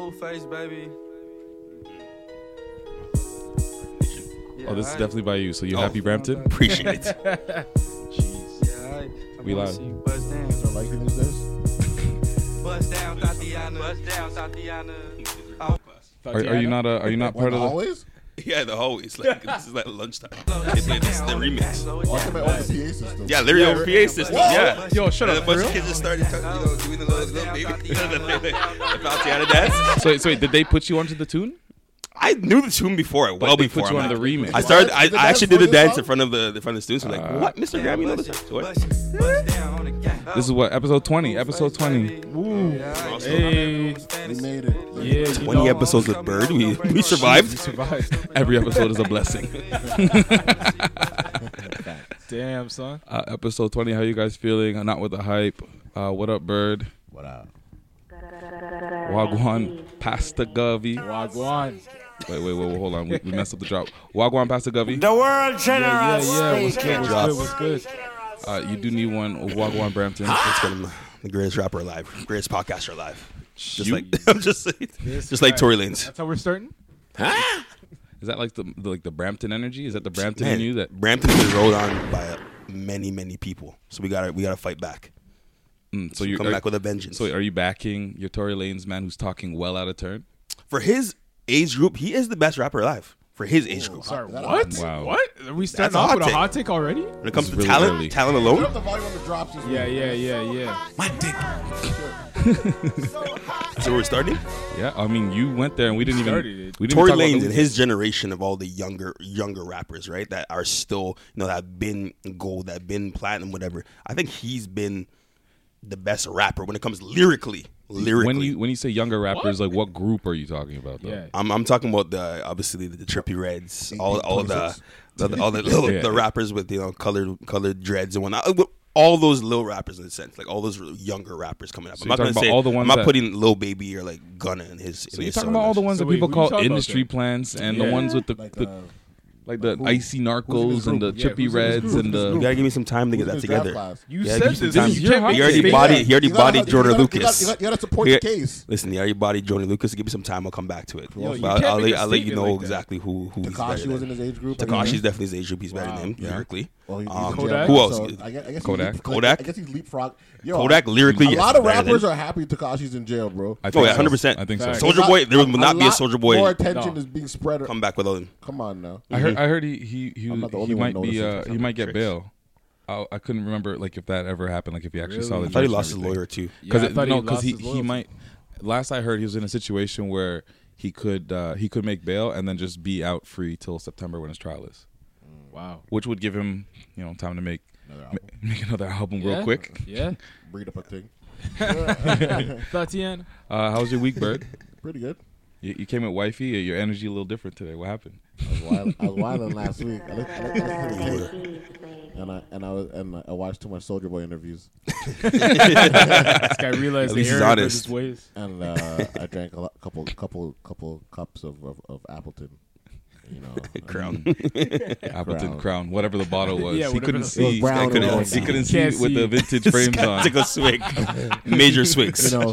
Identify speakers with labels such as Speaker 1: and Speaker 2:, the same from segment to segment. Speaker 1: Blueface, baby. Yeah,
Speaker 2: Oh, this is
Speaker 1: aight.
Speaker 2: definitely by you. So you
Speaker 3: Oh.
Speaker 2: happy, Brampton?
Speaker 3: Appreciate it.
Speaker 1: Jeez, yeah, aight. I
Speaker 2: We
Speaker 1: wanna
Speaker 2: live.
Speaker 1: see you Bust down,
Speaker 4: Don't like who this is?
Speaker 1: bust down, Tatiana. Bust down, Tatiana.
Speaker 2: Are, are you not a, Are you not part of the?
Speaker 4: always?
Speaker 3: Yeah, the whole it's like this is like lunchtime. They play this, the remix.
Speaker 1: Slow it down.
Speaker 4: Ultimate OCA system.
Speaker 3: Yeah, Larry
Speaker 2: Yeah,
Speaker 3: yeah, PA system.
Speaker 4: Whoa.
Speaker 3: Yeah.
Speaker 2: Yo, shut
Speaker 3: and
Speaker 2: up,
Speaker 3: A
Speaker 2: for
Speaker 3: bunch
Speaker 2: real?
Speaker 3: of kids just started, you know, doing the little, little baby, the, the, the, the Tatiana dance.
Speaker 2: So wait, so wait, did they put you onto the tune?
Speaker 3: I knew the tune before, well
Speaker 2: they
Speaker 3: before.
Speaker 2: put you
Speaker 3: I'm
Speaker 2: on the
Speaker 3: like-
Speaker 2: remix.
Speaker 3: I started.
Speaker 4: What?
Speaker 3: I,
Speaker 4: Did the
Speaker 3: I
Speaker 4: dance
Speaker 3: actually did
Speaker 4: for
Speaker 3: the
Speaker 4: this
Speaker 3: dance
Speaker 4: song?
Speaker 3: in front of the in front of the students. Like,
Speaker 2: Uh,
Speaker 3: what, Mr. Grammy? No,
Speaker 1: Bust
Speaker 3: this
Speaker 1: it,
Speaker 3: what?
Speaker 1: bust it, bust down on the gang.
Speaker 2: This is what episode twenty. Episode twenty.
Speaker 1: Ooh.
Speaker 2: Hey.
Speaker 4: We made it.
Speaker 2: Yeah, you
Speaker 3: Twenty
Speaker 2: know,
Speaker 3: episodes with Bird. We we survived.
Speaker 2: survived. Every episode is a blessing.
Speaker 5: Damn, son.
Speaker 2: Uh, episode twenty. How you guys feeling? Uh, Not with the hype. Uh, what up, Bird?
Speaker 4: What up?
Speaker 2: Wagwan Pasta Govey.
Speaker 5: Wagwan.
Speaker 2: Wait, wait, wait, wait, hold on. We, we messed up the drop. Wagwan Pasta Govey.
Speaker 6: The world
Speaker 5: Yeah,
Speaker 6: generous.
Speaker 5: yeah. What's good? What's
Speaker 3: drop.
Speaker 5: good? What's good?
Speaker 2: Uh, you do need one. Wagwan Brampton.
Speaker 1: Ah!
Speaker 3: It's been the greatest rapper alive, greatest podcaster alive. Just
Speaker 2: You-
Speaker 3: like I'm just like, just like Tory Lanez.
Speaker 5: That's how we're starting.
Speaker 2: Is that like the, the like the Brampton energy? Is that the Brampton
Speaker 3: Man,
Speaker 2: in you that
Speaker 3: Brampton's been rolled on by many many people, so we gotta we gotta fight back.
Speaker 2: Mm, so you
Speaker 3: Come
Speaker 2: are,
Speaker 3: back with a vengeance.
Speaker 2: So are you backing your Tory Lanez man who's talking well out of turn?
Speaker 3: For his age group, he is the best rapper alive. For his age group,
Speaker 4: sorry. That-
Speaker 5: What?
Speaker 2: Wow.
Speaker 5: What? Are we starting
Speaker 3: That's a
Speaker 5: off
Speaker 3: hot
Speaker 5: with
Speaker 3: take.
Speaker 5: a hot take already?
Speaker 3: when it comes to
Speaker 2: This is really
Speaker 3: talent,
Speaker 2: early.
Speaker 3: talent
Speaker 4: Turn up
Speaker 3: alone,
Speaker 4: the volume on the drops. this
Speaker 5: Yeah,
Speaker 4: week.
Speaker 5: yeah, yeah, yeah.
Speaker 3: my dick. so we're starting.
Speaker 2: Yeah, I mean you went there and we didn't even
Speaker 5: Started it.
Speaker 2: we didn't
Speaker 3: Tory
Speaker 2: even talk about
Speaker 3: Lanez
Speaker 2: the-
Speaker 3: and his generation of all the younger younger rappers, right? That are still you know that have been gold, that have been platinum, whatever. I think he's been the best rapper when it comes lyrically. Lyrically,
Speaker 2: when you when you say younger rappers, like what group are you talking about though?
Speaker 5: Yeah.
Speaker 3: I'm I'm talking about the obviously the, the trippy reds, all all the,
Speaker 4: Puzzles.
Speaker 3: the, the- all the little,
Speaker 2: Yeah.
Speaker 3: the rappers with you know colored colored dreads and whatnot. Uh, All those little rappers in a sense, like all those younger rappers coming up. I'm
Speaker 2: you're
Speaker 3: not gonna
Speaker 2: talking about
Speaker 3: say
Speaker 2: all the
Speaker 3: I'm
Speaker 2: ones
Speaker 3: not
Speaker 2: that-
Speaker 3: putting Lil Baby or like Gunna in his.
Speaker 2: So you're talking about all the ones
Speaker 5: So
Speaker 2: that
Speaker 5: wait,
Speaker 2: people
Speaker 5: who you
Speaker 2: call
Speaker 5: talking about
Speaker 2: industry
Speaker 5: then?
Speaker 2: plants and the
Speaker 5: Yeah.
Speaker 2: ones with the
Speaker 4: Like,
Speaker 2: the,
Speaker 4: uh,
Speaker 2: like the
Speaker 4: who-
Speaker 2: icy narcos
Speaker 4: who's in
Speaker 2: and
Speaker 4: this
Speaker 2: the
Speaker 4: group?
Speaker 2: trippy
Speaker 5: Yeah, who's in this
Speaker 2: reds
Speaker 5: group?
Speaker 2: and
Speaker 3: You
Speaker 2: the
Speaker 3: gotta give me some time to get that
Speaker 4: Who's in draft
Speaker 3: together.
Speaker 4: class?
Speaker 5: You
Speaker 3: Yeah,
Speaker 5: said
Speaker 3: you should
Speaker 5: this.
Speaker 3: time-
Speaker 5: this
Speaker 2: You
Speaker 5: you can't
Speaker 2: already
Speaker 3: He
Speaker 5: be
Speaker 3: already
Speaker 5: saying
Speaker 3: bodied.
Speaker 5: that.
Speaker 3: He already
Speaker 4: You gotta-
Speaker 3: bodied
Speaker 4: you gotta-
Speaker 3: Jordan
Speaker 4: you gotta-
Speaker 3: Lucas.
Speaker 4: You gotta, you gotta support
Speaker 3: Yeah.
Speaker 4: the case.
Speaker 3: Listen, he already bodied Jordan Lucas. Give me some time. I'll come back to it.
Speaker 4: Yo, you
Speaker 3: But I'll,
Speaker 5: can't
Speaker 3: I'll,
Speaker 5: make
Speaker 3: let-
Speaker 5: a
Speaker 3: I'll let you
Speaker 5: statement
Speaker 3: know
Speaker 5: like that.
Speaker 3: exactly who who he's better
Speaker 4: Takashi was in
Speaker 3: than.
Speaker 4: his age group.
Speaker 3: Takashi's definitely his age group. He's better than him
Speaker 4: Yeah.
Speaker 3: lyrically.
Speaker 4: Well, he- he's
Speaker 3: Um,
Speaker 4: in
Speaker 5: Kodak?
Speaker 3: Who
Speaker 4: so
Speaker 3: else?
Speaker 4: I guess, I guess
Speaker 2: Kodak?
Speaker 4: He, leap-
Speaker 3: Kodak?
Speaker 4: I guess he's leapfrog. Yo,
Speaker 3: Kodak lyrically.
Speaker 4: A
Speaker 3: yes,
Speaker 4: lot of
Speaker 3: better than-
Speaker 4: rappers are happy Takashi's in jail, bro.
Speaker 2: I
Speaker 3: Oh
Speaker 2: think
Speaker 3: yeah,
Speaker 2: so.
Speaker 3: hundred percent.
Speaker 2: I think so.
Speaker 5: Facts.
Speaker 3: Soldier Boy, there will not be a
Speaker 4: lot
Speaker 3: Soldier
Speaker 4: More
Speaker 3: Boy
Speaker 4: attention
Speaker 5: No.
Speaker 4: is being spread.
Speaker 3: come back without him.
Speaker 4: Come on now.
Speaker 2: I heard I heard he he he,
Speaker 4: Mm-hmm. I'm not the
Speaker 2: he
Speaker 4: only one
Speaker 2: might be
Speaker 4: noticing
Speaker 2: uh, he
Speaker 4: something.
Speaker 2: might get bail. I, I couldn't remember like if that ever happened. Like if he actually saw the
Speaker 3: I
Speaker 2: judge
Speaker 3: thought he
Speaker 2: and
Speaker 3: lost his
Speaker 2: everything.
Speaker 3: lawyer too.
Speaker 5: Yeah,
Speaker 2: because
Speaker 5: I thought he
Speaker 2: no, because
Speaker 5: lost
Speaker 2: he,
Speaker 5: his
Speaker 2: he
Speaker 5: loyalty.
Speaker 2: might. Last I heard, he was in a situation where he could uh, he could make bail and then just be out free till September when his trial is,
Speaker 5: Mm, Wow.
Speaker 2: which would give him you know time to make
Speaker 4: Another
Speaker 2: ma-
Speaker 4: album.
Speaker 2: make another album
Speaker 5: Yeah?
Speaker 2: real quick.
Speaker 5: Yeah.
Speaker 4: Read up a thing.
Speaker 5: Tatiana.
Speaker 2: Uh, how was your week, Bird?
Speaker 4: Pretty good.
Speaker 2: you, you came with wifey. Your energy a little different today. What happened?
Speaker 4: I was wild- I was wilding last week. I looked- I looked- I looked at the tape, and I and I was and I watched too much Soldier Boy interviews,
Speaker 5: This guy realized the
Speaker 3: At least he's
Speaker 5: error of
Speaker 3: honest.
Speaker 5: his ways.
Speaker 4: and uh, I drank a lot, couple couple couple cups of of, of Appleton. You know,
Speaker 3: Crown.
Speaker 2: Appleton Crown.
Speaker 4: Crown.
Speaker 2: whatever the bottle was.
Speaker 5: Yeah,
Speaker 2: he
Speaker 5: whatever
Speaker 2: couldn't
Speaker 5: the- It was
Speaker 2: see.
Speaker 4: brown
Speaker 2: he couldn't,
Speaker 4: and
Speaker 2: he
Speaker 4: all.
Speaker 2: couldn't see
Speaker 5: Can't
Speaker 2: it with
Speaker 5: see.
Speaker 2: the vintage
Speaker 3: This
Speaker 2: frames
Speaker 3: guy
Speaker 2: on.
Speaker 3: Took a swig, major swigs.
Speaker 4: you know,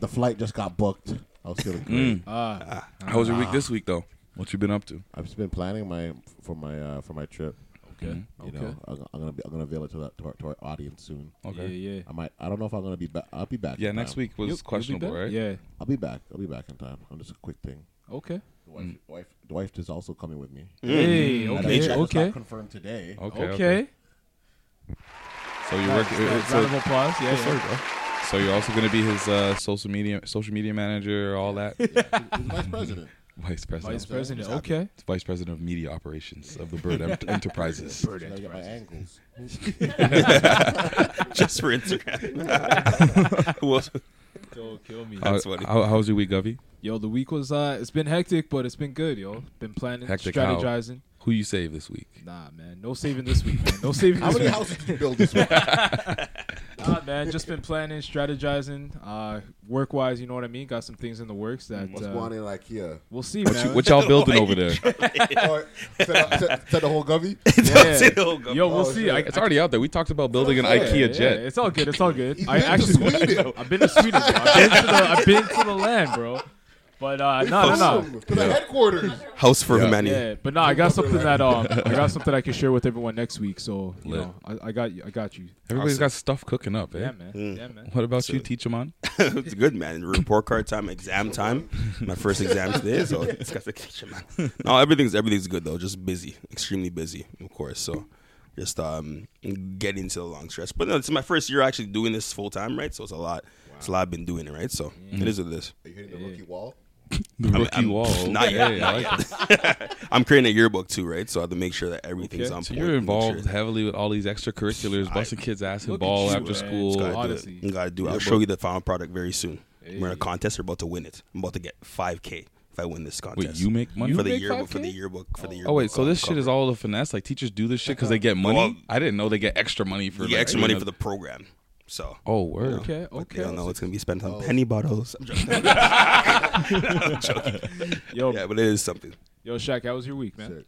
Speaker 4: the flight just got booked. I was feeling great.
Speaker 5: Ah.
Speaker 2: Mm. How was your week this week though? What you been up to?
Speaker 4: I've just been planning my for my uh, for my trip.
Speaker 5: Okay.
Speaker 2: Mm-hmm.
Speaker 4: You know, I'm, I'm gonna be, I'm gonna avail it to, that, to, our, to our audience soon.
Speaker 2: Okay.
Speaker 5: Yeah, yeah.
Speaker 4: I might I don't know if I'm gonna be back. I'll be back.
Speaker 2: Yeah,
Speaker 4: in
Speaker 2: next
Speaker 4: time.
Speaker 2: week was
Speaker 5: You'll- you'll be
Speaker 2: questionable,
Speaker 5: back?
Speaker 2: right?
Speaker 5: Yeah.
Speaker 4: I'll be back. I'll be back in time. I'm just a quick thing.
Speaker 5: Okay.
Speaker 4: The
Speaker 2: Mm.
Speaker 4: wife, the wife, the wife is also coming with me.
Speaker 5: Mm. Hey,
Speaker 4: And I-
Speaker 5: okay,
Speaker 4: I was
Speaker 5: okay.
Speaker 4: not confirmed today.
Speaker 2: Okay.
Speaker 5: Okay.
Speaker 2: So you work.
Speaker 5: Nice.
Speaker 2: so-
Speaker 5: Round of applause. Yeah, yeah.
Speaker 2: So you're also going to be his uh, social media social media manager, all that.
Speaker 4: He's vice president.
Speaker 2: Vice president,
Speaker 5: Vice President. Okay.
Speaker 2: Vice president of media operations of the Bird Em- Enterprises.
Speaker 4: I gotta get my angles.
Speaker 3: just for Instagram. Who else?
Speaker 5: Don't kill me.
Speaker 2: How,
Speaker 3: That's funny.
Speaker 2: how, how was your week, Govey?
Speaker 5: Yo, the week was uh, it's been hectic, but it's been good, yo. Been planning,
Speaker 2: Hectic how?
Speaker 5: strategizing.
Speaker 2: Who you save this week?
Speaker 5: Nah, man, no saving this week, man. No saving
Speaker 4: How
Speaker 5: this
Speaker 4: many
Speaker 5: week.
Speaker 4: houses did you build this week?
Speaker 5: Nah, Nah, man. Just been planning, strategizing, uh, work wise. You know what I mean. Got some things in the works that
Speaker 4: What's
Speaker 5: uh,
Speaker 4: going on in IKEA?
Speaker 5: we'll see,
Speaker 2: What, you,
Speaker 5: man.
Speaker 2: what y'all building over there?
Speaker 4: Or said, said, said the whole gummy.
Speaker 5: Yeah.
Speaker 3: Sit the whole gum.
Speaker 5: Yo, we'll
Speaker 4: Oh,
Speaker 5: see.
Speaker 4: shit.
Speaker 5: I,
Speaker 2: It's already out there. We talked about building an
Speaker 5: Yeah, yeah,
Speaker 2: IKEA jet.
Speaker 5: It's all good. It's all good.
Speaker 4: You've
Speaker 5: I
Speaker 4: been to
Speaker 5: actually
Speaker 4: Sweden.
Speaker 5: I've been to Sweden. Bro. I've been to the I've been to the land, bro. But uh, no, no, no.
Speaker 4: Boom, To the headquarters.
Speaker 3: House for
Speaker 2: Yeah.
Speaker 3: humanity.
Speaker 5: Yeah, but no, I got something that um, I got something I can share with everyone next week. So you
Speaker 2: Lit.
Speaker 5: know, I, I got you. I got you.
Speaker 2: Everybody's got stuff cooking up, eh?
Speaker 5: Yeah, man.
Speaker 4: Hmm.
Speaker 5: Yeah, man.
Speaker 2: What about you, teach them on?
Speaker 3: it's good, man. Report card time, exam time. My first exam today, so it's got the kitchen, man. No, everything's everything's good though. Just busy, extremely busy, of course. So just um get into the long stretch. But no, it's my first year actually doing this full time, right? So it's a lot. It's a lot. I've been doing it, right? So it is what it is.
Speaker 4: Are you hitting the rookie wall?
Speaker 2: The rookie
Speaker 3: I'm-
Speaker 2: wall.
Speaker 3: not
Speaker 2: yeah,
Speaker 3: yet,
Speaker 2: I
Speaker 3: not
Speaker 2: like that.
Speaker 3: I'm creating a yearbook too, right? So I have to make sure that everything's
Speaker 5: Okay.
Speaker 3: on
Speaker 2: So
Speaker 3: point.
Speaker 2: you're
Speaker 3: and make
Speaker 2: involved
Speaker 3: Sure.
Speaker 2: heavily with all these extracurriculars, busting kids' ass in
Speaker 5: Look at
Speaker 2: ball
Speaker 5: you,
Speaker 2: after
Speaker 5: man.
Speaker 2: school.
Speaker 5: It's
Speaker 3: Gotta do
Speaker 5: Odyssey.
Speaker 3: it. Gotta do it. I'll show you the final product very soon. We're in a contest. We're about to win it. I'm about to get 5K if I win this contest.
Speaker 2: Wait, you make money?
Speaker 5: You
Speaker 3: for the
Speaker 5: make
Speaker 3: yearbook? For
Speaker 5: 5K?
Speaker 3: the yearbook? For the yearbook?
Speaker 2: oh, wait, so
Speaker 3: um,
Speaker 2: this shit
Speaker 3: cover.
Speaker 2: is all the finesse? Like, teachers do this shit because they get money?
Speaker 3: Well,
Speaker 2: I didn't know they get extra money for
Speaker 3: you get
Speaker 2: like,
Speaker 3: extra
Speaker 2: doing
Speaker 3: money
Speaker 2: a-
Speaker 3: for the program. So
Speaker 2: Oh, word.
Speaker 5: Okay,
Speaker 3: but they don't
Speaker 5: okay. Oh.
Speaker 3: know it's gonna be spent on penny bottles. I'm joking. I'm joking.
Speaker 5: Yo,
Speaker 3: Yeah, but it is something.
Speaker 5: yo, Shaq, how was your week, man?
Speaker 4: Shit.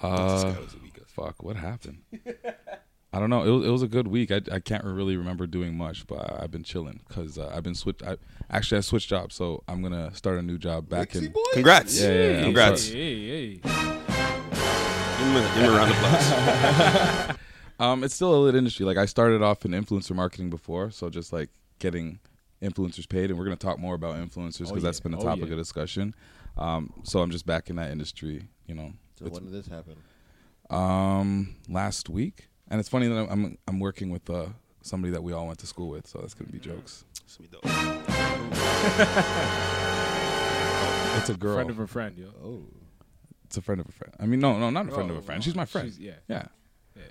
Speaker 2: Uh,
Speaker 3: That was a week of-
Speaker 2: fuck, what happened? I don't know. It was, it was a good week. I, I can't really remember doing much, but I, I've been chilling because uh, I've been switch. I, actually, I switched jobs, so I'm gonna start a new job back
Speaker 4: Dixie
Speaker 2: in.
Speaker 4: boy?
Speaker 3: Congrats!
Speaker 2: Yeah, yeah, yeah.
Speaker 3: Congrats! Give
Speaker 5: Hey, hey, hey.
Speaker 3: him a, give him a round of applause.
Speaker 2: Um, it's still a lit industry. Like I started off in influencer marketing before, so just like getting influencers paid, and we're gonna talk more about influencers because
Speaker 5: Oh, yeah.
Speaker 2: that's been a
Speaker 5: Oh,
Speaker 2: topic
Speaker 5: yeah.
Speaker 2: of discussion. Um, so I'm just back in that industry, you know.
Speaker 4: So when did this happen?
Speaker 2: Um, last week, and it's funny that I'm I'm, I'm working with uh somebody that we all went to school with, so that's gonna be jokes.
Speaker 3: This will be dope.
Speaker 2: It's a girl.
Speaker 5: Friend of a friend, yo.
Speaker 4: Oh,
Speaker 2: it's a friend of a friend. I mean, no, no, not a friend of
Speaker 5: Oh,
Speaker 2: a friend. She's my friend.
Speaker 5: she's- yeah.
Speaker 2: yeah.
Speaker 5: Yeah.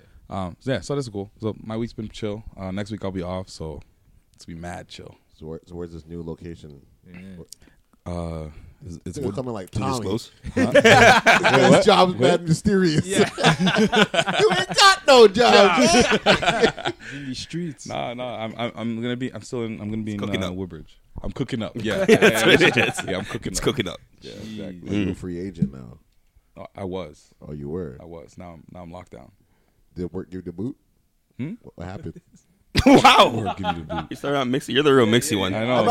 Speaker 2: Um, so yeah, so that's cool. So my week's been chill. Uh, next week I'll be off, so it's gonna be mad chill.
Speaker 4: so, where, so where's this new location?
Speaker 5: Yeah.
Speaker 2: Uh, it's, it's
Speaker 4: It's gonna come in like
Speaker 3: Can you
Speaker 4: Tommy.
Speaker 3: disclose?
Speaker 4: This guy's job's bad mysterious. you ain't got no job.
Speaker 5: In the streets.
Speaker 2: Nah, nah. I'm, I'm, I'm gonna be. I'm still in. I'm gonna be in
Speaker 3: cooking
Speaker 2: uh,
Speaker 3: up.
Speaker 2: Woodbridge. I'm cooking up. Yeah, yeah, yeah,
Speaker 3: what it
Speaker 2: yeah, yeah, I'm cooking.
Speaker 3: It's
Speaker 2: up.
Speaker 3: cooking up. Mm.
Speaker 2: Yeah, exactly.
Speaker 4: Like, you're a free agent now.
Speaker 2: Oh, Mm. I was.
Speaker 4: Oh, you were.
Speaker 2: I was. Now I'm. Now I'm locked down.
Speaker 4: Did work give the boot?
Speaker 2: Hmm?
Speaker 4: What what happened?
Speaker 3: wow!
Speaker 2: Give you the boot.
Speaker 3: You started out mixy. You're the real mixy one.
Speaker 2: I
Speaker 4: I'm
Speaker 2: know.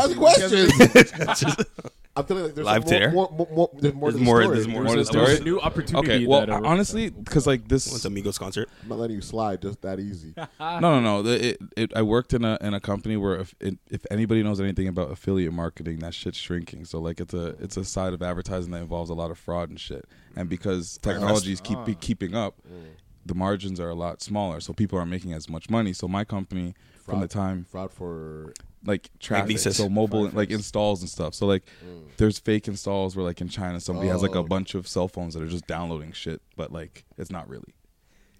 Speaker 4: asking questions. I'm feeling like there's
Speaker 3: Live
Speaker 4: some
Speaker 3: to
Speaker 4: more, more, more, more, there's more,
Speaker 3: There's
Speaker 4: to the
Speaker 3: more-
Speaker 4: story.
Speaker 3: there's more.
Speaker 2: More to the
Speaker 5: There was a
Speaker 2: story.
Speaker 5: new opportunity.
Speaker 2: Okay. Well,
Speaker 5: that I-
Speaker 2: honestly, because like
Speaker 3: What's
Speaker 2: this.
Speaker 3: Amigos concert?
Speaker 4: I'm not letting you slide just that easy.
Speaker 2: No, no, no. The- It, it, I worked in a in a company where if it, if anybody knows anything about affiliate marketing, that shit's shrinking. So like it's a it's a side of advertising that involves a lot of fraud and shit. And because technologies keep
Speaker 4: Ah.
Speaker 2: be keeping up,
Speaker 4: Mm.
Speaker 2: the margins are a lot smaller. So people aren't making as much money. So my company from the
Speaker 4: Fraud.
Speaker 2: time
Speaker 4: Fraud for
Speaker 2: like traffic,
Speaker 3: leases.
Speaker 2: so mobile, like installs and stuff. So like, there's fake installs where like in China somebody has like a
Speaker 4: Mm. Oh.
Speaker 2: bunch of cell phones that are just downloading shit, but like it's not really.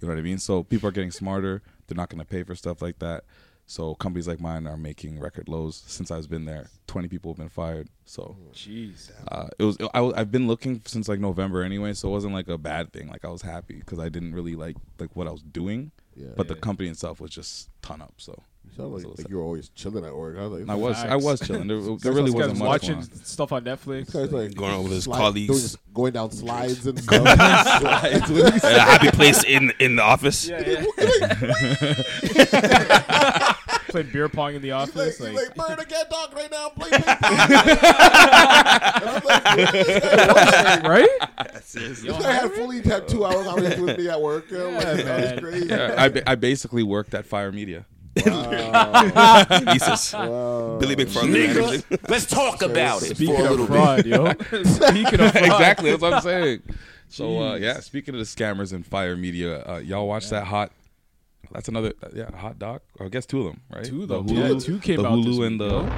Speaker 2: You know what I mean? So people are getting smarter. They're not going to pay for stuff like that. So companies like mine are making record lows since I've been there. Twenty people have been fired. So
Speaker 5: jeez.
Speaker 2: uh, it was I, have been looking since like November anyway, so it wasn't like a bad thing. Like I was happy because I didn't really like like what I was doing,
Speaker 4: Yeah.
Speaker 2: but the company itself was just ton up. So.
Speaker 4: you sound
Speaker 2: was
Speaker 4: like,
Speaker 2: a little
Speaker 4: like you were always chilling at work. I was like,
Speaker 2: I was I
Speaker 5: Facts.
Speaker 2: was chilling. There, there
Speaker 5: This
Speaker 2: really
Speaker 5: guy's
Speaker 2: wasn't much
Speaker 5: watching
Speaker 2: going on.
Speaker 5: stuff on Netflix.
Speaker 4: This guy's like
Speaker 3: Going over with his
Speaker 4: slide-
Speaker 3: colleagues.
Speaker 4: doing this- going down slides and stuff.
Speaker 3: At a happy place in in the office.
Speaker 5: yeah, yeah. Played beer pong in the office.
Speaker 4: He's
Speaker 5: Like,
Speaker 4: like, he's like, bird, I can't talk right now. I'm playing baseball."
Speaker 5: right?
Speaker 4: This guy had fully had two hours already with me at work.
Speaker 3: uh,
Speaker 4: Yeah, like, that
Speaker 5: man.
Speaker 4: was crazy.
Speaker 2: Yeah, I, ba- I basically worked at Fire Media.
Speaker 3: Jesus. Billy McFarland.
Speaker 6: Let's talk about it.
Speaker 5: Speaking of fraud, yo. Speaking of fraud.
Speaker 2: exactly, that's what I'm saying. So uh, yeah, speaking of the scammers and Fire Media, uh, y'all watch that hot. That's another uh, yeah hot doc. I guess two of them, right?
Speaker 5: Two of
Speaker 2: The
Speaker 5: them.
Speaker 2: Hulu,
Speaker 5: Yeah, two came
Speaker 2: the
Speaker 5: out
Speaker 2: Hulu
Speaker 5: this
Speaker 2: and
Speaker 5: week,
Speaker 2: the
Speaker 5: yo.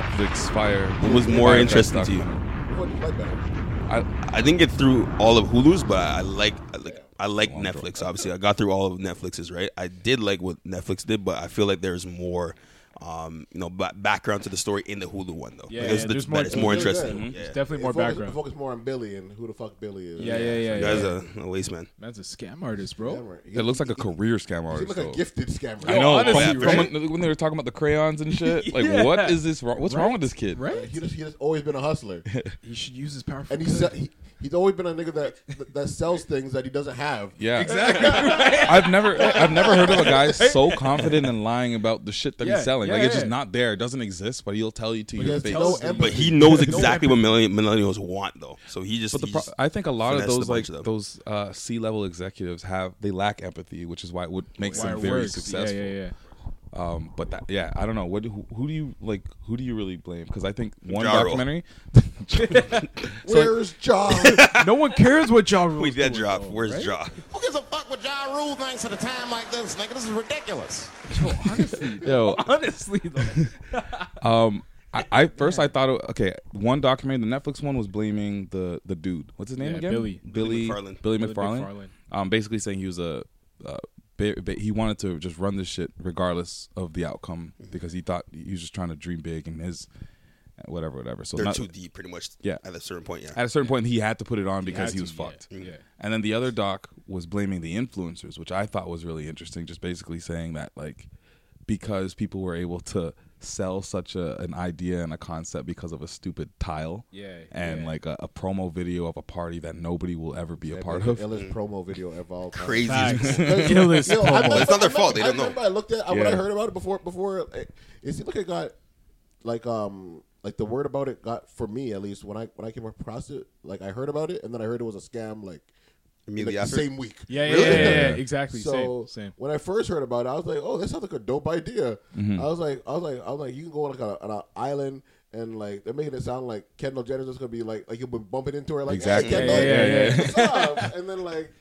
Speaker 2: Netflix Fire. What
Speaker 3: was more interesting to you?
Speaker 4: What do you like that?
Speaker 2: I,
Speaker 3: I didn't get through all of Hulu's, but I like I like I like Netflix. Obviously, I got through all of Netflix's. Right, I did like what Netflix did, but I feel like there's more um, you know, ba- background to the story in the Hulu one though.
Speaker 5: Yeah,
Speaker 3: Like, it's,
Speaker 5: yeah,
Speaker 3: the-
Speaker 5: there's more- Mm-hmm.
Speaker 3: it's
Speaker 4: Yeah,
Speaker 3: more
Speaker 4: yeah.
Speaker 3: interesting.
Speaker 4: Mhm.
Speaker 2: Mm-hmm.
Speaker 3: Yeah.
Speaker 5: It's definitely more
Speaker 4: focus,
Speaker 5: background.
Speaker 4: Focus more on Billy and who the fuck Billy is.
Speaker 5: Yeah, yeah, yeah.
Speaker 3: You
Speaker 5: yeah,
Speaker 3: guys are a waste man.
Speaker 5: Man's a scam artist,
Speaker 4: Yeah,
Speaker 5: bro.
Speaker 4: right. He-
Speaker 2: It looks like a
Speaker 4: he-
Speaker 2: career scam
Speaker 4: He
Speaker 2: artist.
Speaker 4: looks like
Speaker 2: though.
Speaker 4: a gifted scammer.
Speaker 2: I know.
Speaker 5: honestly,
Speaker 2: from- from
Speaker 5: right?
Speaker 2: when, when they were talking about the crayons and shit, like
Speaker 5: Yeah.
Speaker 2: what is this? Wrong? What's wrong with this kid?
Speaker 5: Right?
Speaker 4: He just, he just always been a hustler,
Speaker 5: He should use his powerful.
Speaker 4: and he's he, he's always been a nigga that that- that sells things that he doesn't have.
Speaker 2: Yeah, exactly. I've never, I've never heard of a guy so confident in lying about the shit that
Speaker 5: Yeah,
Speaker 2: he's selling.
Speaker 5: yeah,
Speaker 2: like it's just
Speaker 5: yeah.
Speaker 2: not there. It doesn't exist, but he'll tell you to
Speaker 4: He
Speaker 2: your
Speaker 4: has
Speaker 2: face.
Speaker 4: no
Speaker 5: tells me.
Speaker 4: empathy.
Speaker 3: But he knows
Speaker 4: No
Speaker 3: exactly what millenni- millennials want though. So he just.
Speaker 2: But the
Speaker 3: he
Speaker 2: pro-
Speaker 3: just-
Speaker 2: I think a lot of
Speaker 3: finessed a
Speaker 2: those like
Speaker 3: bunch of them.
Speaker 2: those uh, C level executives have they lack empathy, which is why it would makes
Speaker 5: Why
Speaker 2: them
Speaker 5: it
Speaker 2: very
Speaker 5: works.
Speaker 2: successful.
Speaker 5: Yeah, yeah, yeah.
Speaker 2: Um, but that yeah, I don't know. What who, who do you like? Who do you really blame? Because I think one
Speaker 3: Ja Rule.
Speaker 2: documentary.
Speaker 4: Where's John?
Speaker 5: No one cares what Ja Rule.
Speaker 3: Wait, that drop. Where's drop?
Speaker 6: Who gives a fuck what Ja Rule thinks at a time like this, nigga? This is ridiculous.
Speaker 2: Yo,
Speaker 5: Honestly, though.
Speaker 2: um, I, I first I thought it- okay, one documentary, the Netflix one was blaming the the dude. What's his name
Speaker 5: Yeah,
Speaker 2: again?
Speaker 5: Billy.
Speaker 2: Billy
Speaker 3: Billy McFarlane.
Speaker 2: Billy
Speaker 5: Billy
Speaker 2: McFarlane.
Speaker 5: McFarlane.
Speaker 2: Um, basically saying he was a, uh, ba- ba- he wanted to just run this shit regardless of the outcome
Speaker 3: Mm-hmm.
Speaker 2: because he thought he was just trying to dream big and his whatever whatever. So
Speaker 3: They're
Speaker 2: not-
Speaker 3: too deep, pretty much.
Speaker 2: Yeah.
Speaker 3: At a certain point, yeah. Mm-hmm.
Speaker 2: at a certain point he had to put it on because
Speaker 5: had
Speaker 2: he
Speaker 5: to,
Speaker 2: was
Speaker 5: yeah,
Speaker 2: fucked.
Speaker 5: yeah.
Speaker 2: And then the other doc was blaming the influencers, which I thought was really interesting, just basically saying that like because people were able to sell such a an idea and a concept because of a stupid tile.
Speaker 5: Yeah,
Speaker 2: And
Speaker 5: yeah.
Speaker 2: like a, a promo video of a party that nobody will ever be a part
Speaker 4: Like
Speaker 2: of.
Speaker 4: the
Speaker 3: Mm.
Speaker 4: illest promo video ever. all time.
Speaker 3: Crazy.
Speaker 5: Facts.
Speaker 4: Yo,
Speaker 5: Illest
Speaker 4: I
Speaker 5: promo.
Speaker 4: remember-
Speaker 3: It's not their
Speaker 4: I
Speaker 3: fault,
Speaker 4: remember-
Speaker 3: they don't know.
Speaker 4: I remember I looked at I, when I
Speaker 2: Yeah.
Speaker 4: heard about it before. Before it, it seemed like it got like um like the word about it got for me at least when I when I came across it. Like I heard about it and then I heard it was a scam. Like
Speaker 3: Immediately
Speaker 4: like, the
Speaker 3: after?
Speaker 4: same week.
Speaker 5: Yeah, yeah,
Speaker 3: Really?
Speaker 5: yeah, yeah, yeah, exactly.
Speaker 4: So
Speaker 5: same, same.
Speaker 4: when I first heard about it, I was like, "Oh, that sounds like a dope idea."
Speaker 5: Mm-hmm.
Speaker 4: I was like, "I was like, I was like, you can go on like a, on an island and like they're making it sound like Kendall Jenner's just gonna be like like you'll be bumping into her like hey,
Speaker 2: Exactly.
Speaker 4: Kendall,
Speaker 5: Yeah, yeah, yeah, yeah.
Speaker 4: what's up?" and then like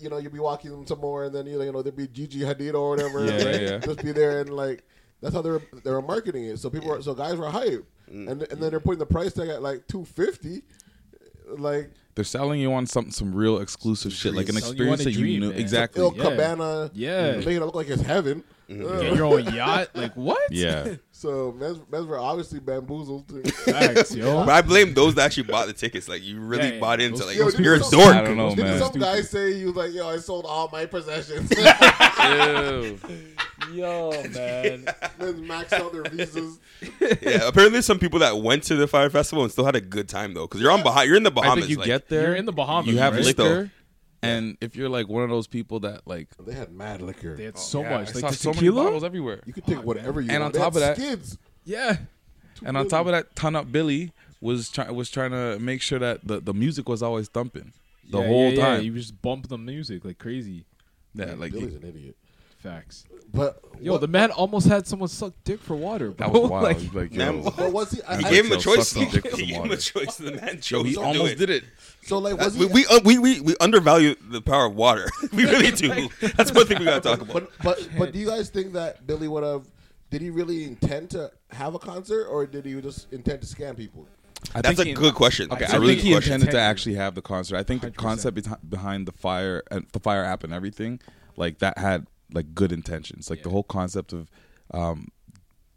Speaker 4: you know you'll be walking somewhere and then you know there'll be Gigi Hadid or whatever
Speaker 2: Yeah,
Speaker 4: like,
Speaker 2: yeah, yeah.
Speaker 4: just be there and like that's how they're they're marketing it. So people are so guys were hyped
Speaker 3: Mm.
Speaker 4: and and then they're putting the price tag at like two fifty, like.
Speaker 2: They're selling you on some some real exclusive shit, like an
Speaker 5: Selling you on
Speaker 2: experience
Speaker 5: a
Speaker 2: that you
Speaker 5: dream,
Speaker 2: knew
Speaker 5: man.
Speaker 2: exactly.
Speaker 4: Il
Speaker 5: Yeah.
Speaker 4: Cabana,
Speaker 5: Yeah.
Speaker 4: making it look like it's heaven.
Speaker 3: Mm.
Speaker 4: Uh.
Speaker 5: Get your own yacht. Like what?
Speaker 2: Yeah.
Speaker 4: So Mes- Mesmer obviously bamboozled.
Speaker 5: Facts, yo.
Speaker 3: But I blame those that actually bought the tickets. Like you really
Speaker 5: Yeah, yeah.
Speaker 3: bought into like
Speaker 4: Yo, dude,
Speaker 3: you're a
Speaker 4: so-
Speaker 3: dork.
Speaker 2: I don't know,
Speaker 4: Didn't
Speaker 2: man.
Speaker 4: some guy say you was like, yo, I sold all my possessions? Mes
Speaker 5: Yo, man.
Speaker 4: maxed out their visas.
Speaker 3: Yeah, apparently there's some people that went to the fire festival and still had a good time though, because you're on Bahamas. You're in the
Speaker 2: I
Speaker 3: Bahamas.
Speaker 2: think you
Speaker 3: like,
Speaker 2: get there.
Speaker 5: You're in the Bahamas,
Speaker 2: You have
Speaker 5: right?
Speaker 2: liquor,
Speaker 3: Still.
Speaker 2: and if you're like one of those people that like
Speaker 4: They had mad liquor.
Speaker 5: They had so
Speaker 2: Oh, Yeah,
Speaker 5: much.
Speaker 2: I
Speaker 5: Like
Speaker 2: saw
Speaker 5: the
Speaker 2: so many
Speaker 5: tequila?
Speaker 2: bottles everywhere.
Speaker 4: you could take whatever you
Speaker 2: And
Speaker 4: want.
Speaker 2: on top
Speaker 4: They had
Speaker 2: of that-
Speaker 4: skids.
Speaker 5: yeah.
Speaker 2: And on top of that, Ton Up Billy was try- was trying to make sure that the, the music was always thumping the
Speaker 5: Yeah,
Speaker 2: whole
Speaker 5: yeah, yeah.
Speaker 2: time.
Speaker 5: You just bump the music like crazy.
Speaker 2: Yeah, like
Speaker 4: Billy's an idiot.
Speaker 5: Facts.
Speaker 4: But
Speaker 5: Yo,
Speaker 4: what-
Speaker 5: the man almost had someone suck dick for water. Bro.
Speaker 2: that was wild.
Speaker 5: Like,
Speaker 2: Like, yo,
Speaker 3: Man, what?
Speaker 4: but was he? I,
Speaker 2: You
Speaker 4: I-
Speaker 3: He gave him
Speaker 2: Yo,
Speaker 3: a choice.
Speaker 2: suck my
Speaker 3: He
Speaker 2: dick with some
Speaker 3: gave him
Speaker 2: water.
Speaker 3: a choice. The man
Speaker 2: yo,
Speaker 3: chose.
Speaker 2: he
Speaker 3: to do
Speaker 2: almost
Speaker 3: it.
Speaker 2: did it.
Speaker 4: so like, was
Speaker 3: We
Speaker 4: he?
Speaker 3: we, uh, we we we undervalue the power of water. we really do. That's one thing we gotta talk about.
Speaker 4: but but but do you guys think that Billy would have? Did he really intend to have a concert, or did he just intend to scam people?
Speaker 2: I
Speaker 3: That's
Speaker 2: think
Speaker 3: a
Speaker 2: he-
Speaker 3: good question.
Speaker 2: Okay,
Speaker 3: That's
Speaker 2: I
Speaker 3: a really
Speaker 2: think
Speaker 3: good
Speaker 2: he
Speaker 3: question.
Speaker 2: intended to
Speaker 5: Technically.
Speaker 2: actually have the concert. I think the concept beti- behind the fire and the fire app and everything, like that, had like good intentions. Like the whole concept of, um,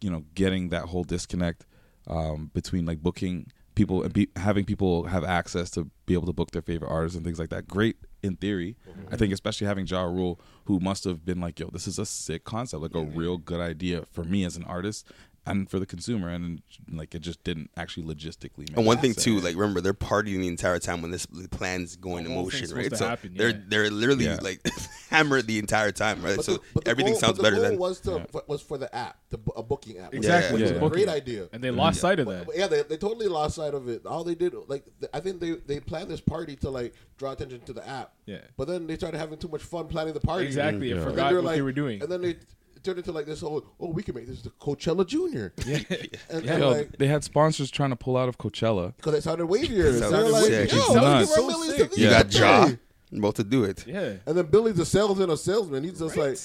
Speaker 2: you know, getting that whole disconnect um, between like booking people and be, having people have access to be able to book their favorite artists and things like that. Great in theory, I think, especially having Ja Rule, who must have been like, "Yo, this is a sick concept, like a real good idea for me as an artist." And for the consumer, and like it just didn't actually logistically. Make
Speaker 3: And one thing
Speaker 2: sense.
Speaker 3: too, like remember, they're partying the entire time when this plan's going to
Speaker 5: whole
Speaker 3: motion,
Speaker 5: thing's
Speaker 3: right?
Speaker 5: supposed to
Speaker 3: So
Speaker 5: happen,
Speaker 3: they're
Speaker 5: yeah.
Speaker 3: they're literally
Speaker 2: Yeah.
Speaker 3: like hammered the entire time, right? so
Speaker 4: the- the
Speaker 3: everything
Speaker 4: goal- but
Speaker 3: sounds
Speaker 4: the
Speaker 3: better
Speaker 4: goal
Speaker 3: than
Speaker 4: was to was for the app, the, bu- a booking app.
Speaker 5: Exactly,
Speaker 4: which
Speaker 2: Yeah.
Speaker 4: is a great idea.
Speaker 5: and they lost sight of that.
Speaker 4: But yeah, they, they totally lost sight of it. All they did, like, th- I think they, they planned this party to like draw attention to the app.
Speaker 5: Yeah.
Speaker 4: But then they started having too much fun planning the party.
Speaker 5: Exactly. I
Speaker 4: And
Speaker 5: forgot
Speaker 4: were
Speaker 5: what they were doing.
Speaker 4: And then they turned into like this whole, oh, we can make this the Coachella Junior. Yeah. And,
Speaker 5: Yeah.
Speaker 4: and,
Speaker 2: Yo,
Speaker 4: like,
Speaker 2: they had sponsors trying to pull out of Coachella.
Speaker 4: because it sounded wavier. It sounded
Speaker 3: sounded
Speaker 4: like,
Speaker 3: sick.
Speaker 4: yo,
Speaker 3: It's
Speaker 2: nuts.
Speaker 4: we give our
Speaker 5: So
Speaker 4: millions to
Speaker 5: sick.
Speaker 4: these
Speaker 3: you got
Speaker 4: guys.
Speaker 3: Ja about to do it.
Speaker 5: Yeah.
Speaker 4: And then Billy's a salesman of salesman. He's just
Speaker 5: Right.
Speaker 4: like,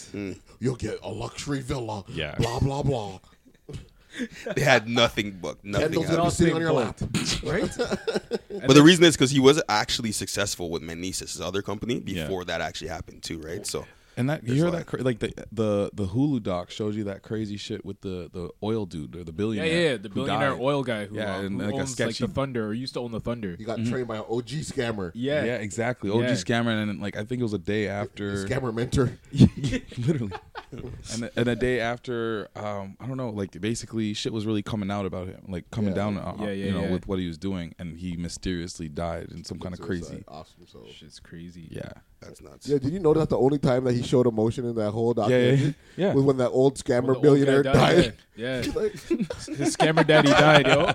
Speaker 4: you'll get a luxury villa.
Speaker 2: Yeah.
Speaker 4: Blah, blah, blah.
Speaker 3: They had nothing booked, nothing.
Speaker 4: Kendall's
Speaker 3: happened.
Speaker 4: going to be sitting on your lap.
Speaker 5: Right?
Speaker 3: But the reason is because he was actually successful with Manesis, his other company,
Speaker 2: Yeah.
Speaker 3: before that actually happened too, right? So
Speaker 2: And that you
Speaker 3: There's
Speaker 2: hear
Speaker 3: like-
Speaker 2: that cra- like the the the Hulu doc shows you that crazy shit with the the oil dude or the
Speaker 5: Yeah,
Speaker 2: billionaire.
Speaker 5: yeah, yeah, the
Speaker 2: who
Speaker 5: billionaire
Speaker 2: died.
Speaker 5: oil guy who,
Speaker 2: Yeah,
Speaker 5: uh,
Speaker 2: and
Speaker 5: who
Speaker 2: like a
Speaker 5: owns
Speaker 2: sketchy-
Speaker 5: like the Thunder or used to own the Thunder.
Speaker 4: You got trained by an OG scammer.
Speaker 5: Mm-hmm. Yeah,
Speaker 2: Yeah, exactly. OG
Speaker 5: Yeah.
Speaker 2: Scammer, and then, like I think it was a day after,
Speaker 4: Scammer mentor.
Speaker 2: literally, and, a- and a day after, um, I don't know, like basically shit was really coming out about him, like coming
Speaker 4: Yeah.
Speaker 2: down, uh,
Speaker 5: Yeah, yeah,
Speaker 2: you know,
Speaker 5: yeah.
Speaker 2: with what he was doing, and he mysteriously died in some kind of crazy.
Speaker 4: Suicide. Awesome. So.
Speaker 5: shit's crazy.
Speaker 2: Yeah,
Speaker 3: That's nuts.
Speaker 4: Yeah, did you know that the only time that he showed emotion in that whole
Speaker 2: yeah,
Speaker 4: documentary
Speaker 2: yeah, yeah.
Speaker 4: was when that old
Speaker 5: When the
Speaker 4: scammer
Speaker 5: old guy
Speaker 4: billionaire died?
Speaker 5: Yeah,
Speaker 4: He's
Speaker 5: yeah.
Speaker 4: like,
Speaker 5: his scammer daddy died, yo.
Speaker 4: the,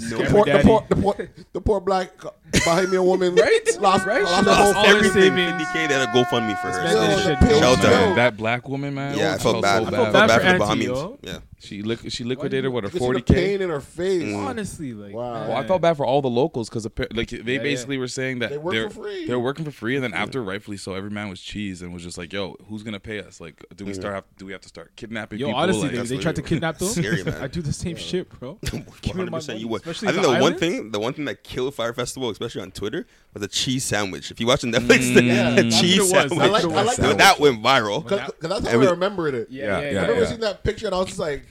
Speaker 5: Scammer
Speaker 4: poor, the,
Speaker 5: daddy.
Speaker 4: poor, the, poor, the poor black Bahamian woman lost, lost her
Speaker 3: Lost
Speaker 4: whole
Speaker 5: all her
Speaker 3: everything.
Speaker 5: savings.
Speaker 3: 50k they had a GoFundMe for
Speaker 2: Oh,
Speaker 5: Spent
Speaker 3: her.
Speaker 4: Yo,
Speaker 5: this
Speaker 4: the
Speaker 5: shit,
Speaker 4: pill-
Speaker 5: yo.
Speaker 3: Shelter.
Speaker 4: Yo,
Speaker 2: Man, that black woman, man. Oh,
Speaker 3: Yeah, I felt
Speaker 2: so
Speaker 3: bad. I felt
Speaker 5: bad
Speaker 3: bad
Speaker 5: for
Speaker 3: for the
Speaker 5: Auntie,
Speaker 3: Bahamians.
Speaker 5: yo.
Speaker 3: Yeah.
Speaker 2: She liqu- she liquidated what a
Speaker 4: you see
Speaker 2: forty
Speaker 4: the
Speaker 2: k. Mm.
Speaker 4: pain in her face.
Speaker 5: Honestly, like,
Speaker 4: Wow.
Speaker 5: man.
Speaker 2: Well, I felt bad for all the locals because like they
Speaker 5: yeah.
Speaker 2: basically were saying that
Speaker 4: They work
Speaker 2: are
Speaker 4: for free.
Speaker 2: They're working for free, and then after rightfully so, every man was cheese and was just like, "Yo, who's gonna pay us? Like, do we start? Have, do we have to start kidnapping
Speaker 5: Yo,
Speaker 2: people?"
Speaker 5: honestly,
Speaker 2: Like,
Speaker 5: they,
Speaker 2: that's
Speaker 5: they
Speaker 2: what
Speaker 5: tried
Speaker 2: it
Speaker 5: to
Speaker 2: was.
Speaker 5: kidnap them.
Speaker 3: Scary, man.
Speaker 5: I do the same shit, bro. Give me my
Speaker 3: 100% you
Speaker 5: money,
Speaker 3: would. I
Speaker 5: especially
Speaker 3: think the
Speaker 5: the
Speaker 3: one
Speaker 5: islands.
Speaker 3: thing, the one thing that killed Fire Festival, especially on Twitter, was a cheese sandwich. If you watch Netflix, the,
Speaker 4: Yeah,
Speaker 3: the
Speaker 4: that's
Speaker 3: cheese
Speaker 5: what it was.
Speaker 3: sandwich,
Speaker 5: I like- I
Speaker 4: like
Speaker 3: that,
Speaker 4: that.
Speaker 3: went viral.
Speaker 4: Because that's how
Speaker 3: Every-
Speaker 4: I remembered it.
Speaker 5: Yeah,
Speaker 2: Yeah,
Speaker 5: yeah,
Speaker 2: yeah,
Speaker 4: I
Speaker 5: yeah.
Speaker 4: remember
Speaker 2: yeah.
Speaker 4: seeing that picture and I was just like,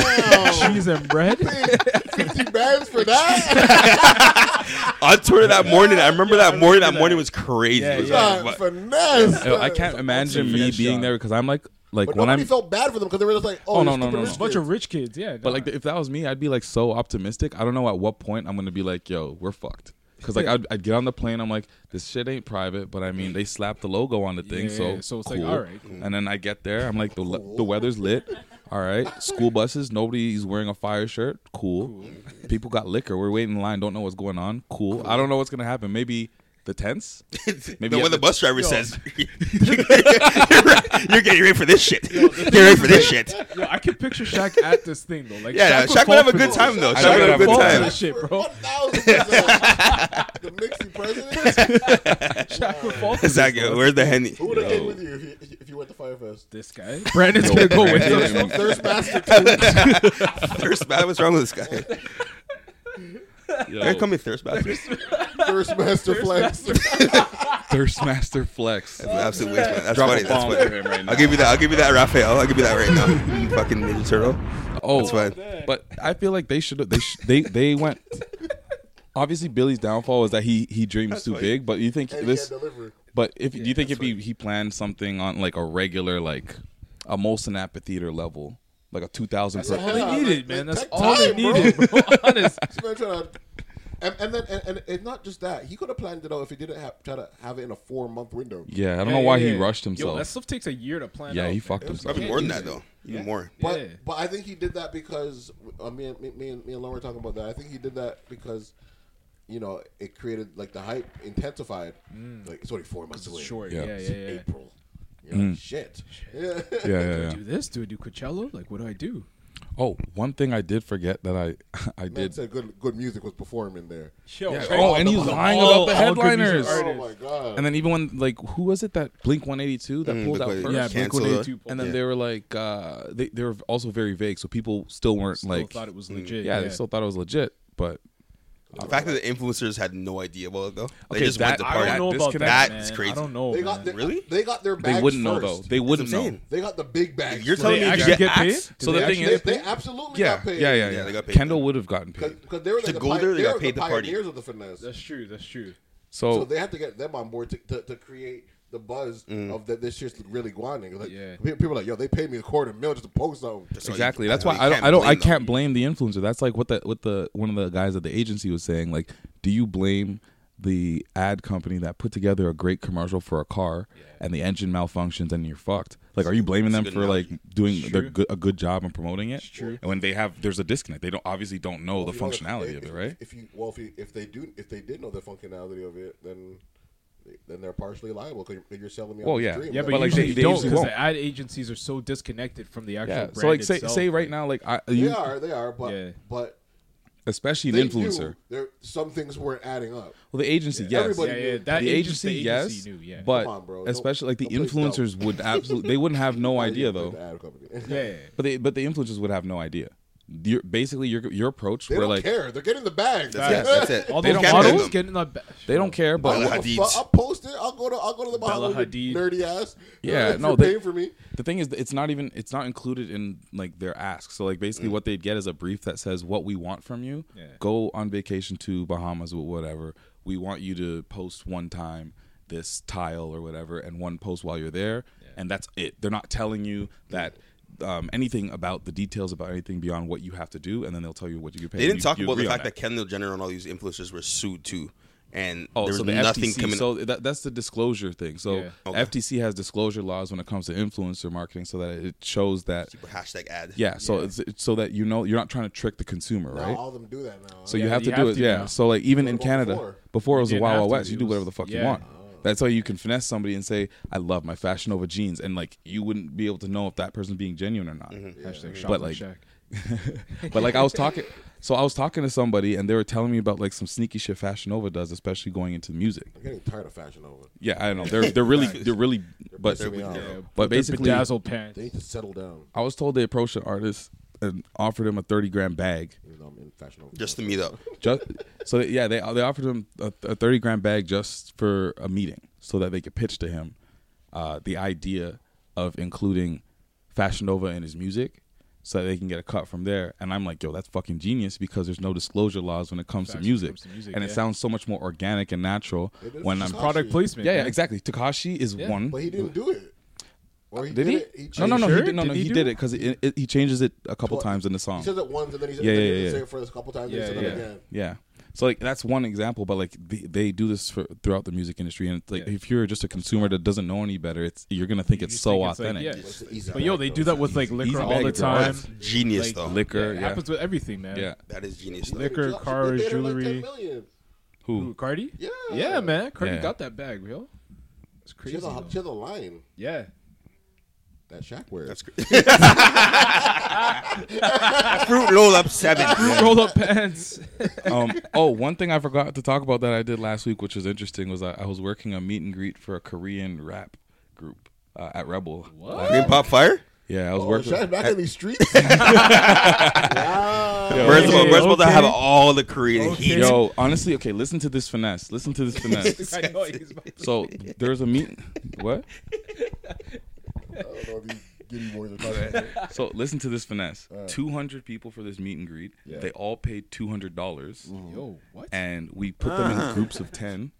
Speaker 4: damn.
Speaker 5: Cheese and bread.
Speaker 4: 50 bands for that?
Speaker 3: On Twitter that morning, I remember that morning. That
Speaker 5: that.
Speaker 3: morning was crazy.
Speaker 5: Yeah,
Speaker 3: It was
Speaker 5: yeah.
Speaker 3: like,
Speaker 4: God,
Speaker 3: what-
Speaker 4: finesse.
Speaker 2: Yo, I can't imagine me
Speaker 5: finesse
Speaker 2: being
Speaker 5: shot.
Speaker 2: there because I'm like, like
Speaker 4: But
Speaker 2: when
Speaker 4: nobody
Speaker 2: I'm,
Speaker 4: felt bad for them because they were just like, oh,
Speaker 2: Oh, no,
Speaker 4: you're
Speaker 2: no, no,
Speaker 4: stupid rich
Speaker 2: no.
Speaker 5: bunch
Speaker 4: kids.
Speaker 5: of rich kids. Yeah,
Speaker 2: but like if that was me, I'd be like so optimistic. I don't know at what point I'm gonna be like, "Yo, we're fucked." Because like I'd, I'd get on the plane, I'm like, "This shit ain't private," but I mean, they slapped the logo on the thing,
Speaker 5: Yeah,
Speaker 2: so
Speaker 5: yeah, so it's
Speaker 2: cool.
Speaker 5: like, all right,
Speaker 2: And then I get there, I'm like, the le- the weather's lit. All right, school buses, nobody's wearing a fire shirt. Cool. People got liquor. We're waiting in line, don't know what's going on. Cool. I don't know what's gonna happen. Maybe the tents. Maybe
Speaker 3: Maybe when
Speaker 2: at
Speaker 3: the
Speaker 2: the-
Speaker 3: bus driver says, "You're getting ready for this shit. You're ready for this shit."
Speaker 5: Yo, I can picture Shaq at this thing though. Like, Shaq,
Speaker 3: Yeah, Shaq
Speaker 5: fall
Speaker 3: would have a
Speaker 5: for
Speaker 3: good
Speaker 5: this.
Speaker 3: time though.
Speaker 2: I
Speaker 3: Shaq would
Speaker 2: would
Speaker 3: have
Speaker 2: have
Speaker 3: a good
Speaker 5: fall
Speaker 2: fun.
Speaker 5: for
Speaker 3: time.
Speaker 5: this shit, bro.
Speaker 4: 1,000%. the Mixie president?
Speaker 5: Shaq would fall for this.
Speaker 3: Exactly.
Speaker 5: though.
Speaker 3: Where's the henny?
Speaker 4: Who would have came with you if you, if you went to Firefest?
Speaker 5: This guy, Brandon's gonna go with
Speaker 2: Brandon.
Speaker 5: him.
Speaker 4: Thirst, thirst master too.
Speaker 3: Thirst bath. What's wrong with this guy?
Speaker 2: Yo,
Speaker 3: They're coming thirst bathers.
Speaker 4: Thirst master flex.
Speaker 2: Thirstmaster flex.
Speaker 3: Absolute waste, man. That's
Speaker 2: Drop
Speaker 3: funny.
Speaker 2: a
Speaker 3: That's
Speaker 2: bomb
Speaker 3: funny.
Speaker 2: for him right now.
Speaker 3: I'll give you that. I'll give you that, Raphael. I'll give you that right now. You fucking Ninja Turtle.
Speaker 2: Oh,
Speaker 3: That's fine.
Speaker 2: But I feel like they should. They sh- they they went. Obviously, Billy's downfall was that he he dreams too big. But you think
Speaker 4: And he can't
Speaker 2: this?
Speaker 4: deliver.
Speaker 2: But if do you think it'd be he planned something on like a regular like a Molson amphitheater level, like a two thousand
Speaker 4: That's
Speaker 2: per.
Speaker 5: All
Speaker 4: it.
Speaker 5: they needed, man. That's
Speaker 4: Take
Speaker 5: all they
Speaker 4: time, bro.
Speaker 5: needed, bro. Honest.
Speaker 4: This man trying to, and, and then and, and it's not just that he could have planned it out if he didn't have try to have it in a four month window.
Speaker 2: Yeah, I don't know
Speaker 5: Yeah,
Speaker 2: why
Speaker 5: yeah,
Speaker 2: he
Speaker 5: yeah.
Speaker 2: rushed
Speaker 5: Yo, that
Speaker 2: himself.
Speaker 5: stuff takes a year to plan.
Speaker 2: yeah,
Speaker 5: out,
Speaker 2: he
Speaker 5: man.
Speaker 2: fucked
Speaker 4: It was
Speaker 2: himself.
Speaker 3: Probably more than that though. Even
Speaker 5: Yeah.
Speaker 3: more.
Speaker 4: But
Speaker 5: Yeah.
Speaker 4: but I think he did that because uh, me and me, me and me and Lauren were talking about that. I think he did that because you know it created like the hype intensified. Like it's only four months away.
Speaker 5: Mm. It's short.
Speaker 2: Yeah. Mm.
Speaker 5: Yeah, yeah,
Speaker 4: It's
Speaker 5: yeah.
Speaker 4: April. You're like, shit. Yeah.
Speaker 2: Yeah, yeah, yeah.
Speaker 5: Do this? Do I do Coachella? Like, what do I do?
Speaker 2: Oh, one thing I did forget that I I
Speaker 4: Man
Speaker 2: did.
Speaker 4: said good good music was performed in there.
Speaker 5: Yo,
Speaker 2: Yeah.
Speaker 5: Drake-
Speaker 2: Oh, and he's
Speaker 5: all-
Speaker 2: lying
Speaker 5: all
Speaker 2: about the
Speaker 5: good
Speaker 2: headliners.
Speaker 5: music
Speaker 4: Oh
Speaker 5: artists.
Speaker 4: my god.
Speaker 2: And then even when like who was it that Blink One Eighty Two that
Speaker 3: Mm,
Speaker 2: pulled out
Speaker 3: Blink-
Speaker 2: first?
Speaker 5: Yeah, Blink
Speaker 3: Cancel
Speaker 5: One
Speaker 3: it.
Speaker 5: Eighty Two.
Speaker 2: and then they were like uh they, they were also very vague so people still weren't like
Speaker 5: thought it was legit.
Speaker 2: yeah, they still thought it was legit but
Speaker 3: The fact that the influencers had no idea about it though. They
Speaker 2: Okay,
Speaker 3: just
Speaker 2: that-
Speaker 3: went to
Speaker 2: I
Speaker 5: I
Speaker 3: party.
Speaker 5: don't know about
Speaker 2: disconnect-
Speaker 5: that.
Speaker 3: That's
Speaker 5: man.
Speaker 3: crazy.
Speaker 5: I don't know.
Speaker 4: they
Speaker 5: man.
Speaker 4: got their,
Speaker 3: Really?
Speaker 4: They got their
Speaker 2: they
Speaker 4: bags
Speaker 2: wouldn't know
Speaker 4: first.
Speaker 2: though they wouldn't
Speaker 3: That's what I'm
Speaker 2: know
Speaker 3: saying.
Speaker 4: They got the big bags.
Speaker 3: You're
Speaker 4: first.
Speaker 5: they
Speaker 3: telling me you
Speaker 5: actually
Speaker 3: got
Speaker 5: get paid?
Speaker 3: axed?
Speaker 5: Did
Speaker 2: so
Speaker 4: They
Speaker 2: the thing
Speaker 4: actually-
Speaker 2: is
Speaker 4: they, absolutely
Speaker 2: yeah,
Speaker 4: got paid.
Speaker 2: yeah yeah
Speaker 3: Yeah, they
Speaker 2: yeah
Speaker 3: got paid.
Speaker 2: Kendall would have gotten paid
Speaker 4: Because they were like
Speaker 3: To
Speaker 4: the
Speaker 3: go
Speaker 4: pi-
Speaker 3: there, they got
Speaker 4: were
Speaker 3: paid
Speaker 4: the
Speaker 3: to party.
Speaker 4: pioneers of the finesse.
Speaker 5: That's true. That's true.
Speaker 4: so
Speaker 2: so
Speaker 4: they had to get them on board to, to, to create the buzz
Speaker 2: Mm.
Speaker 4: of that this shit's really grinding. Like,
Speaker 5: Yeah.
Speaker 4: pe- People are like, yo, they paid me a quarter mil just to post something.
Speaker 3: So you-
Speaker 2: exactly
Speaker 3: I
Speaker 2: that's
Speaker 3: mean,
Speaker 2: why
Speaker 3: you
Speaker 2: I don't I don't I
Speaker 3: blame them.
Speaker 2: can't blame the influencer that's like what the what the one of the guys at the agency was saying like do you blame the ad company that put together a great commercial for a car and the engine malfunctions and you're fucked like are you blaming them
Speaker 3: good
Speaker 2: for like
Speaker 3: analogy.
Speaker 2: doing the
Speaker 5: true.
Speaker 2: good, a good job and promoting it
Speaker 5: true.
Speaker 2: and when they have there's a disconnect they don't obviously don't know the
Speaker 4: You know, if-
Speaker 2: functionality
Speaker 4: if-
Speaker 2: of it right
Speaker 4: If you well, if you, if they do, if they did know the functionality of it, then then they're partially liable because you're, you're selling me.
Speaker 2: Well,
Speaker 4: on
Speaker 2: yeah.
Speaker 4: the dream.
Speaker 5: Yeah, but,
Speaker 2: But, like,
Speaker 5: usually
Speaker 2: they-
Speaker 5: you
Speaker 2: they
Speaker 5: don't
Speaker 2: usually
Speaker 5: because
Speaker 2: won't.
Speaker 5: the ad agencies are so disconnected from the actual
Speaker 2: yeah
Speaker 5: brand
Speaker 2: so like say
Speaker 5: itself.
Speaker 2: say right now like I you,
Speaker 4: they are, they are, but
Speaker 5: Yeah.
Speaker 4: but
Speaker 2: especially
Speaker 4: they
Speaker 2: an influencer
Speaker 4: Knew there, some things weren't adding up.
Speaker 2: well the agency yes
Speaker 4: Everybody
Speaker 5: Yeah,
Speaker 4: knew.
Speaker 5: yeah, that
Speaker 2: the agency,
Speaker 5: agency, the
Speaker 2: yes
Speaker 5: agency knew, yeah.
Speaker 2: but
Speaker 4: Come on, bro. Don't-
Speaker 2: especially like the
Speaker 4: don't play dumb.
Speaker 2: influencers would absolutely they wouldn't have no
Speaker 4: Why you
Speaker 2: idea
Speaker 4: played
Speaker 2: though
Speaker 4: the ad company.
Speaker 5: yeah,
Speaker 2: But they but the influencers would have no idea. your basically your your approach
Speaker 4: They
Speaker 2: where
Speaker 4: don't
Speaker 2: like
Speaker 4: care. They're getting the bag.
Speaker 7: That's it. That's it.
Speaker 5: All
Speaker 2: They
Speaker 5: those
Speaker 2: don't
Speaker 7: catch
Speaker 5: models
Speaker 7: them.
Speaker 5: getting the ba-
Speaker 2: they don't care, but
Speaker 7: Bella
Speaker 4: I'll,
Speaker 7: Hadid.
Speaker 4: I'll post it. I'll go to I'll go to the
Speaker 5: Bella
Speaker 4: Bahamas, with
Speaker 5: Hadid.
Speaker 4: nerdy ass.
Speaker 2: Yeah,
Speaker 4: If
Speaker 2: no,
Speaker 4: you're
Speaker 2: they-
Speaker 4: paying for me.
Speaker 2: the thing is that it's not even it's not included in like their ask so like
Speaker 3: Mm.
Speaker 2: basically what they'd get is a brief that says what we want from you
Speaker 5: Yeah.
Speaker 2: go on vacation to bahamas with whatever we want you to post one time this tile or whatever and one post while you're there and that's it they're not telling you that um, anything about the details about anything beyond what you have to do and then they'll tell you what you get paid
Speaker 3: They didn't
Speaker 2: You-
Speaker 3: talk
Speaker 2: you
Speaker 3: about the
Speaker 2: agree on
Speaker 3: fact that. Kendall Jenner and all these influencers were sued too, and
Speaker 2: Oh,
Speaker 3: there was
Speaker 2: so the
Speaker 3: nothing
Speaker 2: FTC,
Speaker 3: coming.
Speaker 2: So that, that's the disclosure thing. So
Speaker 5: Yeah.
Speaker 3: Okay.
Speaker 2: FTC has disclosure laws when it comes to influencer marketing, so that it shows that
Speaker 3: hashtag ad.
Speaker 2: Yeah, so It's, it's so that you know you're not trying to trick the consumer,
Speaker 4: Now
Speaker 2: right?
Speaker 4: all of them do that now.
Speaker 2: so
Speaker 5: Yeah,
Speaker 2: you have
Speaker 5: you
Speaker 2: to
Speaker 5: have
Speaker 2: do it.
Speaker 5: to
Speaker 2: yeah.
Speaker 5: now.
Speaker 2: So like even in
Speaker 4: What about
Speaker 2: Canada, before,
Speaker 4: before?
Speaker 2: it was the
Speaker 5: didn't
Speaker 2: Wild
Speaker 5: have
Speaker 2: Wild
Speaker 5: to.
Speaker 2: West, you
Speaker 5: It
Speaker 2: do whatever
Speaker 5: was-
Speaker 2: the fuck you
Speaker 5: yeah.
Speaker 2: want. That's how you can finesse somebody and say, "I love my fashion over jeans," and like you wouldn't be able to know if that person's being genuine or not.
Speaker 4: Mm-hmm.
Speaker 5: Hashtag shop
Speaker 2: But
Speaker 5: and
Speaker 2: like,
Speaker 5: check.
Speaker 2: but like I was talking, so I was talking to somebody and they were telling me about like some sneaky shit Fashion Nova does, especially going into music.
Speaker 4: I'm getting tired of Fashion Nova.
Speaker 2: Yeah, I don't know. They're they're really they're really, but
Speaker 4: pissing me off. Yeah,
Speaker 2: but
Speaker 5: The
Speaker 2: basically,
Speaker 5: bedazzled pants.
Speaker 4: They need to settle down.
Speaker 2: I was told they approached an artist and offered him a thirty gram bag.
Speaker 4: Even though I'm in Fashion Nova.
Speaker 3: just to meet up.
Speaker 2: just so yeah they they offered him a, a 30 grand bag just for a meeting so that they could pitch to him uh, the idea of including fashion nova in his music so that they can get a cut from there and i'm like yo that's fucking genius because there's no disclosure laws when it comes, to
Speaker 5: Facts, when it
Speaker 2: music.
Speaker 5: comes to music,
Speaker 2: and it
Speaker 5: yeah.
Speaker 2: sounds so much more organic and natural
Speaker 4: It is
Speaker 2: when i'm
Speaker 4: just
Speaker 2: yeah
Speaker 4: awesome.
Speaker 5: Product placement.
Speaker 2: yeah
Speaker 5: man.
Speaker 2: exactly takashi is
Speaker 5: Yeah.
Speaker 2: one
Speaker 4: But he didn't do it. Or he
Speaker 2: did he?
Speaker 4: It.
Speaker 2: no, no,
Speaker 4: changed
Speaker 2: no,
Speaker 5: sure?
Speaker 2: he did, no, no.
Speaker 5: Did he
Speaker 2: He,
Speaker 5: do
Speaker 2: did
Speaker 5: it?
Speaker 2: it because it, it, he changes it a couple
Speaker 4: twice.
Speaker 2: times in the song.
Speaker 4: He says it once and then he says
Speaker 2: Yeah,
Speaker 4: yeah,
Speaker 2: yeah,
Speaker 4: yeah,
Speaker 2: yeah.
Speaker 4: Say it for us a couple times.
Speaker 5: Yeah,
Speaker 4: and he says
Speaker 5: yeah.
Speaker 4: it again.
Speaker 2: Yeah. So like that's one example, but like they, they do this for, throughout the music industry, and it's like
Speaker 5: Yeah.
Speaker 2: if you're just a consumer that doesn't know any better, it's you're gonna think
Speaker 5: You
Speaker 2: it's
Speaker 5: just
Speaker 2: so
Speaker 5: think it's like,
Speaker 2: authentic.
Speaker 5: yeah.
Speaker 4: It's the easy
Speaker 5: But yo,
Speaker 4: bag,
Speaker 5: they
Speaker 4: though.
Speaker 5: do that with like
Speaker 2: easy
Speaker 5: liquor all
Speaker 2: bag,
Speaker 5: the
Speaker 2: bro.
Speaker 5: time.
Speaker 3: That's genius
Speaker 5: Like,
Speaker 3: though.
Speaker 2: Liquor,
Speaker 5: It
Speaker 2: yeah,
Speaker 5: happens with everything, man.
Speaker 2: yeah.
Speaker 3: that is genius. Though.
Speaker 5: Liquor,
Speaker 4: Josh,
Speaker 5: cars,
Speaker 4: they did it like
Speaker 5: jewelry.
Speaker 4: 10 million.
Speaker 2: Who?
Speaker 5: Ooh, Cardi?
Speaker 4: Yeah.
Speaker 5: Yeah, man. Cardi
Speaker 2: Yeah.
Speaker 5: got that bag, yo. It's
Speaker 4: She
Speaker 5: crazy.
Speaker 4: has, a,
Speaker 5: though.
Speaker 4: she has a line
Speaker 5: Yeah.
Speaker 4: that Shaq wears.
Speaker 3: That's crazy. Fruit roll up seven.
Speaker 5: Roll up pants.
Speaker 2: Um, oh, one thing I forgot to talk about that I did last week, which was interesting, was I, I was working a meet and greet for a Korean rap group uh, at Rebel. What?
Speaker 3: Green pop fire.
Speaker 2: Yeah, I was
Speaker 4: oh,
Speaker 2: working.
Speaker 4: Shaq back in these streets? wow.
Speaker 2: Yo,
Speaker 3: First of all,
Speaker 5: Okay,
Speaker 3: first of all, that
Speaker 5: okay.
Speaker 3: have all the Korean heat.
Speaker 2: yo, honestly, okay, listen to this finesse. Listen to this finesse.
Speaker 5: I know he's about to-
Speaker 2: so there's a meet. What?
Speaker 4: I don't know if these giddy boys are talking about.
Speaker 2: So listen to this finesse.
Speaker 5: Uh.
Speaker 2: Two hundred people for this meet and greet. They all paid two hundred dollars.
Speaker 5: Yo, what?
Speaker 2: and we put them in groups of 10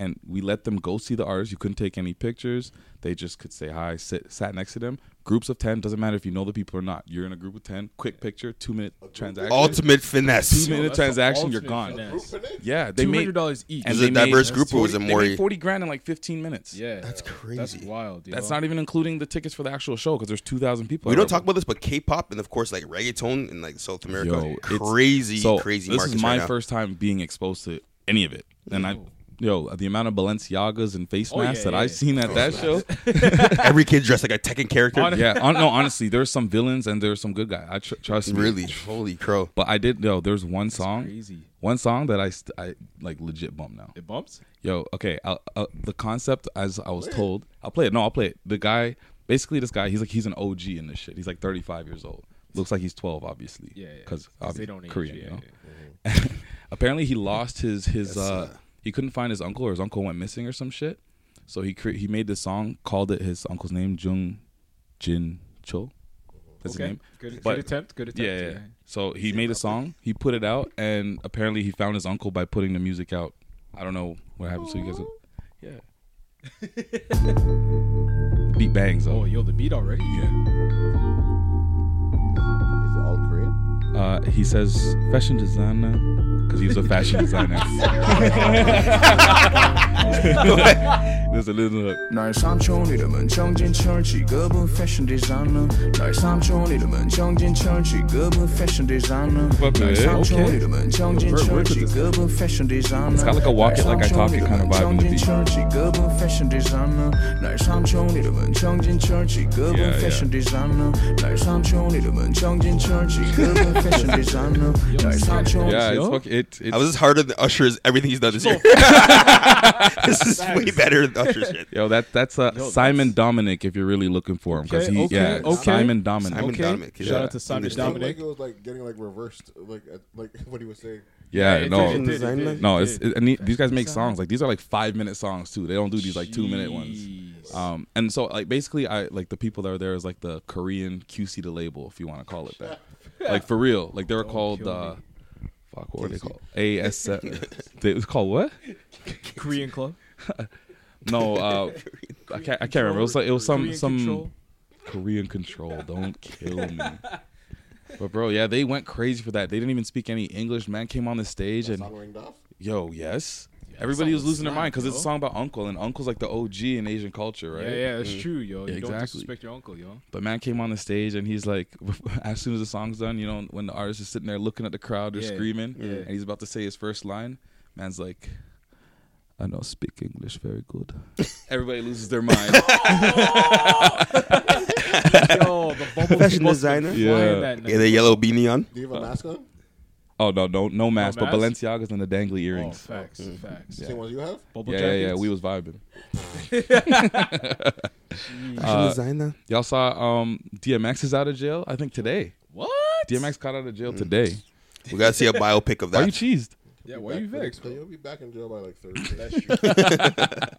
Speaker 2: and we let them go see the artist you couldn't take any pictures they just could say hi sit sat next to them groups of 10 doesn't matter if you know the people or not you're in a group of 10 quick picture two minute transaction
Speaker 3: Ultimate finesse.
Speaker 2: two minute
Speaker 5: That's the
Speaker 2: transaction you're
Speaker 5: ultimate
Speaker 2: gone
Speaker 5: finesse.
Speaker 4: Group finesse?
Speaker 2: yeah they
Speaker 5: Two
Speaker 2: made
Speaker 5: hundred dollars each.
Speaker 3: Is
Speaker 2: they
Speaker 3: it a diverse
Speaker 2: made-
Speaker 3: group or was it
Speaker 2: they
Speaker 3: more?
Speaker 2: made 40 grand in like 15 minutes
Speaker 5: yeah, that's
Speaker 3: crazy.
Speaker 5: That's wild. Yo.
Speaker 2: that's not even including the tickets for the actual show because there's 2000 people
Speaker 3: We
Speaker 2: at
Speaker 3: don't
Speaker 2: Rebel.
Speaker 3: talk about this, but K-pop and of course like reggaeton and like South America,
Speaker 2: Yo, it's-
Speaker 3: crazy,
Speaker 2: so
Speaker 3: crazy.
Speaker 2: This
Speaker 3: markets
Speaker 2: is my
Speaker 3: right now.
Speaker 2: first time being exposed to any of it, and I, yo, the amount of Balenciagas and face
Speaker 5: Oh,
Speaker 2: masks
Speaker 5: yeah,
Speaker 2: that
Speaker 5: yeah,
Speaker 2: I
Speaker 5: yeah.
Speaker 2: seen at that show.
Speaker 3: Every kid dressed like a Tekken character.
Speaker 2: yeah, hon- no, honestly, there's some villains and there's some good guy. I tr- trust me.
Speaker 3: Really, holy crow!
Speaker 2: But I did yo. There's one song,
Speaker 5: crazy.
Speaker 2: one song that I st- I like legit bump now.
Speaker 5: It bumps.
Speaker 2: Yo, okay. I'll, uh, the concept, as I was told, I'll play it. No, I'll play it. The guy, basically, this guy, he's like he's an OG in this shit. He's like 35 years old. Looks like he's 12, obviously.
Speaker 5: Yeah, yeah.
Speaker 2: because
Speaker 5: 'Cause they don't age,
Speaker 2: Korean.
Speaker 5: yeah,
Speaker 2: you know? Apparently, he lost his his. Uh, he couldn't find his uncle, or his uncle went missing, or some shit. So he cre- he made this song, called it his uncle's name, Jung Jin Cho. That's
Speaker 5: Okay.
Speaker 2: his name.
Speaker 5: Good,
Speaker 2: But-
Speaker 5: good attempt. Good attempt.
Speaker 2: Yeah, yeah. So he made a song, he put it out, and apparently he found his uncle by putting the music out. I don't know what happened. So you guys, yeah. Beat bangs
Speaker 5: Oh,
Speaker 2: though.
Speaker 5: yo, the beat already.
Speaker 2: Yeah.
Speaker 4: Is it all Korean?
Speaker 2: Uh, he says fashion designer because he's a fashion designer. There's a little hook.
Speaker 8: 나의 삼촌 이름은 정진철 직업은 패션 디자이너 나의 삼촌 이름은 정진철 직업은 패션 디자이너
Speaker 2: Fuck
Speaker 8: 나의
Speaker 2: it.
Speaker 8: 삼촌
Speaker 2: Okay.
Speaker 8: 이름은 정진철
Speaker 2: work with this.
Speaker 8: 직업은 패션 디자이너
Speaker 2: got like a walk it like I talk it kind of vibe in the beat.
Speaker 8: 정진철 직업은 패션 디자이너 나의 삼촌 이름은 정진철 직업은
Speaker 2: Yeah,
Speaker 8: 패션 디자이너 나의 삼촌 이름은 정진철 직업은 패션 디자이너 나의 삼촌
Speaker 2: Yeah, it's
Speaker 5: Yo.
Speaker 2: fuck it. It's,
Speaker 3: I was just harder than Usher's everything he's done this year. this is way better than Usher shit.
Speaker 2: Yo, that that's uh,
Speaker 5: Yo,
Speaker 2: Simon
Speaker 5: that's-
Speaker 2: Dominic. If you're really looking for him, because
Speaker 5: Okay,
Speaker 2: he
Speaker 5: okay,
Speaker 2: yeah,
Speaker 5: okay.
Speaker 2: Simon Dominic.
Speaker 3: Simon
Speaker 5: Okay.
Speaker 3: Dominic.
Speaker 5: Shout out to Simon
Speaker 4: It seemed
Speaker 5: Dominic.
Speaker 4: like it was like getting like reversed, like at- like what he was saying.
Speaker 2: Yeah,
Speaker 5: it
Speaker 2: no,
Speaker 5: did, it did, it did,
Speaker 2: no.
Speaker 5: it
Speaker 2: It's
Speaker 5: did.
Speaker 2: it, and the- these guys make songs like these are like five minute songs too. They don't do these like two minute ones.
Speaker 5: Jeez.
Speaker 2: Um, and so like basically, I like the people that are there is like the Korean QC to label, if you want to call it that. Like for real, like they were called
Speaker 5: kill
Speaker 2: uh, fuck, what were they called? ASF. they it was called what?
Speaker 5: Korean club.
Speaker 2: No, uh, I can't. I can't remember. It was like it was some
Speaker 5: Korean
Speaker 2: some
Speaker 5: control.
Speaker 2: Korean control. Don't kill me. But bro, yeah, they went crazy for that. They didn't even speak any English. Man came on the stage and
Speaker 4: Song ringed off.
Speaker 2: yo, yes, everybody was
Speaker 5: was
Speaker 2: losing their
Speaker 5: slap,
Speaker 2: mind because it's a
Speaker 5: bro.
Speaker 2: song about Uncle and Uncle's like the OG in Asian culture, right?
Speaker 5: Yeah, yeah, that's true, yo. You don't
Speaker 2: Exactly.
Speaker 5: disrespect your uncle, yo.
Speaker 2: But man came on the stage and he's like, as soon as the song's done, you know, when the artist is sitting there looking at the crowd, they're
Speaker 5: Yeah,
Speaker 2: screaming,
Speaker 5: yeah.
Speaker 2: and he's about to say his first line. Man's like, I know speak English very good. Everybody loses their mind.
Speaker 5: yo, the bubble
Speaker 3: Fashion designer.
Speaker 2: Yeah.
Speaker 5: that
Speaker 3: Yeah, the yellow beanie on.
Speaker 4: Do you have a mask on?
Speaker 2: Oh no, no, no mask, but
Speaker 5: mask?
Speaker 2: Balenciagas and the dangly
Speaker 5: Oh,
Speaker 2: earrings.
Speaker 5: facts, facts.
Speaker 4: Same ones you have.
Speaker 5: Bubble
Speaker 2: yeah, yeah,
Speaker 5: jackets.
Speaker 2: yeah. We was vibing.
Speaker 3: Fashion designer.
Speaker 2: Uh, Y'all saw um, DMX is out of jail. I think today.
Speaker 5: what?
Speaker 2: DMX got out of jail today.
Speaker 3: Hmm. We gotta see a biopic of
Speaker 2: Why you
Speaker 3: that.
Speaker 2: cheesed?
Speaker 5: Yeah, why are you vexed?
Speaker 4: So
Speaker 5: Bro?
Speaker 4: you'll be back in jail by like Thursday.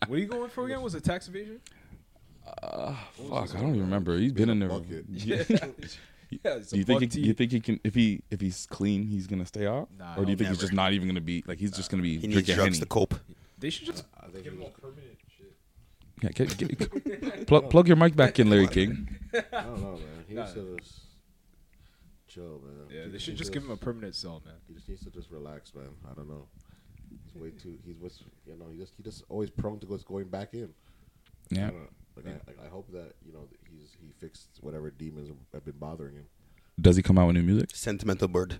Speaker 5: What are you going for again? Was it tax evasion? Ah,
Speaker 2: Fuck, I don't even remember. He's been in there.
Speaker 4: bucket.
Speaker 2: Yeah.
Speaker 5: Yeah, it's a
Speaker 2: Do you think
Speaker 5: buck
Speaker 2: he,
Speaker 5: teeth.
Speaker 2: you think he can if he if he's clean he's gonna stay out
Speaker 5: Nah,
Speaker 2: or do you think
Speaker 5: hell
Speaker 2: he's just not even gonna be like he's just gonna be
Speaker 3: He needs
Speaker 2: drinking
Speaker 3: drugs
Speaker 2: Henny?
Speaker 3: to cope.
Speaker 5: they should just
Speaker 4: think
Speaker 5: give
Speaker 4: he
Speaker 5: him a permanent shit?
Speaker 2: Yeah, get, get, plug, plug your mic back in, Larry King.
Speaker 4: I don't know, man. He should just chill, man.
Speaker 5: Yeah,
Speaker 4: He-
Speaker 5: they
Speaker 4: he
Speaker 5: should just give him a permanent cell, man.
Speaker 4: He just needs to just relax, man. I don't know. He's way too. He's what's you know. He just he just always prone to just going back in.
Speaker 2: Yeah,
Speaker 4: I don't know. Like, I, like I hope that you know that he's he fixed whatever demons have been bothering him.
Speaker 2: does he come out with new music?
Speaker 3: Sentimental bird.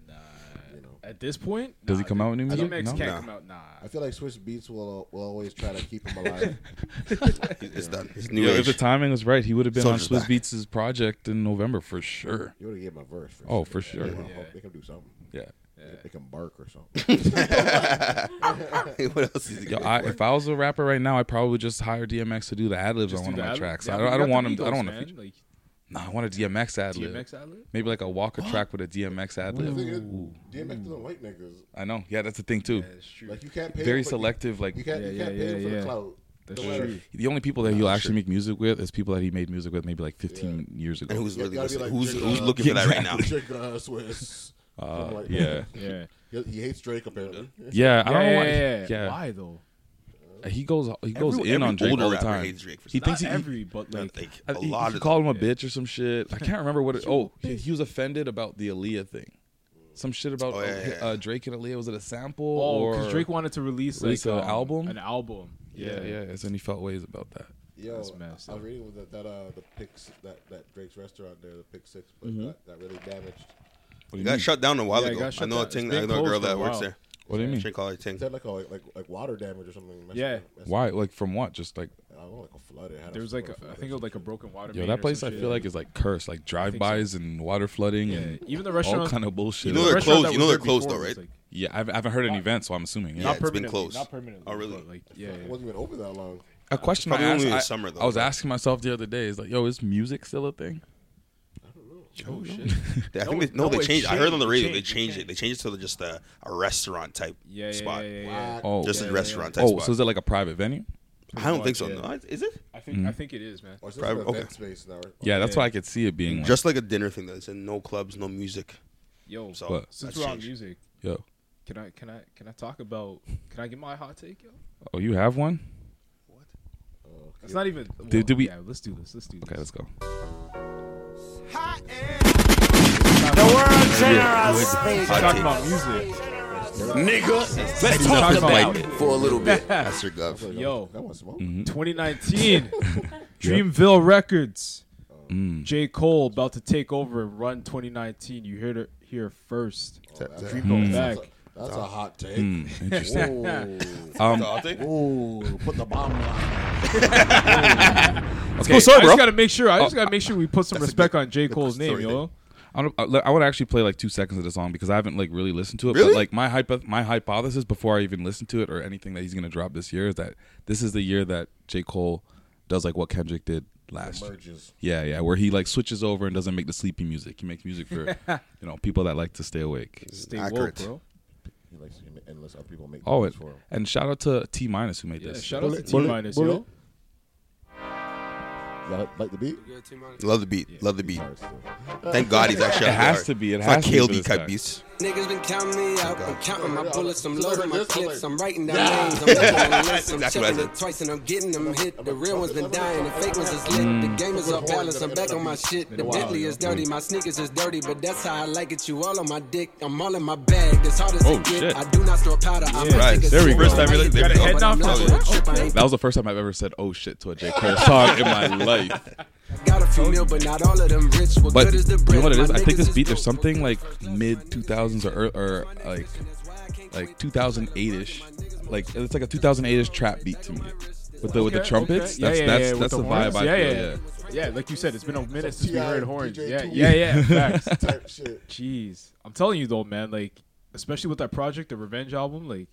Speaker 4: You know.
Speaker 5: At this point,
Speaker 2: Does
Speaker 5: nah,
Speaker 2: he come out with new music?
Speaker 5: DMX
Speaker 2: No?
Speaker 5: can't
Speaker 3: Nah.
Speaker 5: come out. Nah.
Speaker 4: I feel like Swiss Beats will will always try to keep him alive.
Speaker 3: It's done. It's
Speaker 2: Yo,
Speaker 3: new
Speaker 2: if the
Speaker 3: age.
Speaker 2: timing was right, he would have been on
Speaker 3: Soldier's
Speaker 2: Swiss
Speaker 3: back.
Speaker 2: Beats' project in November for sure.
Speaker 4: you would have gave him a verse. For
Speaker 2: Oh,
Speaker 4: sure.
Speaker 2: for sure.
Speaker 4: You know,
Speaker 5: Yeah.
Speaker 4: Make him do something.
Speaker 2: Yeah.
Speaker 4: Make him bark or something.
Speaker 3: what else is he
Speaker 2: Yo,
Speaker 3: gonna
Speaker 2: I, if I was a rapper right now, I probably would just hire DMX to do the ad libs on
Speaker 5: Just
Speaker 2: one
Speaker 5: do
Speaker 2: of
Speaker 5: the
Speaker 2: my
Speaker 5: ad-
Speaker 2: tracks.
Speaker 5: Yeah,
Speaker 2: I
Speaker 5: but
Speaker 2: don't,
Speaker 5: you
Speaker 2: I don't
Speaker 5: got
Speaker 2: want
Speaker 5: the
Speaker 2: him. I don't
Speaker 5: Migos,
Speaker 2: want to.
Speaker 5: man.
Speaker 2: Feature.
Speaker 5: Like
Speaker 2: Nah, I want a DMX ad lib.
Speaker 5: DMX outlet.
Speaker 2: Maybe like a Walker track with a DMX ad
Speaker 4: The thing is,
Speaker 2: lib.
Speaker 4: DMX doesn't like niggas.
Speaker 2: I know. Yeah, that's the thing too.
Speaker 5: That's true.
Speaker 4: Like you can't pay.
Speaker 2: Very
Speaker 4: him for-
Speaker 2: selective. Like
Speaker 4: You can't. you
Speaker 5: Yeah,
Speaker 4: can't
Speaker 5: yeah,
Speaker 4: pay him
Speaker 5: yeah,
Speaker 4: for the
Speaker 5: yeah.
Speaker 4: clout.
Speaker 5: That's
Speaker 4: No matter-
Speaker 5: true.
Speaker 2: the only people that he'll actually make music with is people that he made music with maybe like 15 years ago.
Speaker 3: And who's
Speaker 4: Yeah,
Speaker 3: really
Speaker 4: gotta be
Speaker 3: listening?
Speaker 4: like
Speaker 3: who's
Speaker 4: Drake,
Speaker 3: who's
Speaker 4: uh,
Speaker 3: looking for that right now? Uh,
Speaker 4: Drake uh, Swiss. Something like that.
Speaker 2: yeah.
Speaker 5: Yeah.
Speaker 4: He, he hates Drake apparently.
Speaker 2: Yeah, I
Speaker 5: Yeah,
Speaker 2: don't know
Speaker 5: yeah,
Speaker 2: why.
Speaker 5: yeah,
Speaker 2: Yeah,
Speaker 5: yeah. Why though?
Speaker 2: Uh, he goes he goes
Speaker 3: Every-
Speaker 2: in
Speaker 3: every
Speaker 2: on Drake
Speaker 3: older
Speaker 2: all the
Speaker 3: rapper
Speaker 2: time.
Speaker 3: hates Drake for
Speaker 2: he
Speaker 3: some-
Speaker 2: thinks he,
Speaker 5: Not every, but like,
Speaker 3: Like
Speaker 2: I-
Speaker 3: a
Speaker 2: he-
Speaker 3: lot
Speaker 2: he
Speaker 3: of
Speaker 2: called him a bitch or some shit. I can't remember what. it Oh, he, he was offended about the Aaliyah thing. Some shit about
Speaker 3: Oh, yeah, yeah, yeah.
Speaker 2: Uh, Drake and Aaliyah. Was it a sample
Speaker 5: oh,
Speaker 2: or
Speaker 5: because Drake wanted to release like um,
Speaker 2: release an album?
Speaker 5: An album.
Speaker 2: Yeah, yeah. And then he felt ways about that.
Speaker 4: Yo,
Speaker 5: That's messed
Speaker 4: I, I
Speaker 5: up.
Speaker 4: was reading that that uh the pick s- that that Drake's restaurant there, the pick six, but got, got really damaged.
Speaker 2: What do
Speaker 3: He
Speaker 2: you
Speaker 3: got
Speaker 2: mean?
Speaker 3: shut down a while
Speaker 5: Mm-hmm. Yeah, he
Speaker 3: ago.
Speaker 5: got
Speaker 3: I
Speaker 5: shut
Speaker 3: know a
Speaker 5: down.
Speaker 3: thing.
Speaker 5: It's
Speaker 3: I
Speaker 5: been
Speaker 3: know a girl
Speaker 5: closed for a
Speaker 3: that works
Speaker 5: while.
Speaker 3: there.
Speaker 2: What do you mean?
Speaker 3: She called her thing.
Speaker 4: Is that like a, like like like water damage or something? messed
Speaker 5: Yeah.
Speaker 4: up- messed
Speaker 2: Why?
Speaker 4: up?
Speaker 2: Like from what? Just like
Speaker 4: I don't know, like a flood. It had
Speaker 5: There was like, a, I think it was like a broken water.
Speaker 2: yo,
Speaker 5: main
Speaker 2: that
Speaker 5: or
Speaker 2: place
Speaker 5: some
Speaker 2: I
Speaker 5: shit.
Speaker 2: feel like is like cursed, like drive bys and water flooding
Speaker 5: Yeah,
Speaker 2: and
Speaker 5: even the
Speaker 2: all
Speaker 5: restaurant-
Speaker 2: kind of bullshit.
Speaker 3: You know
Speaker 5: The
Speaker 3: they're
Speaker 5: restaurant
Speaker 3: closed-
Speaker 5: that was
Speaker 3: you know
Speaker 5: there
Speaker 3: they're closed
Speaker 5: before
Speaker 3: though,
Speaker 5: was,
Speaker 3: right?
Speaker 5: like,
Speaker 2: yeah, I've, I haven't heard an event, so I'm assuming. Yeah,
Speaker 5: Not
Speaker 3: it's been
Speaker 5: permanently,
Speaker 3: closed.
Speaker 5: Not permanently.
Speaker 3: Oh, really?
Speaker 5: but, Like, yeah.
Speaker 4: It
Speaker 5: yeah.
Speaker 4: wasn't even open that long.
Speaker 2: a question I
Speaker 3: probably
Speaker 2: asked.
Speaker 3: only in
Speaker 2: I,
Speaker 3: summer, though,
Speaker 2: I was
Speaker 3: right?
Speaker 2: asking myself the other day, is like, yo, is music still a thing?
Speaker 5: Oh shit.
Speaker 3: I think
Speaker 5: No,
Speaker 3: they, no,
Speaker 5: no,
Speaker 3: they
Speaker 5: it
Speaker 3: changed. I heard on the
Speaker 5: changed, it
Speaker 3: radio they
Speaker 5: changed, it
Speaker 3: changed it. They changed it to just a, a restaurant type
Speaker 5: Yeah, yeah,
Speaker 3: spot.
Speaker 5: yeah, yeah, yeah.
Speaker 4: Whack.
Speaker 2: Oh,
Speaker 3: Just
Speaker 5: Yeah,
Speaker 3: a
Speaker 5: yeah,
Speaker 3: restaurant type
Speaker 2: oh,
Speaker 3: spot.
Speaker 2: so is it like a private venue?
Speaker 3: I don't think so.
Speaker 5: yeah.
Speaker 3: No, is it?
Speaker 5: I think I think it is, man.
Speaker 4: Or is this
Speaker 3: Private-
Speaker 4: an event
Speaker 3: okay.
Speaker 4: space now? Or-
Speaker 2: Hmm? Yeah, that's why I could see it being like,
Speaker 3: Just like a dinner thing though. It's in no clubs, no music.
Speaker 5: Yo,
Speaker 3: So
Speaker 2: What?
Speaker 5: since
Speaker 3: that's
Speaker 5: we're on
Speaker 3: changed.
Speaker 5: music,
Speaker 2: yo,
Speaker 5: can I can I can I talk about can I get my hot take, yo?
Speaker 2: oh, you have one?
Speaker 4: Oh,
Speaker 5: It's not even.
Speaker 2: Did- did we-
Speaker 5: Yeah, let's do this. Let's do this.
Speaker 2: Okay, let's go.
Speaker 5: talking about music.
Speaker 3: Let's
Speaker 5: talk about
Speaker 3: it.
Speaker 6: For a little bit.
Speaker 3: That's your glove.
Speaker 5: Yo,
Speaker 4: That one smoke.
Speaker 5: 2019, Dreamville Records. J. Cole about to take over and run 2019. You heard it here first. Hmm.
Speaker 4: Dreamboat. Oh, That's, a,
Speaker 5: Back.
Speaker 4: that's a hot take.
Speaker 5: Hmm,
Speaker 2: Interesting.
Speaker 3: Um, I'll take it.
Speaker 4: Ooh, put the bomb on.
Speaker 2: Okay,
Speaker 5: I
Speaker 2: bro.
Speaker 5: just gotta make sure. I just gotta make sure we put some respect on J. Cole's name,
Speaker 3: story
Speaker 5: yo.
Speaker 2: I, don't, I I would actually play like two seconds of the song because I haven't like really listened to it.
Speaker 4: Really?
Speaker 2: But like my hypo- my hypothesis before I even listened to it or anything that he's gonna drop this year is that this is the year that J Cole does like what Kendrick did last. year.
Speaker 4: Merges.
Speaker 2: Yeah, yeah, where he like switches over and doesn't make the sleepy music. He makes music for you know people that like to stay awake.
Speaker 5: Stay woke,
Speaker 3: Accurate.
Speaker 5: bro.
Speaker 4: He likes to hear endless other people make
Speaker 2: Oh,
Speaker 4: things
Speaker 2: and,
Speaker 4: for him.
Speaker 2: and shout out to T minus who made
Speaker 5: Yeah,
Speaker 2: this.
Speaker 5: shout out to
Speaker 4: Bullet,
Speaker 5: T
Speaker 4: bullet,
Speaker 5: minus,
Speaker 4: bullet.
Speaker 5: yo.
Speaker 4: You like- like the beat?
Speaker 3: Love the beat. Love the beat.
Speaker 4: Alright, so-
Speaker 3: Thank God he's actually.
Speaker 2: It
Speaker 3: out
Speaker 2: has
Speaker 3: there.
Speaker 2: to be, it
Speaker 3: It's
Speaker 2: has
Speaker 3: not
Speaker 2: to be for
Speaker 3: KLB
Speaker 2: this
Speaker 3: type
Speaker 2: guy.
Speaker 3: beats.
Speaker 7: Niggas been counting me out. I'm counting my bullets. I'm loading my clips. I'm writing down names. I'm making a list. I'm
Speaker 3: Exactly what I
Speaker 7: checking
Speaker 3: said.
Speaker 7: it twice and I'm getting them hit. The real ones been dying. The fake ones is lit. The game is off balance. I'm back on my shit. The Bentley is dirty. My sneakers is dirty. But that's how I like it. You all on my dick. I'm all in my bag. It's hard as
Speaker 2: Oh,
Speaker 7: it get.
Speaker 2: shit.
Speaker 7: I do not store powder. I'm
Speaker 3: Right.
Speaker 7: taking
Speaker 2: There we go. Oh,
Speaker 3: First time really.
Speaker 7: Gotta
Speaker 3: There we
Speaker 5: head
Speaker 3: go.
Speaker 5: down to the-
Speaker 2: That was the first time I've ever said "oh shit" to a J Cole song in my life.
Speaker 7: Got a few mil, but not all of them rich. What
Speaker 2: But
Speaker 7: good is the
Speaker 2: you
Speaker 7: bread?
Speaker 2: know what it is? I
Speaker 7: My
Speaker 2: think this
Speaker 7: niggas
Speaker 2: beat there's
Speaker 7: is
Speaker 2: something
Speaker 7: broke.
Speaker 2: like mid 2000s or ear- or like like 2008 ish, like it's like a 2008 ish trap beat to me with the with the
Speaker 5: Okay,
Speaker 2: trumpets.
Speaker 5: okay. Yeah,
Speaker 2: That's
Speaker 5: yeah,
Speaker 2: that's
Speaker 5: yeah, with
Speaker 2: that's the vibe
Speaker 5: horns.
Speaker 2: I
Speaker 5: yeah,
Speaker 2: feel.
Speaker 5: Yeah,
Speaker 2: Yeah.
Speaker 5: yeah, yeah. Like you said, it's been a minute since we
Speaker 4: TI,
Speaker 5: heard horns.
Speaker 4: DJ
Speaker 5: Yeah,
Speaker 4: Cool.
Speaker 5: yeah, yeah. Facts.
Speaker 4: type shit.
Speaker 5: Jeez, I'm telling you though, man. Like, especially with that project, the Revenge album, like.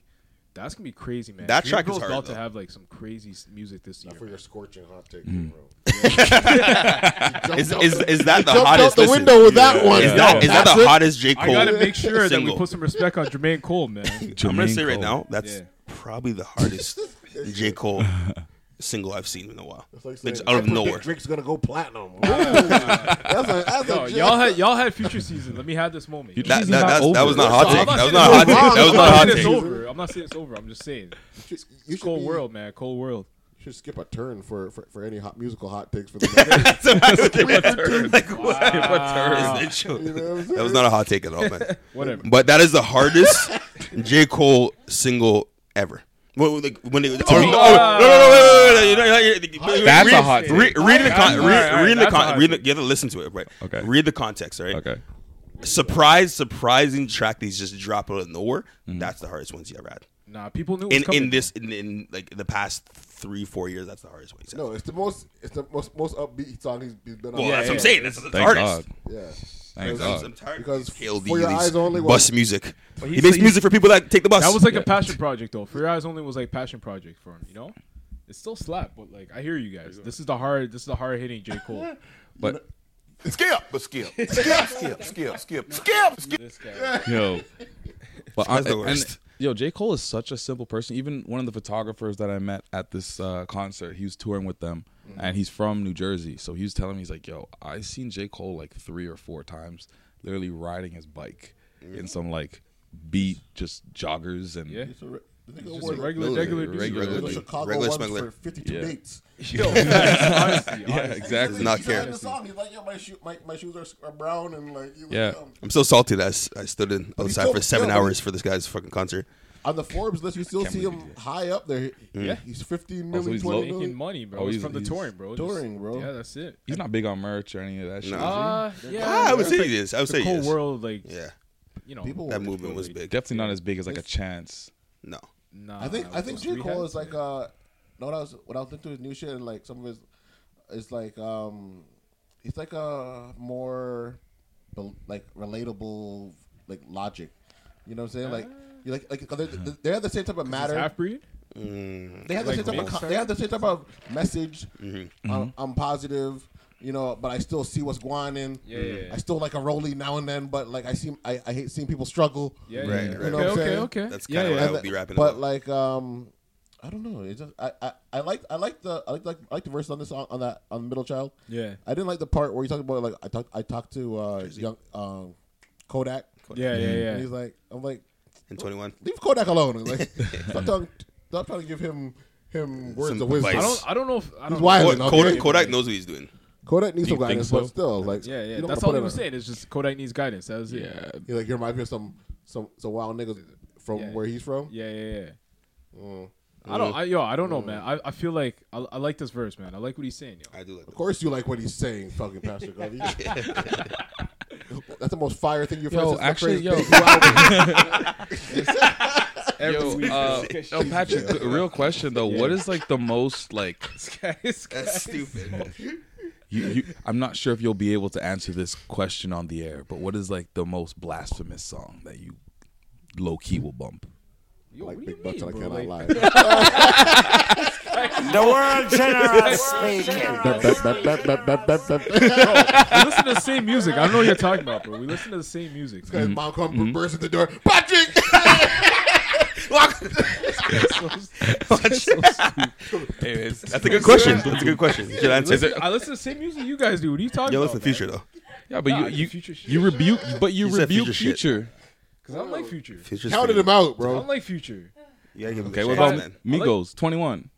Speaker 5: That's gonna be crazy, man.
Speaker 3: That
Speaker 5: Dream
Speaker 3: track is
Speaker 5: Girl's
Speaker 3: hard,
Speaker 5: about to
Speaker 3: though.
Speaker 5: have like some crazy s- music this year.
Speaker 4: Not for
Speaker 5: man.
Speaker 4: your scorching hot take,
Speaker 2: Mm-hmm.
Speaker 4: bro.
Speaker 3: Is is is that the
Speaker 4: Jumped
Speaker 3: hottest?
Speaker 4: out the
Speaker 3: listen,
Speaker 4: window with that one.
Speaker 3: Is that is that
Speaker 4: That's
Speaker 3: the
Speaker 4: it?
Speaker 3: hottest J Cole?
Speaker 5: I gotta make sure that we
Speaker 3: single?
Speaker 5: put some respect on Jermaine Cole, man.
Speaker 3: I'm gonna say
Speaker 2: Jermaine
Speaker 3: right
Speaker 2: Cole.
Speaker 3: now, that's
Speaker 5: Yeah.
Speaker 3: probably the hardest J Cole single I've seen in a while.
Speaker 4: It's
Speaker 3: Like
Speaker 4: like saying,
Speaker 3: just out
Speaker 4: "I
Speaker 3: of
Speaker 4: predict
Speaker 3: nowhere.
Speaker 4: Drake's gonna go platinum. Ooh. that's like, that's
Speaker 5: Yo,
Speaker 4: a
Speaker 5: y'all had y'all had future season. Let me have this moment.
Speaker 2: Future-
Speaker 5: I'm
Speaker 3: That, that, that's- that
Speaker 2: over.
Speaker 3: was not a hot
Speaker 5: not
Speaker 3: take. That was
Speaker 5: saying
Speaker 3: not a hot
Speaker 5: it's over. I'm saying it's
Speaker 3: take. That was not a hot take.
Speaker 5: over. I'm not saying it's over. I'm just saying.
Speaker 4: you should
Speaker 5: Cold
Speaker 4: be-
Speaker 5: world, man. Cold world.
Speaker 4: You should skip a turn for, for, for any hot musical hot takes for the
Speaker 3: That's what I would do. Like, what? Is that
Speaker 4: You know what I'm
Speaker 3: true?
Speaker 4: saying?
Speaker 3: That was not a hot take at all, man.
Speaker 5: Whatever.
Speaker 3: But that is the hardest J. Cole single ever. Well, like, when it, oh, no, oh, no, no, no, wait, wait, wait, wait, wait, wait, wait, wait,
Speaker 2: That's
Speaker 3: read-
Speaker 2: a hot take.
Speaker 3: Read, read the
Speaker 5: All right,
Speaker 3: con-
Speaker 5: all right,
Speaker 3: read, read the
Speaker 5: that's a hot
Speaker 3: con- read the,
Speaker 5: take.
Speaker 3: You have to listen to it, right?
Speaker 2: Okay.
Speaker 3: Read the context, all right?
Speaker 2: Okay.
Speaker 3: Surprise, surprising track that he's just dropped out of nowhere.
Speaker 2: Mm-hmm.
Speaker 3: That's the hardest ones he ever had.
Speaker 5: Nah, people knew it was
Speaker 3: In
Speaker 5: coming.
Speaker 3: in this in, in like the past three four years, that's the hardest one he's had.
Speaker 4: No, it's the most it's the most most upbeat song he's, he's been on.
Speaker 3: well,
Speaker 5: Yeah,
Speaker 3: that's what
Speaker 5: yeah.
Speaker 3: I'm saying. That's the
Speaker 2: Thank God.
Speaker 3: hardest.
Speaker 4: yeah.
Speaker 2: Thank
Speaker 3: I'm, I'm
Speaker 2: God.
Speaker 3: tired
Speaker 4: Because
Speaker 3: because KLB
Speaker 4: For Your
Speaker 3: these
Speaker 4: Eyes Only was-
Speaker 3: bus music. He,
Speaker 2: he's-
Speaker 3: makes
Speaker 2: he's-
Speaker 3: music for people that take the bus.
Speaker 5: That was like a passion project, though. For your eyes only was like passion project for him. You know, it's still slap, but like I hear you guys. This is the hard. This is the hard hitting J Cole.
Speaker 2: But
Speaker 6: Skip, but skip, skip, skip, skip, skip, skip, skip.
Speaker 5: This guy.
Speaker 2: yo, but I,
Speaker 3: That's the
Speaker 2: and-
Speaker 3: worst.
Speaker 2: yo, J Cole is such a simple person. Even one of the photographers that I met at this uh, concert, he was touring with them, and he's from New Jersey. So he was telling me, he's like, "Yo, I seen J Cole like three or four times, literally riding his bike in some like beat, just joggers and
Speaker 5: Yeah.
Speaker 4: It's a re- the nigga
Speaker 5: Just a
Speaker 4: wore-
Speaker 5: regular,
Speaker 3: Literally,
Speaker 5: regular, dude.
Speaker 2: regular
Speaker 4: the
Speaker 2: dude.
Speaker 4: Chicago
Speaker 3: Regular
Speaker 4: ones
Speaker 3: smuggler.
Speaker 4: for 52
Speaker 2: Yeah.
Speaker 4: dates.
Speaker 5: Yo, facts, honestly,
Speaker 2: yeah,
Speaker 5: honestly.
Speaker 2: exactly.
Speaker 3: Does not
Speaker 4: He's in
Speaker 3: care.
Speaker 4: the song. He's like, yo, my, shoe, my, my shoes are, are brown and like, he was,
Speaker 2: Yeah.
Speaker 4: um,
Speaker 3: I'm so salty that I s- I, stood in
Speaker 4: he's
Speaker 3: outside
Speaker 4: so-
Speaker 3: for seven
Speaker 4: yo, but-
Speaker 3: hours for this guy's fucking concert.
Speaker 4: on the Forbes list. You still see him high up there. Yeah, he's 15 million,
Speaker 2: he's
Speaker 4: 20
Speaker 2: low.
Speaker 5: Making
Speaker 4: million.
Speaker 5: money, bro.
Speaker 2: Oh,
Speaker 5: it's
Speaker 2: he's-
Speaker 5: from the
Speaker 2: he's-
Speaker 5: touring, bro.
Speaker 4: Touring, bro.
Speaker 5: Yeah, that's it.
Speaker 2: He's not big on merch or any of that shit.
Speaker 3: No.
Speaker 2: is he?
Speaker 5: Uh, yeah,
Speaker 3: Ah, I would
Speaker 5: yeah.
Speaker 3: say yes. I would say
Speaker 5: the whole
Speaker 3: yes.
Speaker 5: world, like,
Speaker 3: Yeah,
Speaker 5: you know,
Speaker 4: People
Speaker 3: that
Speaker 4: were-
Speaker 3: movement was big.
Speaker 2: Definitely not as big as like a chance.
Speaker 3: No,
Speaker 5: Nah,
Speaker 4: I think I think
Speaker 5: those
Speaker 4: J
Speaker 5: three
Speaker 4: Cole
Speaker 5: heads,
Speaker 4: is like uh, no, when I was when I was into his new shit and like some of his, it's like um, he's like a more, bel- like relatable like logic, you know what I'm saying? Like you like like 'cause
Speaker 3: Uh-huh.
Speaker 4: they're, they have the same type of
Speaker 5: man. Ah. Is
Speaker 4: matter.
Speaker 5: half breed.
Speaker 3: Mm.
Speaker 4: They have the
Speaker 5: like
Speaker 4: same
Speaker 5: Mm-hmm.
Speaker 4: type of
Speaker 5: both
Speaker 4: co- they have the same type of message.
Speaker 3: Mm-hmm.
Speaker 4: I'm, I'm positive. You know, but I still see what's going on.
Speaker 5: Yeah, yeah, yeah.
Speaker 4: I still like a rollie now and then, but like I see, I, I hate seeing people struggle.
Speaker 5: Yeah,
Speaker 3: Right,
Speaker 5: yeah.
Speaker 3: right.
Speaker 5: Okay,
Speaker 4: You know what I'm
Speaker 5: okay,
Speaker 4: saying?
Speaker 5: okay.
Speaker 3: that's
Speaker 5: yeah,
Speaker 3: kind of
Speaker 5: yeah.
Speaker 3: what I
Speaker 4: And
Speaker 3: would
Speaker 4: the-
Speaker 3: be rapping
Speaker 4: But
Speaker 3: about.
Speaker 4: like, um, I don't know. It's just I, I, I like I like the I like like I like the verse on this song on that on Middle Child.
Speaker 5: Yeah.
Speaker 4: I didn't like the part where you talked about like I talked I talked to uh, young um, Kodak.
Speaker 5: Yeah, yeah,
Speaker 4: And
Speaker 5: yeah.
Speaker 4: he's like, I'm like,
Speaker 3: in 21.
Speaker 4: leave Kodak alone. Like, stop, talking, stop trying to give him him words
Speaker 3: Some
Speaker 4: of wisdom.
Speaker 5: I
Speaker 3: advice.
Speaker 5: don't, I don't know if I don't.
Speaker 4: wild.
Speaker 5: know.
Speaker 4: Island,
Speaker 3: Kodak,
Speaker 4: okay.
Speaker 3: Kodak, Kodak knows what he's doing.
Speaker 4: Kodak needs
Speaker 2: Do
Speaker 4: some
Speaker 2: you think
Speaker 4: guidance,
Speaker 2: so?
Speaker 4: but still, like,
Speaker 5: Yeah, yeah.
Speaker 4: you don't
Speaker 5: That's all
Speaker 4: wanna
Speaker 5: he
Speaker 4: put
Speaker 5: was
Speaker 4: it on-
Speaker 5: saying. It's just Kodak needs guidance. That was it.
Speaker 2: Yeah.
Speaker 4: He like, you remind me of some some some wild niggas from
Speaker 5: Yeah.
Speaker 4: where he's from.
Speaker 5: Yeah, yeah, yeah.
Speaker 4: Mm.
Speaker 5: I don't, I, yo, I don't know, man. I, I feel like I, I like this verse, man. I like what he's saying, yo.
Speaker 3: I do like
Speaker 4: Of course, you like what he's saying, fucking Pastor Govey. That's the most fire thing you've heard.
Speaker 2: Yo,
Speaker 4: since the
Speaker 2: actually,
Speaker 4: phrase
Speaker 2: yo.
Speaker 4: Big Wow.
Speaker 2: Yo, uh, yo, Patrick, a real question though. What is like the most like
Speaker 5: This guy, this guy.
Speaker 3: That's stupid.
Speaker 2: you, you, I'm not sure if you'll be able to answer this question on the air, but what is like the most blasphemous song that you low key will bump?
Speaker 4: like big butts and I cannot lie. That-
Speaker 9: The world generous speaking.
Speaker 4: that- that- that- that- that- that- that-
Speaker 5: We listen to the same music. I don't know what you're talking about, bro. We listen to the same music.
Speaker 3: Mm-hmm.
Speaker 4: Guys, mom come burst at the door. Patrick,
Speaker 3: Anyways, that's a good question. That's a good question. You should answer.
Speaker 5: Listen- I listen to the same music you guys do. What are you talking
Speaker 3: Yo,
Speaker 5: about?
Speaker 3: listen, Future though.
Speaker 2: Yeah, but
Speaker 5: Nah,
Speaker 2: you you
Speaker 5: Future shit.
Speaker 2: you rebuke, but you,
Speaker 3: You said
Speaker 2: rebuke
Speaker 3: Future shit.
Speaker 2: future.
Speaker 5: Because I don't like Future.
Speaker 3: Future's
Speaker 4: counted
Speaker 3: free.
Speaker 4: him out,
Speaker 5: I
Speaker 4: bro.
Speaker 5: don't like Future.
Speaker 3: You gotta give him
Speaker 2: Okay,
Speaker 3: a
Speaker 2: what
Speaker 3: chance,
Speaker 2: about
Speaker 3: man.
Speaker 2: Migos? Twenty one.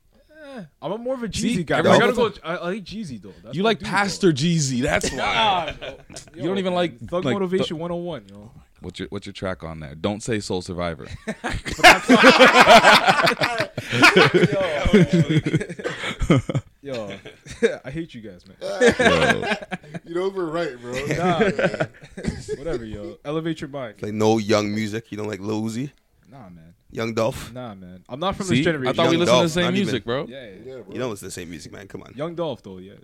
Speaker 5: Eh, I'm a more of a Jeezy guy.
Speaker 2: everyone-
Speaker 5: I gotta go. I, I like Jeezy though. That's
Speaker 2: You
Speaker 5: my
Speaker 2: like
Speaker 5: dude,
Speaker 2: Pastor Jeezy? That's why.
Speaker 5: bro.
Speaker 2: You don't even like
Speaker 5: Thug
Speaker 2: like,
Speaker 5: Motivation 101. Yo.
Speaker 2: What's your what's your track on there? Don't say Soul Survivor.
Speaker 5: Yo, I hate you guys, man.
Speaker 4: You know we're right, bro.
Speaker 5: Whatever, yo. Elevate your mind.
Speaker 3: Like no young music. You don't like Lil Uzi,
Speaker 5: Nah, man.
Speaker 3: Young Dolph.
Speaker 5: Nah, man. I'm not from
Speaker 2: See,
Speaker 5: this generation.
Speaker 2: I thought we
Speaker 3: Young
Speaker 2: listened to
Speaker 3: Dolph,
Speaker 2: the same
Speaker 3: not even.
Speaker 2: music, bro.
Speaker 5: yeah, yeah.
Speaker 4: Yeah, bro.
Speaker 3: You know it's the same music, man. Come on,
Speaker 5: Young Dolph though. Yeah,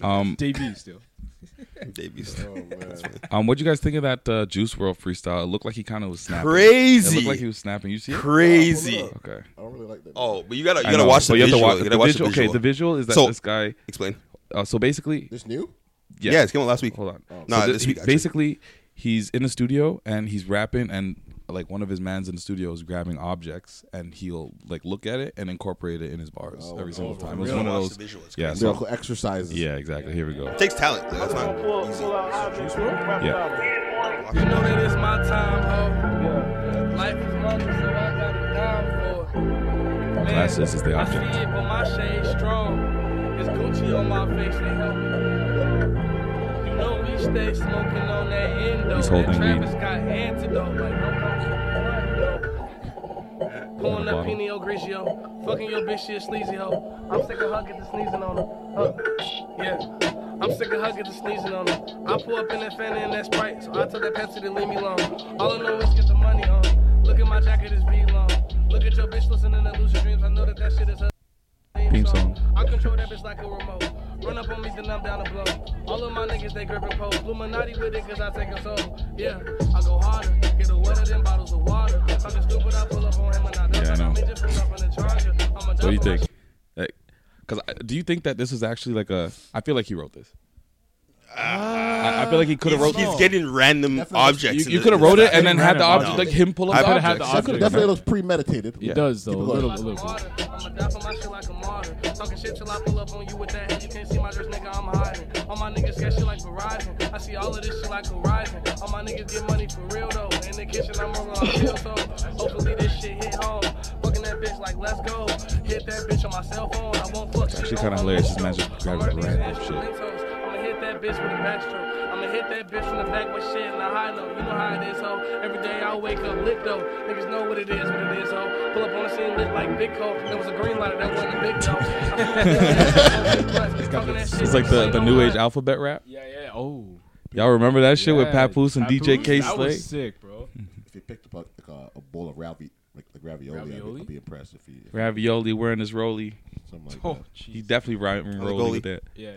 Speaker 2: Um,
Speaker 5: Davies still. Oh,
Speaker 3: Davies.
Speaker 2: um, what'd you guys think of that uh, Juice World freestyle? It looked like he kind of was snapping. It
Speaker 3: Crazy,
Speaker 2: looked like he was snapping. You see it? Oh,
Speaker 3: crazy.
Speaker 2: Okay.
Speaker 4: I don't really like that.
Speaker 3: Oh, but you gotta you
Speaker 2: I
Speaker 3: gotta
Speaker 2: know,
Speaker 3: watch the
Speaker 2: but you have to
Speaker 3: visual.
Speaker 2: wa-
Speaker 3: You gotta watch the
Speaker 2: visual-
Speaker 3: visual.
Speaker 2: Okay, the visual is that
Speaker 3: So-
Speaker 2: this guy.
Speaker 3: Explain.
Speaker 2: Uh, so basically,
Speaker 4: This new?
Speaker 2: yeah.
Speaker 3: Yeah, it came out last week.
Speaker 2: Hold on.
Speaker 3: Nah,
Speaker 2: so thi-
Speaker 3: this
Speaker 2: he-
Speaker 3: week, actually.
Speaker 2: basically, he's in the studio and he's rapping, and like one of his mans in the studio is grabbing objects, and he'll like look at it and incorporate it in his bars
Speaker 3: Oh,
Speaker 2: every single time. It was
Speaker 3: Really?
Speaker 2: one of
Speaker 3: Watch
Speaker 2: those.
Speaker 3: the visual, it's
Speaker 2: yeah. So,
Speaker 4: Miracle exercises.
Speaker 2: yeah. Exactly. Here we go.
Speaker 3: It takes talent. Like, that's not easy.
Speaker 2: Yeah.
Speaker 1: You know that it's my time, ho. Life is money, so I got it down for it.
Speaker 2: Class is is the
Speaker 1: I
Speaker 2: object.
Speaker 1: see it, but my shade's strong. It's Gucci on my face, they help. You know we stay smoking on that endo.
Speaker 2: He's holding
Speaker 1: that Travis
Speaker 2: weed.
Speaker 1: got antidote, like don't come to the front door. Pulling up
Speaker 2: bottle.
Speaker 1: Pino Grigio, fucking your bitch, she a sleazy hoe. I'm sick of her getting sneezing on her. Huh. Yeah, I'm sick of her getting sneezing on her. I pull up in that Fanta and that Sprite, so I tell that Pepsi to leave me alone. All I know is get the money on. Look at my jacket, it's V long. Look at your bitch listening to Lucid Dreams. I know that that shit is her
Speaker 2: Theme song.
Speaker 1: I control that bitch like a remote. Run up on me, then I'm down to blow. All of my niggas, they gripping pole. Luminati with it, cause I take a soul. Yeah, I go harder. Get a wetter than bottles of water. Fucking stupid, I pull up on him and I
Speaker 2: Yeah, I know.
Speaker 1: What
Speaker 2: What do you think? Like, cause I, do you think that this is actually like a? I feel like he wrote this. I, I feel like he could have wrote.
Speaker 3: He's getting random objects.
Speaker 2: you
Speaker 3: in
Speaker 2: could have
Speaker 3: the-
Speaker 2: wrote it and then had the
Speaker 5: random
Speaker 2: object, like
Speaker 3: object.
Speaker 2: him pull up.
Speaker 3: I
Speaker 2: the
Speaker 3: would've
Speaker 2: object.
Speaker 3: had
Speaker 5: the
Speaker 4: That could-
Speaker 5: object.
Speaker 4: definitely looks premeditated.
Speaker 2: Yeah.
Speaker 5: It does though. A
Speaker 4: going.
Speaker 5: little, a little bit.
Speaker 1: I'ma die for my shit like a martyr. Talking shit till I pull up on you with that head. You can't see my dress, nigga, I'm hiding. All my niggas get shit like Verizon. I see all of this shit like Horizon. All my niggas get money for real though. In the kitchen, I'm rolling on real so Hopefully this shit hit home. Fucking that bitch like let's go. Hit that bitch on my cell phone. I won't fuck shit.
Speaker 2: actually
Speaker 1: on
Speaker 2: kinda
Speaker 1: my
Speaker 2: hilarious, this
Speaker 1: phone.
Speaker 2: man just grabbing
Speaker 1: I'm running
Speaker 2: random
Speaker 1: these
Speaker 2: shit.
Speaker 1: toes. I'ma hit that bitch with a backstroke. I'ma hit that bitch from the back with shit and a high low. You know how it is, ho. Every day I wake up lit though. Niggas know what it is, what it is, ho. Pull up on the scene lit like Big Ho. There was a green light, that wasn't a big though.
Speaker 2: It's like the, the new age alphabet rap.
Speaker 5: Yeah, yeah. Oh.
Speaker 2: Y'all remember that shit with
Speaker 5: Yeah,
Speaker 2: Papoose and DJ
Speaker 5: Papoose?
Speaker 2: K
Speaker 5: That
Speaker 2: Slay?
Speaker 5: was sick, bro.
Speaker 4: If he picked up a, like a, a bowl of ravi, like, like ravioli, I'd,
Speaker 5: Ravioli?
Speaker 4: be, I'd be impressed. If he, if
Speaker 2: Ravioli wearing his rolly.
Speaker 4: something like
Speaker 5: Oh,
Speaker 4: that.
Speaker 2: He
Speaker 5: jeez.
Speaker 2: definitely ri- rolling with that.
Speaker 5: Yeah.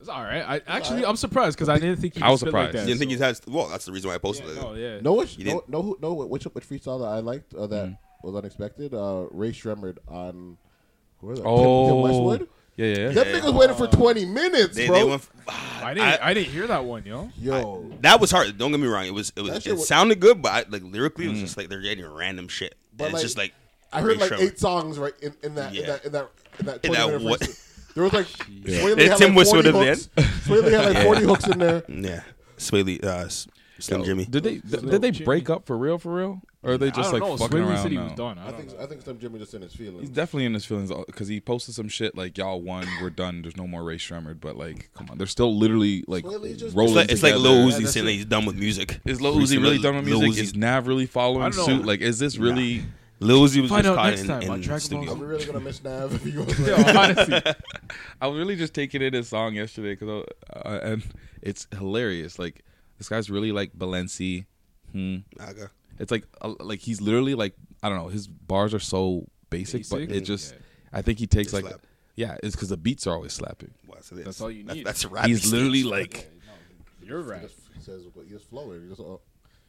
Speaker 5: It's all right. I actually I'm surprised because I didn't think he
Speaker 2: I was
Speaker 5: spit like
Speaker 2: surprised. oh,
Speaker 5: that.
Speaker 3: You didn't think he's had? Well, that's the reason why I posted
Speaker 5: Yeah, no,
Speaker 3: it.
Speaker 5: yeah.
Speaker 4: Know which,
Speaker 3: You
Speaker 4: know,
Speaker 3: didn't-
Speaker 4: know, who, know which which freestyle that I liked uh, that
Speaker 2: Mm-hmm.
Speaker 4: was unexpected? Uh, Ray Shremmerd on who was that? Tim- Tim
Speaker 2: Oh,
Speaker 4: Westwood.
Speaker 2: yeah, yeah. yeah.
Speaker 4: That nigga was waiting for twenty minutes,
Speaker 3: They,
Speaker 4: bro.
Speaker 3: they went.
Speaker 5: Oh, I didn't I, didn't hear that one, yo.
Speaker 4: Yo,
Speaker 3: That was hard. Don't get me wrong. It was. It
Speaker 4: That
Speaker 3: was.
Speaker 4: shit
Speaker 3: It
Speaker 4: was-
Speaker 3: sounded good, but I, like lyrically, it
Speaker 2: Mm.
Speaker 3: was just like they're getting random shit.
Speaker 4: But,
Speaker 3: and
Speaker 4: like,
Speaker 3: it's just like
Speaker 4: I heard
Speaker 3: Ray
Speaker 4: like
Speaker 3: Shremmerd.
Speaker 4: eight songs right in, in that in
Speaker 3: Yeah.
Speaker 4: that in that in that,
Speaker 3: In
Speaker 4: 20
Speaker 3: that
Speaker 4: minute
Speaker 3: what-
Speaker 4: freestyle. There was like Swae Lee
Speaker 3: Did
Speaker 4: had
Speaker 3: Tim
Speaker 4: like
Speaker 3: Westwood
Speaker 4: 40
Speaker 3: at the
Speaker 4: hooks. Swae Lee had like forty hooks in there.
Speaker 3: Yeah, Swaley, uh, S- Slim Jimmy.
Speaker 2: Did they did, did they break up for real? For real? Or are they
Speaker 5: I
Speaker 2: just
Speaker 5: don't
Speaker 2: like
Speaker 5: know.
Speaker 2: fucking
Speaker 5: Swindley
Speaker 2: around
Speaker 5: said he
Speaker 2: now?
Speaker 5: was done. I
Speaker 4: I
Speaker 5: don't
Speaker 4: think
Speaker 5: know.
Speaker 4: I think Slim Jimmy just in his feelings.
Speaker 2: He's definitely in his feelings because he posted some shit like y'all won, we're done. There's no more Ray Shremmerd, but like, come on, they're still literally like
Speaker 4: Well, he's just-
Speaker 2: rolling.
Speaker 3: It's like, it's like
Speaker 2: together.
Speaker 3: Lil Uzi saying that he's done with music.
Speaker 2: Is Lil Uzi really done with
Speaker 3: Lil
Speaker 2: music? Is
Speaker 3: Uzi,
Speaker 2: Nav really following
Speaker 5: I don't know.
Speaker 2: suit? Like, is this really?
Speaker 3: Lil Uzi was
Speaker 5: Find
Speaker 3: just
Speaker 5: out
Speaker 3: caught
Speaker 5: next
Speaker 3: in,
Speaker 5: time on
Speaker 3: in
Speaker 5: Dragon
Speaker 3: studio.
Speaker 5: Ball
Speaker 4: Are we really gonna miss Nav if he goes like,
Speaker 5: Yo, honestly,
Speaker 2: I was really just taking in his song yesterday because, uh, and it's hilarious. Like this guy's really like Balenci. Hmm.
Speaker 3: Naga.
Speaker 2: It's like uh, like he's literally like I don't know. His bars are so basic,
Speaker 5: Basic?
Speaker 2: but it just
Speaker 5: Yeah.
Speaker 2: I think he takes
Speaker 3: Just
Speaker 2: like
Speaker 3: slap.
Speaker 2: Yeah, it's because the beats are always slapping.
Speaker 3: What's this?
Speaker 5: That's all you
Speaker 3: That's-
Speaker 5: need.
Speaker 3: That's, rap.
Speaker 2: He's literally like,
Speaker 5: You're
Speaker 4: He
Speaker 5: right.
Speaker 4: just says what he just flowing, he just, uh,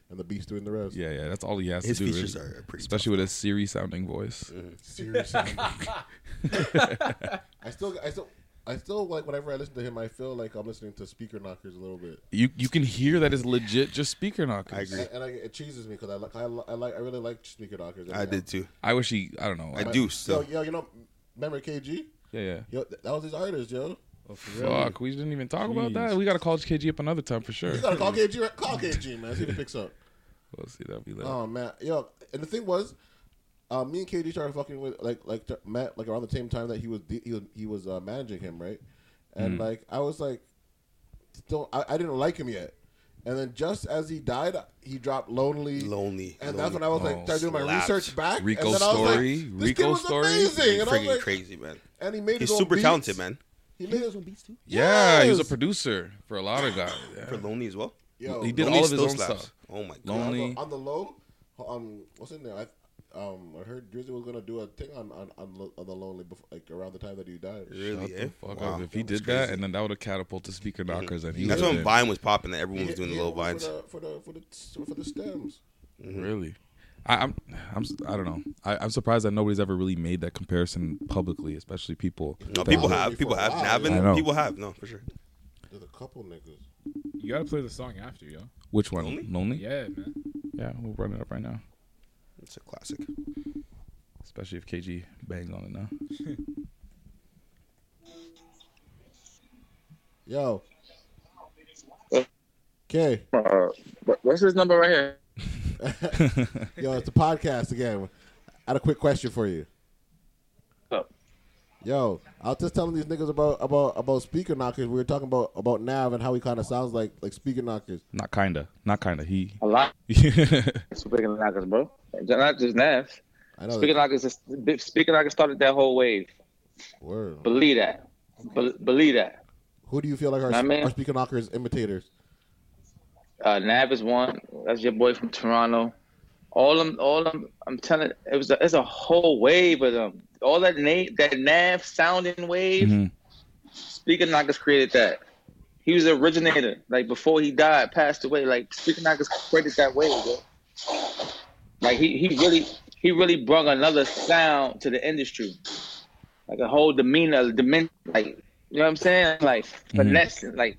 Speaker 4: and the beats doing the rest.
Speaker 2: yeah, yeah. That's all he has
Speaker 3: his
Speaker 2: to do.
Speaker 3: features
Speaker 2: really.
Speaker 3: are pretty.
Speaker 2: especially with a Siri sounding voice.
Speaker 4: Seriously. I still, I still, I still like whenever I listen to him, I feel like I'm listening to speaker knockers a little bit,
Speaker 2: You you can hear that it's legit just speaker knockers.
Speaker 3: I agree.
Speaker 4: and, and I, it cheeses me because I like, I, li- I like, I really like speaker knockers.
Speaker 3: I did too.
Speaker 2: I wish he. I don't know.
Speaker 3: I do still.
Speaker 4: Yo, yo, you know, remember KG?
Speaker 2: Yeah, Oh, yeah.
Speaker 4: Yo, th- that was his artist, yo.
Speaker 2: Fuck, we didn't even talk about that.
Speaker 5: Jeez.
Speaker 2: We gotta call KG up another time for sure.
Speaker 4: You gotta call KG, right- call KG, man. See if he picks up.
Speaker 2: We'll see. That'll be later.
Speaker 4: Oh man, yo, and the thing was, uh, me and KD started fucking with like like t- Matt like around the same time that he was de- he was he was uh, managing him, right?
Speaker 2: Mm.
Speaker 4: And like I was like, still I, I didn't like him yet. And then just as he died, he dropped lonely.
Speaker 3: Lonely,
Speaker 4: And that's
Speaker 3: Lonely.
Speaker 4: when I was like,
Speaker 2: Oh,
Speaker 4: started doing my
Speaker 3: slaps.
Speaker 4: research back.
Speaker 2: Rico
Speaker 4: and then I was like,
Speaker 2: Story,
Speaker 4: this kid
Speaker 2: Rico
Speaker 4: was
Speaker 2: Story,
Speaker 4: Amazing. And I was
Speaker 3: Freaking
Speaker 4: like,
Speaker 3: crazy, man.
Speaker 4: And he made his
Speaker 3: He's
Speaker 4: own
Speaker 3: super
Speaker 4: beats.
Speaker 3: talented, man.
Speaker 4: He made his own beats too.
Speaker 2: yeah, he was a producer for a lot of guys.
Speaker 3: For
Speaker 2: Yeah.
Speaker 3: Lonely as well.
Speaker 4: Yo,
Speaker 2: He did
Speaker 3: Lonely
Speaker 2: all of his
Speaker 3: still
Speaker 2: own
Speaker 3: slaps.
Speaker 2: stuff.
Speaker 3: Oh my god.
Speaker 2: Lonely.
Speaker 4: On the, on the low, um, what's in there? I, um, I heard Drizzy was gonna do a thing on on, on, Lo- on the lonely before, like around the time that he died.
Speaker 3: Really? eh?
Speaker 2: Fuck
Speaker 3: Wow.
Speaker 2: up. If he did that, and then that would have catapulted speaker knockers, and he
Speaker 3: Mm-hmm. That's
Speaker 2: would've
Speaker 3: when Vine was popping. That everyone was doing
Speaker 4: Yeah,
Speaker 3: the low
Speaker 4: for
Speaker 3: vines.
Speaker 4: the- for the for the for the stems.
Speaker 2: been- really. I, I'm, I'm, s- I don't know. I, I'm surprised that nobody's ever really made that comparison publicly, especially people.
Speaker 3: No,
Speaker 2: that-
Speaker 3: people
Speaker 4: Lonely
Speaker 3: have. People
Speaker 4: for a
Speaker 3: have.
Speaker 4: while,
Speaker 2: I know.
Speaker 3: Navin. People have. No, for sure.
Speaker 4: There's a couple niggas.
Speaker 5: You gotta play the song after, yo.
Speaker 2: Which one?
Speaker 3: Lonely?
Speaker 2: Lonely.
Speaker 5: Yeah, man.
Speaker 2: Yeah, we'll run it up right now.
Speaker 3: It's a classic.
Speaker 2: Especially if KG bangs on it now.
Speaker 4: Yo. Okay.
Speaker 10: Uh, what- what's this number right here?
Speaker 4: Yo, it's the podcast again. I had a quick question for you.
Speaker 10: Up.
Speaker 4: Yo, I was just telling these niggas about about about speaker knockers. We were talking about about Nav and how he kind of sounds like like speaker knockers.
Speaker 2: Not kinda. Not kinda. He. Mm-hmm.
Speaker 10: A lot.
Speaker 2: yeah,
Speaker 10: Speaking of knockers, bro. Not just Navs.
Speaker 4: I know.
Speaker 10: Speaking of knockers, is- speaking of knockers started that whole wave.
Speaker 4: Word.
Speaker 10: Believe that. Be- believe that.
Speaker 4: Who do you feel like
Speaker 10: My
Speaker 4: are,
Speaker 10: man.
Speaker 4: are speaker knockers imitators?
Speaker 10: Uh, Nav is one. That's your boy from Toronto. All them, all them. I'm telling, it was a, it's a whole wave of them. All that name, that Nav sounding wave.
Speaker 2: Mhm.
Speaker 10: Speaker Knockers created that. He was the originator. Like before he died, passed away. Like Speaker Knockers created that wave. Bro. Like he, he really, he really brought another sound to the industry. Like a whole demeanor, dimension. Like you know what I'm saying? Like finesse. Like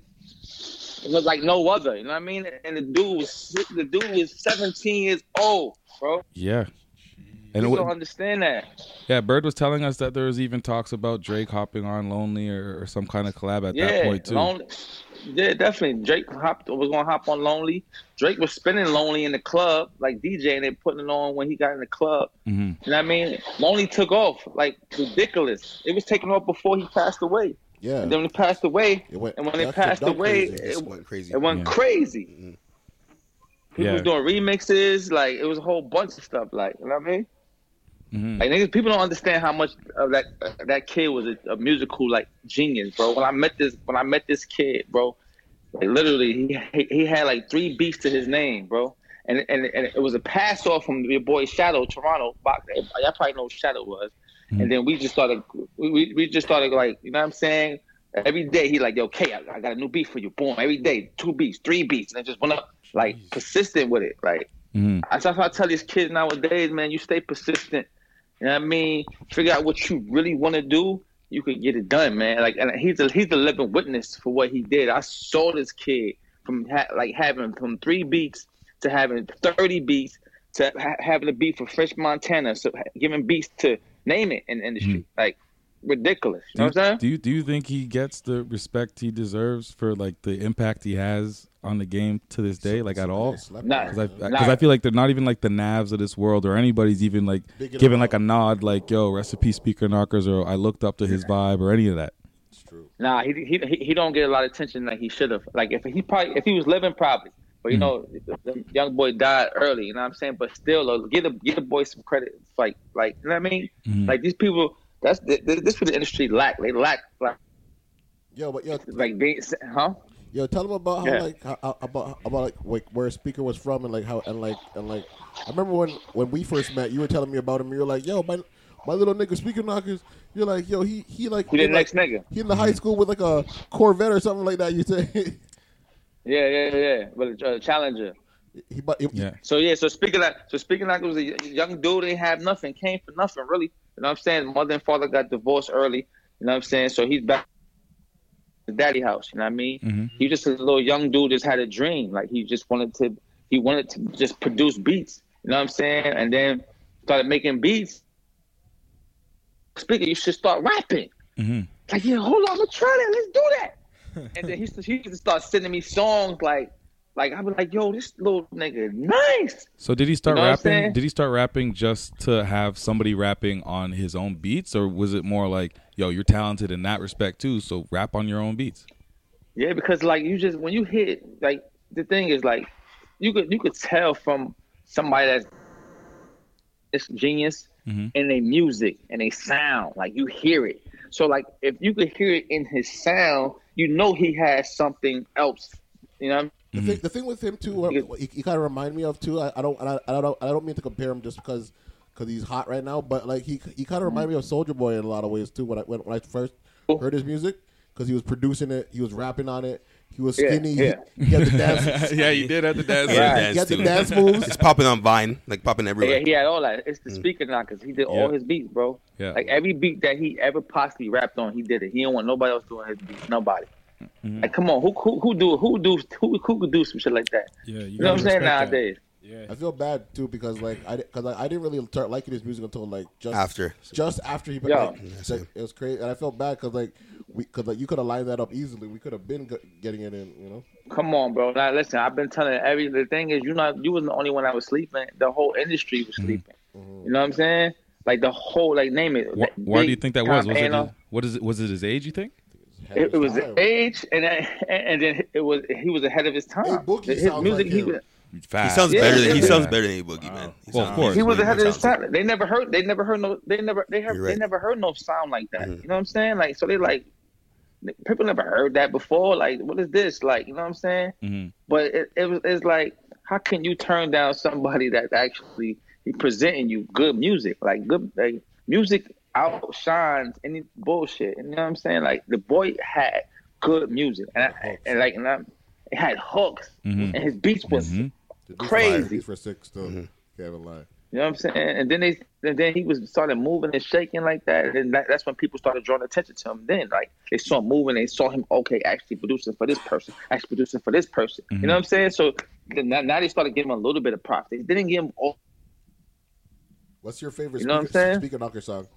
Speaker 10: it was like no other. You know what I mean? And the dude was the dude was 17 years old, bro.
Speaker 2: and it
Speaker 10: You don't
Speaker 2: wa-
Speaker 10: understand that.
Speaker 2: yeah, Bird was telling us that there was even talks about Drake hopping on Lonely or, or some kind of collab at that point too.
Speaker 10: Lonely. Yeah, definitely. Drake hopped was gonna hop on Lonely. Drake was spinning Lonely in the club, like DJ, and they putting it on when he got in the club.
Speaker 2: Mhm.
Speaker 10: You know what I mean? Lonely took off like ridiculous. It was taking off before he passed away.
Speaker 4: Yeah.
Speaker 10: And then when he passed away,
Speaker 4: It went-
Speaker 10: and when
Speaker 4: that
Speaker 10: they
Speaker 4: shit
Speaker 10: passed
Speaker 4: done
Speaker 10: away,
Speaker 4: crazy.
Speaker 10: it,
Speaker 3: It went crazy.
Speaker 10: it went
Speaker 2: Yeah.
Speaker 10: crazy. People
Speaker 2: Yeah.
Speaker 10: was doing remixes, like it was a whole bunch of stuff, like you know what I mean.
Speaker 2: Mhm.
Speaker 10: Like niggas, people don't understand how much of that that kid was a, a musical like genius, bro. When I met this, when I met this kid, bro, like literally, he he, he had like three beats to his name, bro. And, and, and it was a pass off from your boy Shadow Toronto. Box, y'all probably know who Shadow was. And then we just started, we, we, we just started like, you know what I'm saying? Every day he like, yo, K, I, I got a new beat for you. Boom, every day, two beats, three beats, and it just went up like persistent with it. Like
Speaker 2: Mhm.
Speaker 10: I- that's how I tell these kids nowadays, man, you stay persistent. You know what I mean? Figure out what you really want to do. You could get it done, man. Like, and he's a he's the living witness for what he did. I saw this kid from ha- like having from three beats to having thirty beats to ha- having a beat for Fresh Montana, so ha- giving beats to name it in the industry, like ridiculous. You
Speaker 2: Mm. Do
Speaker 10: know
Speaker 2: you,
Speaker 10: what I'm saying?
Speaker 2: do you do you think he gets the respect he deserves for like the impact he has on the game to this day, like at all?
Speaker 4: Slap
Speaker 10: Nah.
Speaker 4: it.
Speaker 2: Because I, 'cause
Speaker 10: Nah.
Speaker 2: I feel like they're not even like the navs of this world, or anybody's even like
Speaker 4: Big it
Speaker 2: giving
Speaker 4: up.
Speaker 2: like a nod, like "Yo, recipe speaker knockers," or "I looked up to his vibe," or any of that.
Speaker 4: It's true.
Speaker 10: Nah, he he he- he don't get a lot of attention like he should have. Like if he probably if he was living probably, but you know, the young boy died early. You know what I'm saying? But still, like, give the give the boy some credit. It's Like like you know what I mean? Like these people, that's th- th- this what the industry lack. They lack like
Speaker 4: Yo, but yo,
Speaker 10: like being huh?
Speaker 4: Yo, tell them about how
Speaker 10: Yeah.
Speaker 4: like how, how- about about like, like where Speaker was from and like how and like and like I remember when when we first met, you were telling me about him. You were like, "Yo, my my little nigga speaking knockers. You're like, yo, he he like
Speaker 10: He the
Speaker 4: in, like-
Speaker 10: next nigga.
Speaker 4: He in the high school with like a Corvette or something like that. You say
Speaker 10: Yeah, yeah, yeah. But a, a challenger.
Speaker 4: he, but it,
Speaker 2: yeah.
Speaker 10: So yeah, so speaking like so speaking like it was a young dude, they have nothing, came for nothing, really. You know what I'm saying? Mother and father got divorced early. You know what I'm saying? So he's back to daddy house. You know what I mean? He was just a little young dude, just had a dream. Like he just wanted to, he wanted to just produce beats. You know what I'm saying? And then started making beats. Speaking, you should start rapping.
Speaker 2: Mm-hmm.
Speaker 10: Like yeah, hold on, I'm gonna try that. Let's do that. and then he used, to, he used to start sending me songs like, like I was like, yo, this little nigga, nice.
Speaker 2: So did he start
Speaker 10: You know what I'm
Speaker 2: rapping?
Speaker 10: saying?
Speaker 2: Did he start rapping just to have somebody rapping on his own beats, or was it more like, "Yo, you're talented in that respect too, so rap on your own beats"?
Speaker 10: Yeah, because like you just when you hit like the thing is like you could you could tell from somebody that's it's genius
Speaker 2: Mhm.
Speaker 10: in their music and they sound like you hear it. So like if you could hear it in his sound, you know he has something else. You know, what I mean?
Speaker 2: Mm-hmm.
Speaker 4: The thing, the thing with him too, what- what he, he kind of remind me of too. I, I don't, and I, I don't, I don't mean to compare him just because, because he's hot right now. But like he, he kind of remind me of Soldier Boy in a lot of ways too. When I when, when I first heard his music, because he was producing it, he was rapping on it, he was
Speaker 10: Yeah,
Speaker 4: skinny,
Speaker 10: yeah.
Speaker 4: He, he had the dance,
Speaker 2: yeah, you did have the dance.
Speaker 3: Yeah,
Speaker 4: he had the dance moves.
Speaker 3: It's popping on Vine, like popping everywhere.
Speaker 10: yeah, he had all that. It's the speaker knockers. He did all
Speaker 2: Mm. Yeah.
Speaker 10: his beats, bro.
Speaker 2: Yeah.
Speaker 10: Like every beat that he ever possibly rapped on, he did it. He didn't want nobody else doing his beats. Nobody.
Speaker 2: Mm-hmm.
Speaker 10: Like, come on, who who who do who do who who could do some shit like that?
Speaker 5: Yeah,
Speaker 10: You know what I'm saying nowadays.
Speaker 4: I feel bad too because like I because I, I didn't really start liking his music until like just
Speaker 3: After.
Speaker 4: just after he
Speaker 10: Yeah.
Speaker 4: like, like, it was crazy and I felt bad because like we because like you could have lined that up easily we could have been g- getting it in you know
Speaker 10: Come on, bro. Now listen, I've been telling every the thing is you not you was the only one that was sleeping. The whole industry
Speaker 2: Mm-hmm.
Speaker 10: was sleeping. You know what I'm saying? Like the whole like name it.
Speaker 2: Why,
Speaker 10: That
Speaker 2: why do
Speaker 10: big
Speaker 2: you think that was?
Speaker 10: time
Speaker 2: Was it
Speaker 10: A&R.
Speaker 2: his, what is it? Was it his age? You think?
Speaker 10: It, it was
Speaker 4: Ahead of his time.
Speaker 10: age, and and then it was he was ahead of his time.
Speaker 4: Boogie
Speaker 10: his
Speaker 4: sounds
Speaker 10: music,
Speaker 4: like
Speaker 10: he
Speaker 4: him.
Speaker 10: was,
Speaker 3: He sounds
Speaker 10: Yeah,
Speaker 3: better. Than, he
Speaker 10: yeah.
Speaker 3: sounds better than A Boogie, man. He
Speaker 2: Well, of
Speaker 3: sounds-
Speaker 2: course.
Speaker 10: He was
Speaker 3: way
Speaker 10: ahead of
Speaker 3: more
Speaker 10: his
Speaker 3: talented.
Speaker 10: time. They never heard. They never heard no. They never. They heard.
Speaker 3: You're
Speaker 10: They
Speaker 3: right.
Speaker 10: never heard no sound like that. You know what I'm saying? Like so they like. People never heard that before. Like, what is this? Like, you know what I'm saying?
Speaker 2: Mhm.
Speaker 10: But it, it was. It's like, how can you turn down somebody that actually he presenting you good music? Like, good like, music outshines any bullshit. You know what I'm saying? Like, the boy had good music, and, I, and like, and I, it had hooks,
Speaker 2: Mhm.
Speaker 10: and his beats was
Speaker 2: Mhm.
Speaker 10: Crazy.
Speaker 4: for six though
Speaker 2: Mm-hmm.
Speaker 4: can't even lie.
Speaker 10: you know what I'm saying? And then they, and then he was started moving and shaking like that, and then that, that's when people started drawing attention to him. Then, like they saw him moving, they saw him okay, actually producing for this person, actually producing for this person. You know what I'm saying? So then now, now they started giving him a little bit of props. They didn't give him all
Speaker 4: What's your favorite?
Speaker 10: You know what I'm
Speaker 4: speaker,
Speaker 10: saying?
Speaker 4: Speaker knocker song.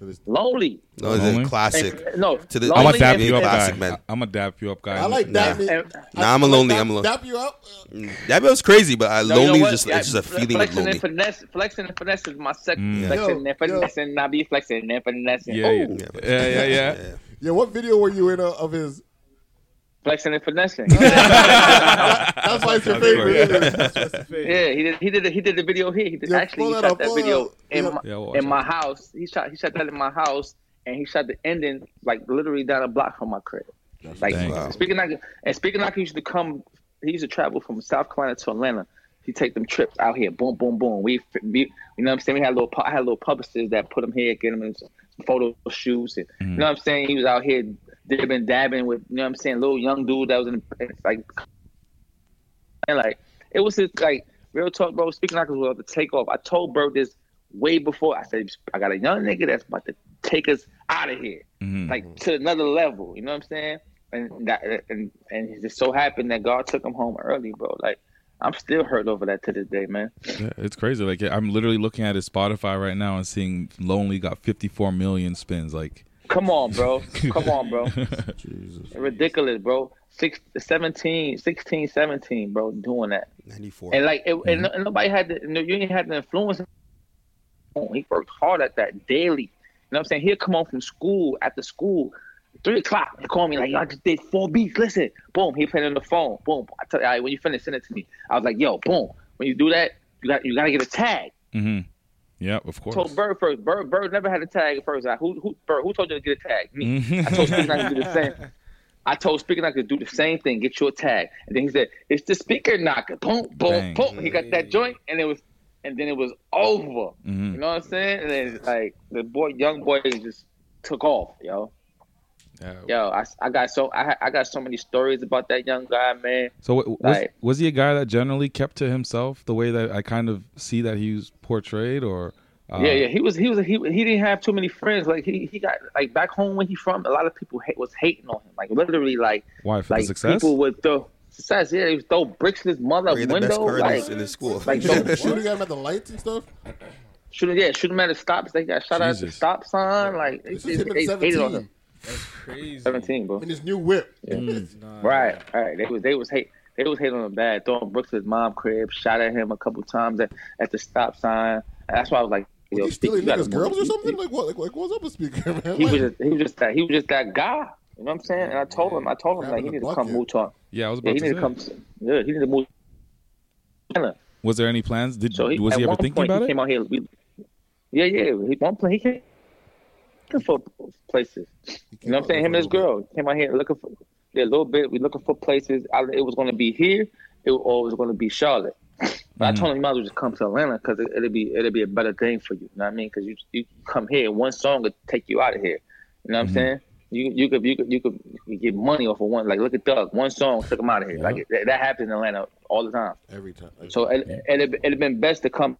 Speaker 4: To this-
Speaker 10: lonely.
Speaker 3: No, it's
Speaker 2: Lonely?
Speaker 3: a classic.
Speaker 10: And- no,
Speaker 3: To the-
Speaker 10: lonely
Speaker 3: I'm
Speaker 2: I'm gonna
Speaker 3: a
Speaker 2: dap
Speaker 10: and-
Speaker 2: you up,
Speaker 3: Classic,
Speaker 2: guy.
Speaker 3: man.
Speaker 2: I'm gonna dap you up, guy.
Speaker 4: I like
Speaker 3: Nah.
Speaker 4: that.
Speaker 10: and-
Speaker 4: man.
Speaker 10: and-
Speaker 3: Nah, I'm a
Speaker 4: I like
Speaker 3: lonely.
Speaker 4: Dap-
Speaker 3: I'm a lonely.
Speaker 4: Dap you up.
Speaker 3: That was crazy, but I,
Speaker 10: No, you know
Speaker 3: lonely is
Speaker 10: what?
Speaker 3: just
Speaker 10: Yeah,
Speaker 3: it's just a feeling of
Speaker 10: flexing
Speaker 3: lonely.
Speaker 10: and finesse, flexing and finesse is my second.
Speaker 2: Mm.
Speaker 10: Flexing
Speaker 4: Yo,
Speaker 10: and finessing, I be flexing and finessing.
Speaker 2: yeah,
Speaker 10: oh,
Speaker 2: yeah,
Speaker 3: Yeah, but-
Speaker 2: yeah, yeah, yeah.
Speaker 4: Yeah, what video were you in uh, of his?
Speaker 10: flexing and finessing.
Speaker 4: That's why it's your favorite.
Speaker 10: Yeah, he did. He did. A, he did the video here. He did,
Speaker 4: Yeah,
Speaker 10: actually
Speaker 4: pull
Speaker 10: he
Speaker 4: that
Speaker 10: shot
Speaker 4: up,
Speaker 10: that
Speaker 4: pull
Speaker 10: video
Speaker 4: that up.
Speaker 10: in
Speaker 4: Yeah.
Speaker 10: my,
Speaker 2: Yeah, we'll watch
Speaker 10: in
Speaker 2: it.
Speaker 10: my house. He shot. He shot that in my house, and he shot the ending like literally down a block from my crib. Like
Speaker 2: Dang.
Speaker 7: Uh,
Speaker 2: Wow.
Speaker 10: speaking like and speaking like he used to come. He used to travel from South Carolina to Atlanta. He take them trips out here. Boom, boom, boom. We, we you know what I'm saying. We had little. pu- I had little publicists that put him here, get him in some photo shoots, and you know what I'm saying. He was out here dibbing, dabbing with you know what I'm saying. Little young dude that was in like and like it was just like real talk, bro. Speaking like it was about to take off. I told Bird this way before. I said I got a young nigga that's about to take us out of here, like to another level. You know what I'm saying? And that and and it just so happened that God took him home early, bro. Like I'm still hurt over that to this day, man.
Speaker 2: Yeah, it's crazy. Like I'm literally looking at his Spotify right now and seeing "Lonely" got 54 million spins. Like,
Speaker 10: Come on, bro. Come on, bro. Ridiculous, bro. Six, 17, 16, 17, bro, doing that.
Speaker 3: 94.
Speaker 10: And like, it, and,
Speaker 2: Mm-hmm.
Speaker 10: and nobody had the, no, you ain't had the influence. Oh, He worked hard at that daily. You know what I'm saying? He'll come home from school after school, three o'clock, and call me like, "Yo, I just did four beats. Listen, boom." He played on the phone. Boom. I tell you, all right, when you finish, send it to me. I was like, "Yo, boom." When you do that, you got you gotta get a tag.
Speaker 2: mm-hmm. yeah, of course.
Speaker 10: Told Bird first. Bird Bird never had a tag at first. Like, who who Bird, who told you to get a tag? Me. I told Speaking I could do the
Speaker 2: Mm-hmm.
Speaker 10: same. I told Speaker Knocker do the same thing, get you a tag. And then he said, It's the speaker knocker. Boom, boom,
Speaker 2: Bang.
Speaker 10: boom. He got that joint and it was and then it was over.
Speaker 2: Mhm.
Speaker 10: You know what I'm saying? And then it's like the boy, young boy, just took off, yo. Yo, I, I got so I, I got so many stories about that young guy, man.
Speaker 2: So wa- was,
Speaker 10: Like-
Speaker 2: was he a guy that generally kept to himself the way that I kind of see that he was portrayed, or uh,
Speaker 10: yeah, yeah, he was he was he he didn't have too many friends. Like he he got like back home where he from, a lot of people hate, was hating on him. Like literally, like
Speaker 2: Why for
Speaker 10: like
Speaker 2: the success?
Speaker 10: people would throw success. Yeah, he would throw bricks in his mother
Speaker 3: He had the best
Speaker 10: window.
Speaker 3: card in his-
Speaker 10: Like,
Speaker 3: in his school.
Speaker 10: like throw-
Speaker 4: Shooting at him at the lights and stuff.
Speaker 10: shooting, yeah, shooting him at the stops. They got shot at the
Speaker 4: Jesus.
Speaker 10: stop sign. Like
Speaker 4: This
Speaker 10: they,
Speaker 4: is him
Speaker 10: they
Speaker 4: at
Speaker 10: hated on
Speaker 4: seventeen.
Speaker 10: him. Seventeen, bro.
Speaker 4: In his new whip.
Speaker 2: Mm,
Speaker 10: Right, right. They was they was hate they was hating on him bad. Throwing bricks at his mom crib, shot at him a couple times at, at the stop sign. That's why I was like, yo,
Speaker 4: He's
Speaker 10: Speak, you
Speaker 4: stealing
Speaker 10: gotta
Speaker 4: niggas'
Speaker 10: move.
Speaker 4: girls or something? Like what? Like, like what's up with Speaker, man?
Speaker 10: He
Speaker 4: Like-
Speaker 10: was just, he was just that he was just that guy. You know what I'm saying? And I told him, I told him like he
Speaker 4: Grabbing
Speaker 10: need
Speaker 4: the
Speaker 10: to come
Speaker 4: bucket.
Speaker 10: move to.
Speaker 2: Yeah, I was
Speaker 10: he
Speaker 2: about to
Speaker 10: need to
Speaker 2: say.
Speaker 10: come. Yeah, he need to move. Atlanta.
Speaker 2: was there any plans? Did
Speaker 10: So he,
Speaker 2: was
Speaker 10: at
Speaker 2: he ever
Speaker 10: one
Speaker 2: thinking
Speaker 10: point,
Speaker 2: about
Speaker 10: he
Speaker 2: it?
Speaker 10: Came out here. We, yeah, yeah. He one play. He came looking for places. You know what I'm saying? Him and his girl came out here looking for yeah, a little bit. We looking for places. I, it was going to be here. It was always going to be Charlotte. But
Speaker 2: Mm-hmm.
Speaker 10: I told him you might as well just come to Atlanta because it, it'll be it'll be a better thing for you. You know what I mean? Because you you come here, one song could take you out of here. You know
Speaker 2: Mm-hmm.
Speaker 10: what I'm saying? You you could you could you could you could get money off of one. Like look at Doug, one song took him out of here. Like that, that happens in Atlanta all the time.
Speaker 4: Every time.
Speaker 10: So it it'd, it'd been best to come.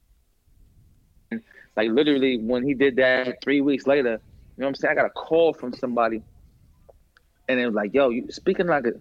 Speaker 10: Like literally, when he did that, three weeks later, you know what I'm saying? I got a call from somebody, and it was like, "Yo, you speaking like a."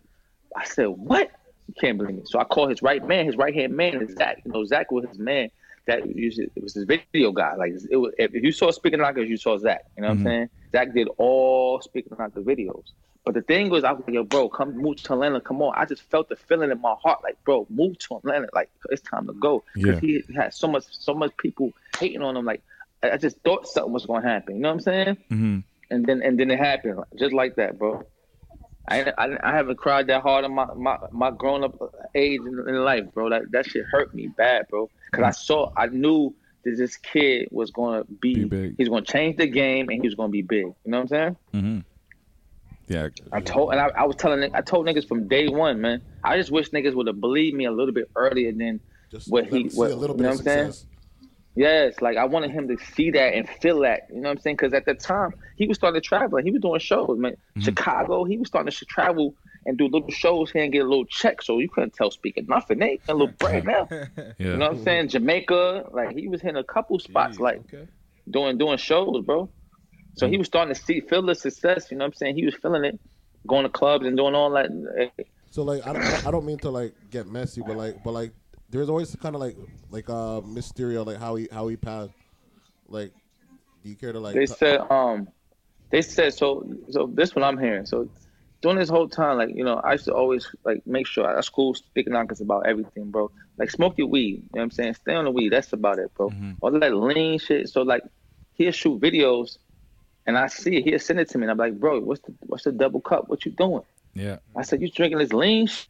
Speaker 10: I said, "What?" You can't believe me. So I called his right man. His right hand man is Zach. You know, Zach was his man. That you should- it was his video guy. Like it was, if you saw speaking like us, you saw Zach. You know what
Speaker 2: Mhm.
Speaker 10: I'm saying? Zach did all speaking like the videos. But the thing was, I was like, yo, bro, come move to Atlanta. Come on. I just felt the feeling in my heart, like, bro, move to Atlanta. Like, it's time to go.
Speaker 2: Yeah.
Speaker 10: Because he had so much, so much people hating on him. Like, I I just thought something was going to happen. You know what I'm saying?
Speaker 2: Mm-hmm.
Speaker 10: And then, and then it happened, like, just like that, bro. I, ain't- I, didn't- I haven't cried that hard in my, my, my grown up age in, in life, bro. That that shit hurt me bad, bro. Cause I saw, I knew that this kid was gonna be,
Speaker 2: Be big.
Speaker 10: he's gonna change the game, and he was gonna be big. You know what I'm saying?
Speaker 2: Mm-hmm. Yeah,
Speaker 10: I told, and I, I was telling, ni- I told niggas from day one, man. I just wish niggas would have believed me a little bit earlier than what
Speaker 4: let
Speaker 10: he,
Speaker 4: him see
Speaker 10: what,
Speaker 4: a little bit
Speaker 10: you know
Speaker 4: of
Speaker 10: what I'm saying?
Speaker 4: success.
Speaker 10: Yes, like I wanted him to see that and feel that. You know what I'm saying? Because at the time he was starting to travel, he was doing shows, man. Chicago, he was starting to sh- travel and do little shows here and get a little check. So you couldn't tell speaking nothing. They a little bread now. You know what I'm saying? Jamaica, like he was hitting a couple spots, like doing doing shows, bro. So he was starting to see feel the success. You know what I'm saying? He was feeling it, going to clubs and doing all that.
Speaker 4: So like I don't, I don't mean to like get messy, but like but like there's always kind of like like uh Mysterio like how he how he passed. Like, do you care to like? uh,
Speaker 10: they
Speaker 4: t-
Speaker 10: said um they said so so this what i'm hearing so during this whole time like you know i used to always like make sure at school speaking out is about everything bro like smoke your weed you know what i'm saying stay on the weed that's about it bro all that lean shit so like he'll shoot videos and i see it he'll send it to me and i'm like bro what's the what's the double cup what you doing
Speaker 2: yeah.
Speaker 10: i said you drinking this lean shit?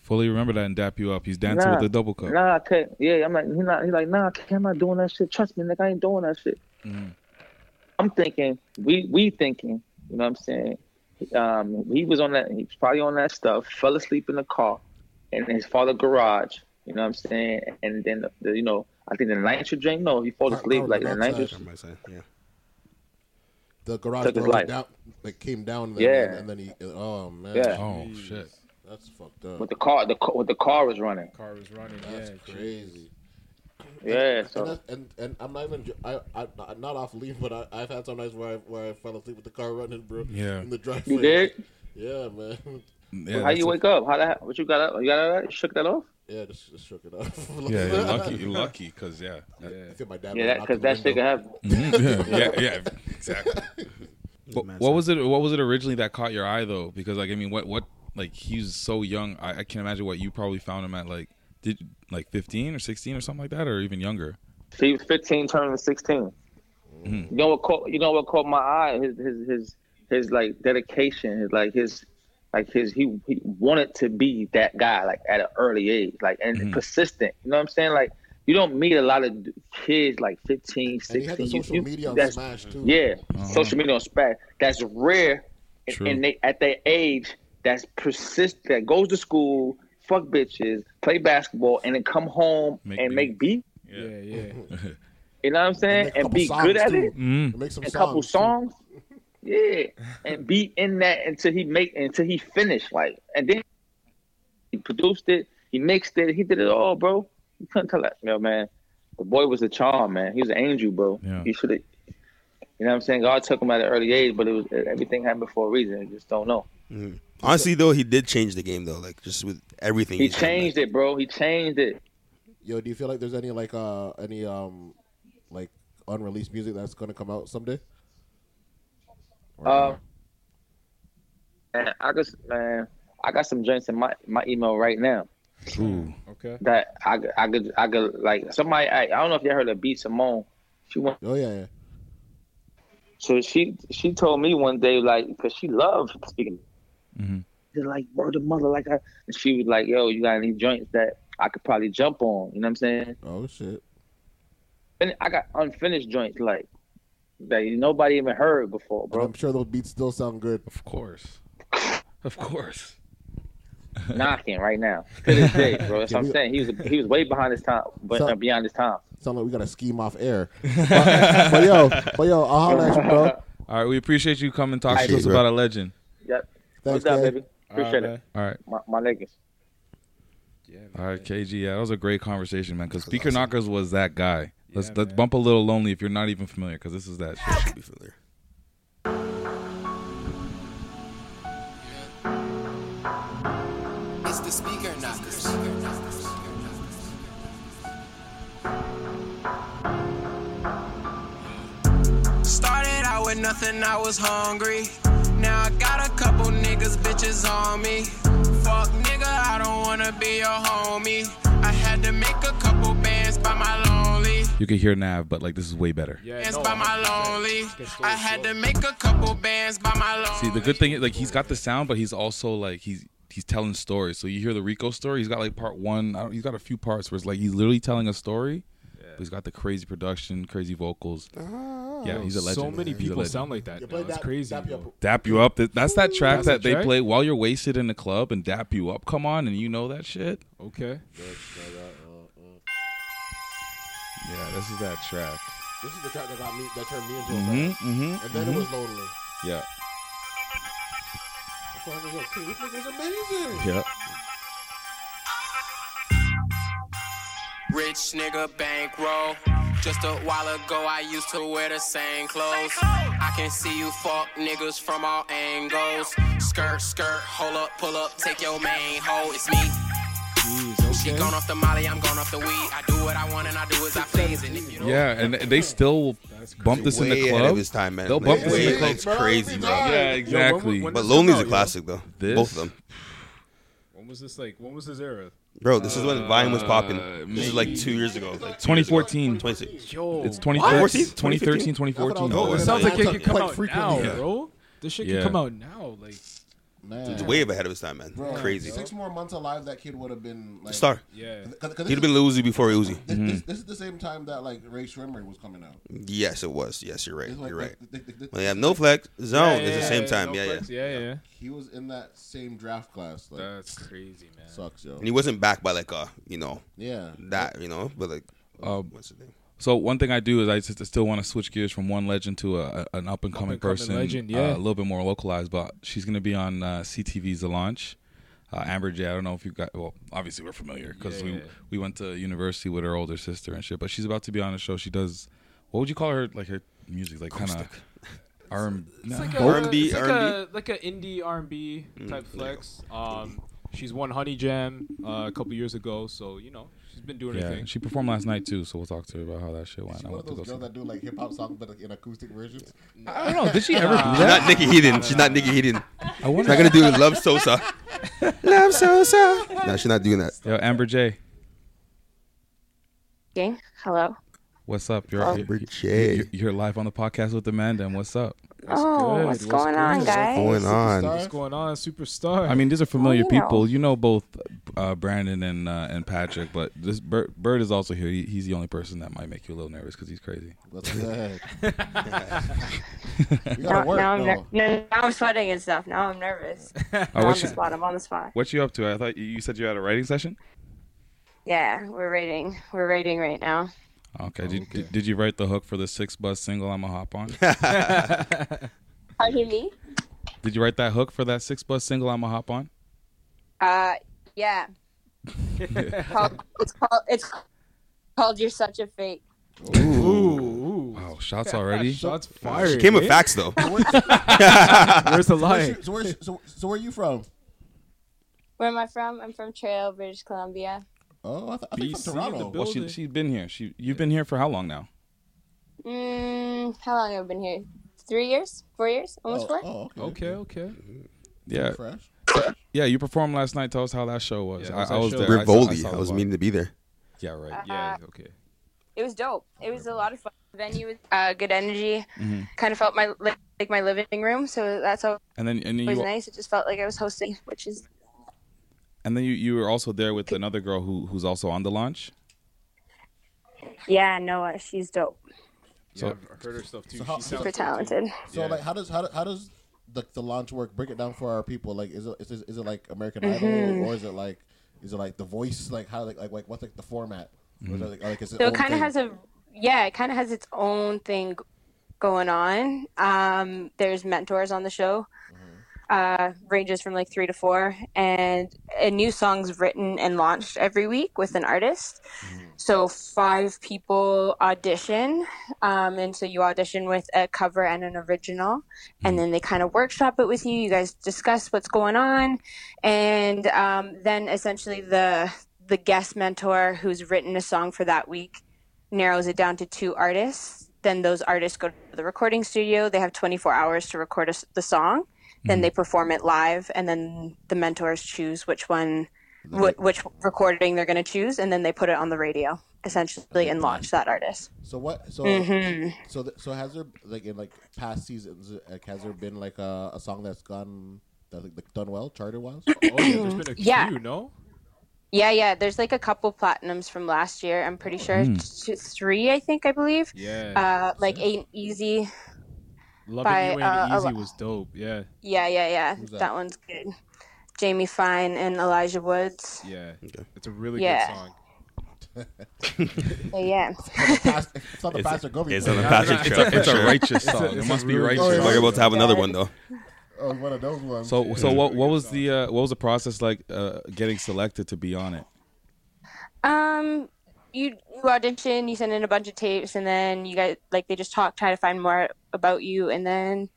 Speaker 2: Fully remember that and dap you up. He's dancing with a double cup.
Speaker 10: Nah, I can't. Yeah, I'm like, he not. He like, nah, I am not doing that shit. Trust me, nigga, I ain't doing that shit.
Speaker 2: Mm-hmm.
Speaker 10: I'm thinking, we we thinking, you know what I'm saying? Um, he was on that. He was probably on that stuff. Fell asleep in the car, in his father's garage. You know what I'm saying? And then, the, you know, I think the nitrogen drink. No, he falls
Speaker 4: oh,
Speaker 10: asleep like the nitrogen.
Speaker 3: yeah.
Speaker 4: the garage
Speaker 10: took his
Speaker 4: door like
Speaker 10: life.
Speaker 4: down, like came down. And
Speaker 10: Yeah.
Speaker 4: and then he. Oh man.
Speaker 10: Yeah.
Speaker 2: Oh shit.
Speaker 4: That's fucked up.
Speaker 10: With the car, the car- with the car was running.
Speaker 5: Car was running.
Speaker 4: That's
Speaker 5: yeah,
Speaker 4: crazy.
Speaker 10: Yeah,
Speaker 4: And,
Speaker 10: so
Speaker 4: that's- and and I'm not even jo- I I I'm not off leave, but I I've had some nights where I where I fell asleep with the car running, bro.
Speaker 2: Yeah.
Speaker 4: In the driveway.
Speaker 10: you did.
Speaker 4: Yeah, man.
Speaker 2: Yeah,
Speaker 10: How
Speaker 2: that's
Speaker 10: you
Speaker 2: a-
Speaker 10: wake up? How that? What you got up? You got up? You shook that off?
Speaker 4: Yeah, just, just shook it off.
Speaker 2: Yeah, you're lucky. You're lucky because yeah.
Speaker 4: I think my dad
Speaker 10: Yeah,
Speaker 4: would've
Speaker 10: that
Speaker 4: knocked
Speaker 10: because
Speaker 4: on the
Speaker 10: that shit could
Speaker 4: window.
Speaker 2: Mhm.
Speaker 10: happen.
Speaker 2: yeah, yeah, yeah, exactly. What, what was it? What was it originally that caught your eye though? Because like I mean, what what like he's so young. I, I can imagine what you probably found him at like did like fifteen or sixteen or something like that, or even younger.
Speaker 10: He was 15, turning 16.
Speaker 2: Mm-hmm.
Speaker 10: You know what caught you know what caught my eye his his his, his like dedication his like his like his he, he wanted to be that guy like at an early age like and
Speaker 2: Mm-hmm.
Speaker 10: persistent you know what I'm saying like you don't meet a lot of d- kids like 15, 16.
Speaker 4: And he had the
Speaker 10: You-
Speaker 4: social
Speaker 10: you-
Speaker 4: media on
Speaker 10: that's-
Speaker 4: Smash too.
Speaker 10: yeah, social media on Spat. That's rare, and,
Speaker 2: Uh-huh. True.
Speaker 10: and they at their age that's persist that goes to school, fuck bitches, play basketball, and then come home
Speaker 2: Make
Speaker 10: and
Speaker 2: beats.
Speaker 10: make beats.
Speaker 5: Yeah, yeah.
Speaker 10: You know what I'm saying?
Speaker 5: And make
Speaker 10: And,
Speaker 5: a couple
Speaker 10: be good
Speaker 5: songs,
Speaker 10: at
Speaker 5: too.
Speaker 10: it.
Speaker 2: Mm-hmm.
Speaker 5: Mm. And make some
Speaker 10: a couple
Speaker 5: songs,
Speaker 10: songs. Yeah, and be in that until he make until he finished. Like, and then he produced it, he mixed it, he did it all, bro. You couldn't tell that, yo, man. The boy was a charm, man. He was an angel, bro.
Speaker 2: Yeah.
Speaker 10: He should have. You know what I'm saying? God took him at an early age, but it was everything happened for a reason. You just don't know.
Speaker 3: Mhm. Honestly, though, he did change the game, though. Like just with everything.
Speaker 10: He
Speaker 3: he's done.
Speaker 10: changed it, bro. He changed it.
Speaker 4: Yo, do you feel like there's any like uh any um like unreleased music that's gonna come out someday?
Speaker 10: Uh, man, I just man, I got some joints in my my email right now.
Speaker 2: Ooh.
Speaker 5: Okay.
Speaker 10: that I, could- I could I could like somebody I, I don't know if y'all heard of B Simone. She went.
Speaker 4: Oh yeah, yeah.
Speaker 10: So she she told me one day like because she loved speaking.
Speaker 2: Mhm.
Speaker 10: She's like word of mother like I. And she was like, yo, you got any joints that I could probably jump on? You know what I'm saying?
Speaker 4: Oh shit.
Speaker 10: And I got unfinished joints like that nobody even heard before,
Speaker 4: Bro,
Speaker 10: bro.
Speaker 4: I'm sure those beats still sound good.
Speaker 2: Of course. Of course.
Speaker 10: Knocking right now to this day, bro. That's
Speaker 4: Yeah,
Speaker 10: what
Speaker 4: we-
Speaker 10: I'm saying. He was he was way behind his time, but
Speaker 4: So-
Speaker 10: uh, beyond his time.
Speaker 4: Sound like we gotta scheme off air. but, but yo, but yo, I'll holler at you, bro.
Speaker 2: All right, we appreciate you coming and talking to
Speaker 3: Appreciate
Speaker 2: us
Speaker 3: you,
Speaker 2: about
Speaker 3: bro.
Speaker 2: a legend.
Speaker 10: Yep.
Speaker 4: Thanks,
Speaker 10: What's up,
Speaker 4: Dave.
Speaker 10: baby?
Speaker 5: All right,
Speaker 10: Appreciate
Speaker 5: man.
Speaker 10: it.
Speaker 2: All right.
Speaker 10: My, my legacy.
Speaker 2: All right, KG. Yeah, that was a great conversation, man. Because Speaker Knockers was that guy. Let's
Speaker 5: Yeah,
Speaker 2: let's
Speaker 5: man.
Speaker 2: bump a little lonely if you're not even familiar, because this is that shit.
Speaker 3: Should be familiar.
Speaker 7: It's the speaker knockers. Started out with nothing, I was hungry. Now I got a couple niggas, bitches on me. Fuck nigga, I don't wanna be your homie. I had to make a couple bands by my lonely.
Speaker 2: You can hear Nav, but like this is way better.
Speaker 5: Yeah,
Speaker 7: Bands
Speaker 5: no,
Speaker 7: by my
Speaker 5: 100%.
Speaker 7: lonely.
Speaker 5: This gets so
Speaker 7: I had
Speaker 5: slow.
Speaker 7: to make a couple bands by my lonely.
Speaker 2: See, the good thing is like he's got the sound, but he's also like he's he's telling stories. So you hear the Rico story. He's got like part one. I don't, he's got a few parts where it's like he's literally telling a story. But he's got the crazy production, crazy vocals.
Speaker 5: Ah.
Speaker 2: yeah, he's a legend.
Speaker 5: So many
Speaker 2: He's a
Speaker 5: people
Speaker 2: legend.
Speaker 5: sound like that.
Speaker 4: You
Speaker 5: Now.
Speaker 4: play
Speaker 5: That's
Speaker 4: Ah. that-
Speaker 5: crazy.
Speaker 4: that be
Speaker 5: bro.
Speaker 4: up-
Speaker 2: Dap you up. That- That's that track
Speaker 5: That's
Speaker 2: that
Speaker 5: the
Speaker 2: they
Speaker 5: track?
Speaker 2: play while you're wasted in the club and dap you up. Come on, and you know that shit.
Speaker 5: Okay.
Speaker 4: uh,
Speaker 2: Yeah, this is that track.
Speaker 4: This is the track that got me that turned me into a
Speaker 2: hmm
Speaker 4: rapper.
Speaker 2: hmm
Speaker 4: And then it was lonely.
Speaker 2: Yeah.
Speaker 4: I was like, yo, King, this nigga's amazing.
Speaker 2: Yeah.
Speaker 7: Rich nigga bankroll. Just a while ago, I used to wear the same clothes. I can see you fuck niggas from all angles. Skirt, skirt, hold up, pull up, take your main hoe. It's me. She gone off the molly, I'm gone off the weed. I do what I want and I do as I please. And if you don't
Speaker 2: Yeah, and they still bump this in the
Speaker 3: Way ahead
Speaker 2: club.
Speaker 3: of his time, man.
Speaker 2: They'll
Speaker 3: Like,
Speaker 2: bump this in the
Speaker 3: way-
Speaker 2: club.
Speaker 3: It's crazy, bro.
Speaker 2: Yeah, exactly.
Speaker 5: when-
Speaker 3: But
Speaker 5: This
Speaker 3: Lonely's
Speaker 5: is
Speaker 3: a
Speaker 5: out,
Speaker 3: classic, though.
Speaker 2: This-
Speaker 3: Both of them,
Speaker 5: When was this like? When was this era? Uh,
Speaker 3: bro. This is when Vine was popping. Uh, This is like two years ago. Like two years ago.
Speaker 2: 2014.
Speaker 3: 26.
Speaker 5: Yo,
Speaker 2: It's
Speaker 3: 2013,
Speaker 2: 2013, 2013,
Speaker 4: No,
Speaker 5: It
Speaker 2: 2014.
Speaker 4: it's-
Speaker 5: sounds like it
Speaker 4: Quite
Speaker 5: could come out now,
Speaker 4: frequently.
Speaker 5: bro. This shit
Speaker 2: Yeah.
Speaker 5: can come out now. Like,
Speaker 4: Man.
Speaker 3: He's way ahead of his time, man.
Speaker 4: Bro,
Speaker 3: Crazy.
Speaker 4: Six more months alive, that kid would have been like
Speaker 3: Star.
Speaker 5: yeah.
Speaker 4: Cause, cause this,
Speaker 3: He'd have been Uzi before Uzi.
Speaker 4: this, this, this is the same time that like Ray Shrimmery was coming out.
Speaker 3: Yes, it was. Yes, you're right.
Speaker 4: It's like-
Speaker 3: You're right.
Speaker 4: like, th- th- th-
Speaker 3: Well, yeah, no flex
Speaker 5: Yeah,
Speaker 3: zone. it's the
Speaker 5: yeah,
Speaker 3: same
Speaker 5: yeah,
Speaker 3: time.
Speaker 5: no
Speaker 3: yeah, yeah.
Speaker 5: flex. yeah, yeah,
Speaker 4: He was in that same draft class. Like,
Speaker 5: That's crazy, man.
Speaker 4: sucks, yo.
Speaker 3: And he wasn't backed by like uh, you know,
Speaker 4: Yeah.
Speaker 3: that, you know, but like,
Speaker 2: Um,
Speaker 3: what's the name?
Speaker 2: So one thing I do is I just still want to switch gears from one legend to a, a- an up and coming
Speaker 5: Up-and-coming
Speaker 2: person,
Speaker 5: legend,
Speaker 2: uh, a
Speaker 5: yeah.
Speaker 2: little bit more localized. But she's going to be on uh, CTV's The Launch. Uh, Amber J. I don't know if you got. Well, obviously we're familiar because
Speaker 5: Yeah,
Speaker 2: we
Speaker 5: yeah.
Speaker 2: we went to university with her older sister and shit. But she's about to be on a show. She does. What would you call her? Like her music, like kind of R and
Speaker 3: R&B,
Speaker 5: it's like
Speaker 3: R&B.
Speaker 5: a like an indie R and B
Speaker 4: Mm,
Speaker 5: type flex. Um, she's won Honey Jam uh, a couple years ago, so you know she's been doing her
Speaker 2: Yeah,
Speaker 5: thing.
Speaker 2: she performed last night too. So we'll talk to her about how that shit went.
Speaker 4: She's
Speaker 2: I
Speaker 4: one
Speaker 2: want
Speaker 4: of
Speaker 2: to
Speaker 4: those
Speaker 2: go see.
Speaker 4: girls that do like hip hop songs but like, in acoustic versions.
Speaker 2: I don't know. Did she ever do
Speaker 3: She's
Speaker 2: that?
Speaker 3: not Nikki Heaton. She's not Nikki Heaton.
Speaker 2: I wonder.
Speaker 3: She's not gonna do Love Sosa. Love Sosa. No, she's not doing that.
Speaker 2: Yo, Amber J.
Speaker 11: Gang, hello.
Speaker 2: What's up? You're,
Speaker 3: Amber
Speaker 2: you're-
Speaker 3: J.
Speaker 2: You're, you're live on the podcast with Amanda. And what's up?
Speaker 11: oh,
Speaker 5: good.
Speaker 11: what's
Speaker 5: What's
Speaker 11: going on,
Speaker 5: good?
Speaker 11: guys?
Speaker 3: Going on.
Speaker 5: What's going on, superstar?
Speaker 2: I mean, these are familiar
Speaker 11: Oh, yeah.
Speaker 2: people. You know both uh, Brandon and uh, and Patrick, but this Bird, Bird is also here. He, he's the only person that might make you a little nervous because he's crazy. Uh,
Speaker 4: That's good. you
Speaker 11: Now,
Speaker 4: gotta work,
Speaker 11: now I'm
Speaker 4: though.
Speaker 11: ner- no, now I'm sweating and stuff. Now I'm nervous.
Speaker 2: Oh,
Speaker 11: I'm on
Speaker 2: what,
Speaker 11: the
Speaker 2: you,
Speaker 11: spot. I'm on the spot.
Speaker 2: what you up to? I thought you- you said you had a writing session.
Speaker 11: Yeah, we're rating. We're rating right now.
Speaker 2: Okay. Did, did, did you write the hook for the six bus single I'm a hop on?
Speaker 11: Pardon me?
Speaker 2: did you write that hook for that six bus single I'm a hop on?
Speaker 11: Uh, yeah. it's, called, it's called. It's called. You're such a fake.
Speaker 2: Ooh. Wow, shots already.
Speaker 5: Shots
Speaker 3: fired, She came with eh? facts, though.
Speaker 5: Where's the lie?
Speaker 4: So where, so, so where are you from?
Speaker 11: Where am I from? I'm from Trail, British Columbia.
Speaker 4: Oh, I, th- I think
Speaker 2: BC,
Speaker 4: from Toronto.
Speaker 2: Well, she she's been here. She you've been here for how long now?
Speaker 11: Mm, how long have I been here? Three years? Four years? Almost
Speaker 4: Oh,
Speaker 11: four.
Speaker 5: Okay, okay.
Speaker 2: Yeah.
Speaker 4: Fresh.
Speaker 2: Yeah, you performed last night. Tell us how that show was.
Speaker 5: Yeah,
Speaker 2: I,
Speaker 5: how's
Speaker 2: I
Speaker 5: that
Speaker 2: was
Speaker 5: show?
Speaker 2: there. I saw- I,
Speaker 3: Rivoli.
Speaker 2: saw
Speaker 3: I
Speaker 2: the
Speaker 3: was
Speaker 2: love.
Speaker 3: meaning to be there.
Speaker 2: Yeah, right.
Speaker 11: Yeah,
Speaker 5: okay.
Speaker 11: It was dope. It was a lot of fun. The venue was uh, good energy.
Speaker 2: Mhm.
Speaker 11: Kind of felt my like, like my living room, so that's always
Speaker 2: And then and then you
Speaker 11: nice. It just felt like I was hosting, which is
Speaker 2: and then you, you were also there with another girl who who's also on the launch.
Speaker 11: yeah. Noah, she's dope.
Speaker 2: So
Speaker 5: I heard her stuff too.
Speaker 4: So how-
Speaker 5: she
Speaker 11: Super
Speaker 5: sounds
Speaker 11: talented.
Speaker 4: So like, how does how, do- how does the, the launch work? Break it down for our people. Like, is it is, it- is it like American Idol
Speaker 11: Mhm.
Speaker 4: or is it like is it like the voice? Like how like like, like what's like the format? Or is it like, or, like, is it
Speaker 11: so it kind of has a yeah it kind of has its own thing going on um there's mentors on the show uh ranges from like three to four and a new song's written and launched every week with an artist so five people audition um and so you audition with a cover and an original and then they kind of workshop it with you you guys discuss what's going on and um then essentially the the guest mentor who's written a song for that week narrows it down to two artists. Then those artists go to the recording studio. They have 24 hours to record a s the song. Then they perform it live, and then the mentors choose which one, wh- which recording they're going to choose, and then they put it on the radio essentially and launch that artist.
Speaker 4: So what? So
Speaker 11: Mhm.
Speaker 4: so th- so has there like in like past seasons? Like, has there been like a, a song that's gone that like, done well, charted wise? oh
Speaker 5: yeah, there's been a
Speaker 11: Yeah.
Speaker 5: few, no?
Speaker 11: Yeah, yeah. There's like a couple platinums from last year. I'm pretty sure
Speaker 5: Mm.
Speaker 11: two, three, I think, I believe.
Speaker 5: Yeah.
Speaker 11: Uh, like Ain't Easy.
Speaker 5: Loving
Speaker 11: by,
Speaker 5: You Ain't
Speaker 11: uh, a
Speaker 5: Easy
Speaker 11: lo-
Speaker 5: was dope. Yeah.
Speaker 11: Yeah, yeah, yeah.
Speaker 5: Who's
Speaker 11: That?
Speaker 5: that?
Speaker 11: one's good. Jamie Fine and Elijah Woods.
Speaker 5: Yeah. It's a really
Speaker 11: Yeah.
Speaker 5: good song.
Speaker 11: So, yeah.
Speaker 4: It's not the
Speaker 3: It's-
Speaker 4: pastor Gobi.
Speaker 3: it's not the
Speaker 4: Yeah,
Speaker 3: pastor
Speaker 4: it's a-
Speaker 3: trail,
Speaker 4: it's
Speaker 3: for
Speaker 4: a
Speaker 3: sure.
Speaker 4: righteous
Speaker 2: It's a- song. It it's a must be really righteous.
Speaker 3: We're
Speaker 2: good song.
Speaker 3: about to have another one though.
Speaker 4: Oh, one of those ones.
Speaker 2: So so
Speaker 4: Yeah.
Speaker 2: what what was the uh, what was the process like uh, getting selected to be on it?
Speaker 11: Um, you you audition, you send in a bunch of tapes, and then you guys like they just talk, try to find more about you, and then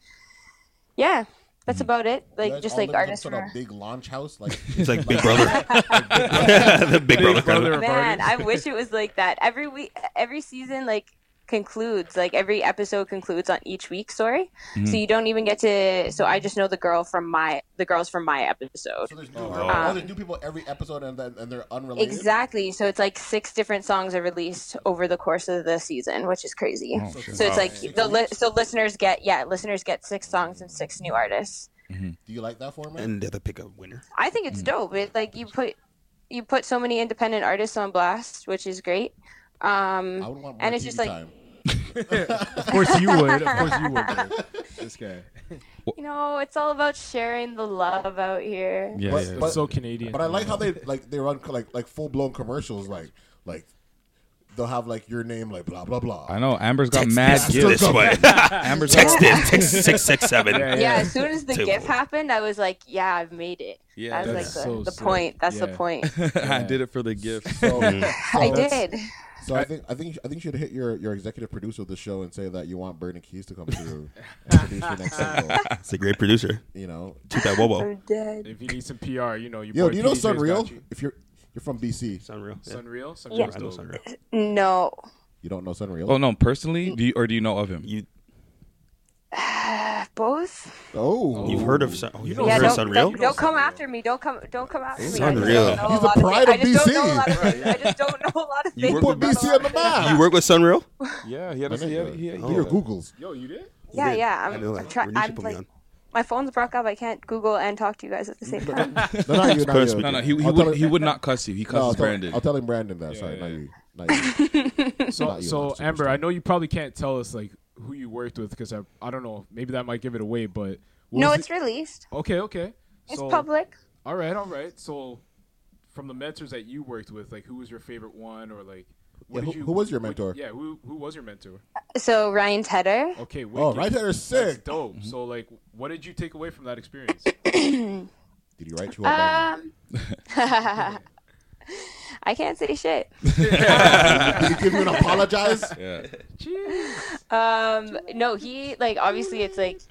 Speaker 11: yeah, that's about it.
Speaker 4: You
Speaker 11: Like
Speaker 4: guys
Speaker 11: just
Speaker 4: all
Speaker 11: like
Speaker 4: lived in
Speaker 11: artists
Speaker 4: sort of
Speaker 11: were.
Speaker 4: big launch house, like
Speaker 3: It's like Big Brother. The Big Brother kind of-
Speaker 11: Man, I wish it was like that. Every week, every season, like concludes like every episode concludes on each week story
Speaker 3: Mm-hmm.
Speaker 12: Mhm.
Speaker 11: so you don't even get to so i just know the girl from my the girls from my episode
Speaker 4: Oh,
Speaker 11: Um,
Speaker 4: there's new people every episode, and then and they're unrelated.
Speaker 11: Exactly. So it's like six different songs are released over the course of the season, which is crazy.
Speaker 4: Oh,
Speaker 11: so
Speaker 4: shit.
Speaker 11: it's
Speaker 4: Wow.
Speaker 11: like the li- so listeners get yeah, listeners get six songs and six new artists.
Speaker 4: Do you like that format?
Speaker 3: Mm-hmm. And they have to pick a winner.
Speaker 11: I think
Speaker 4: Hmm.
Speaker 11: it's dope. It like you put you put so many independent artists on blast, which is great. Um
Speaker 4: I would want more
Speaker 11: and it's
Speaker 4: TV
Speaker 11: just like
Speaker 4: time.
Speaker 5: of course you would. Of course you would. dude. This guy.
Speaker 11: you know, it's all about sharing the love out here.
Speaker 5: Yeah, yeah, it's so Canadian.
Speaker 4: But I like how they like they run like like full blown commercials, like like they'll have like your name, like blah blah blah.
Speaker 2: I know Amber's got
Speaker 4: Text
Speaker 2: mad
Speaker 4: this
Speaker 2: gifts.
Speaker 4: this way.
Speaker 2: Amber's
Speaker 4: Text
Speaker 2: got-
Speaker 4: this, text 667.
Speaker 11: Yeah, as soon as the
Speaker 2: Two.
Speaker 11: gift happened, I was like, yeah, I've made it.
Speaker 2: Yeah,
Speaker 11: that was like the, the point. That's the point.
Speaker 2: I did it for the gift.
Speaker 3: Oh,
Speaker 4: Mm-hmm.
Speaker 11: I
Speaker 4: that's-
Speaker 11: did.
Speaker 4: So I think I think I think you should hit your, your executive producer of the show and say that you want Burning Keys to come through and produce your next single.
Speaker 3: It's a great producer.
Speaker 4: You know,
Speaker 3: Keep that Wobo.
Speaker 11: I'm dead.
Speaker 5: If you need some PR, you know, you
Speaker 4: Yo, do you know Sunreal? If you're you're from BC,
Speaker 3: Sunreal.
Speaker 5: Sunreal? Sunreal.
Speaker 11: Yeah.
Speaker 3: I know Sunreal.
Speaker 11: No.
Speaker 4: You don't know Sunreal?
Speaker 2: Oh no, personally, do you or do you know of him?
Speaker 3: You
Speaker 11: Both.
Speaker 4: Oh,
Speaker 3: you've heard of Sun? Oh, you've
Speaker 11: yeah,
Speaker 3: heard of
Speaker 11: don't, don't,
Speaker 3: Sunreal?
Speaker 11: don't come after me. Don't come. Don't come after me.
Speaker 3: Sunreal.
Speaker 11: I just
Speaker 3: He's the
Speaker 11: don't know a
Speaker 3: pride
Speaker 11: lot
Speaker 3: of
Speaker 11: things. I just
Speaker 3: BC.
Speaker 11: don't know a lot of things. I just don't know a lot of
Speaker 3: You
Speaker 11: things.
Speaker 3: work with
Speaker 11: about a
Speaker 3: BC
Speaker 11: lot of things.
Speaker 3: You work with Sunreal?
Speaker 2: Yeah, he had
Speaker 3: a, he had, he
Speaker 2: had,
Speaker 4: your Googles.
Speaker 5: Yo, you did?
Speaker 11: Yeah, yeah.
Speaker 3: I
Speaker 11: I'm,
Speaker 3: know
Speaker 11: I'm
Speaker 3: that.
Speaker 11: trying.
Speaker 3: Renisha
Speaker 11: I'm
Speaker 3: put me
Speaker 11: like,
Speaker 3: on.
Speaker 11: my phone's broke up. I can't Google and talk to you guys at the same time.
Speaker 4: No, not you, not you.
Speaker 2: No, no, he, he
Speaker 4: I'll tell
Speaker 2: would
Speaker 4: him-
Speaker 2: he would not cuss you. He
Speaker 4: No, I'll
Speaker 2: cusses
Speaker 4: tell-
Speaker 2: Brandon.
Speaker 4: I'll tell him Brandon that. Sorry, not you. Not you.
Speaker 5: So,
Speaker 4: Not you,
Speaker 5: so
Speaker 4: Monster
Speaker 5: Amber, I know you probably can't tell us like who you worked with because I, I don't know. Maybe that might give it away, but what
Speaker 11: no,
Speaker 5: was
Speaker 11: it's
Speaker 5: the-
Speaker 11: released.
Speaker 5: okay, okay.
Speaker 11: It's
Speaker 5: So-
Speaker 11: public.
Speaker 5: All right, all right. So, from the mentors that you worked with, like who was your favorite one, or like
Speaker 4: Yeah,
Speaker 5: did
Speaker 4: who- who was your
Speaker 5: what-
Speaker 4: mentor?
Speaker 5: yeah, who who was your mentor?
Speaker 11: So Ryan Tedder.
Speaker 5: Okay, wicked.
Speaker 4: Oh, right there is
Speaker 5: That's
Speaker 4: sick.
Speaker 5: dope. So like, what did you take away from that experience?
Speaker 4: Did you write you
Speaker 11: Um, I can't say shit.
Speaker 4: Did he give you an apologize?
Speaker 2: Yeah.
Speaker 11: um, no, he like obviously it's like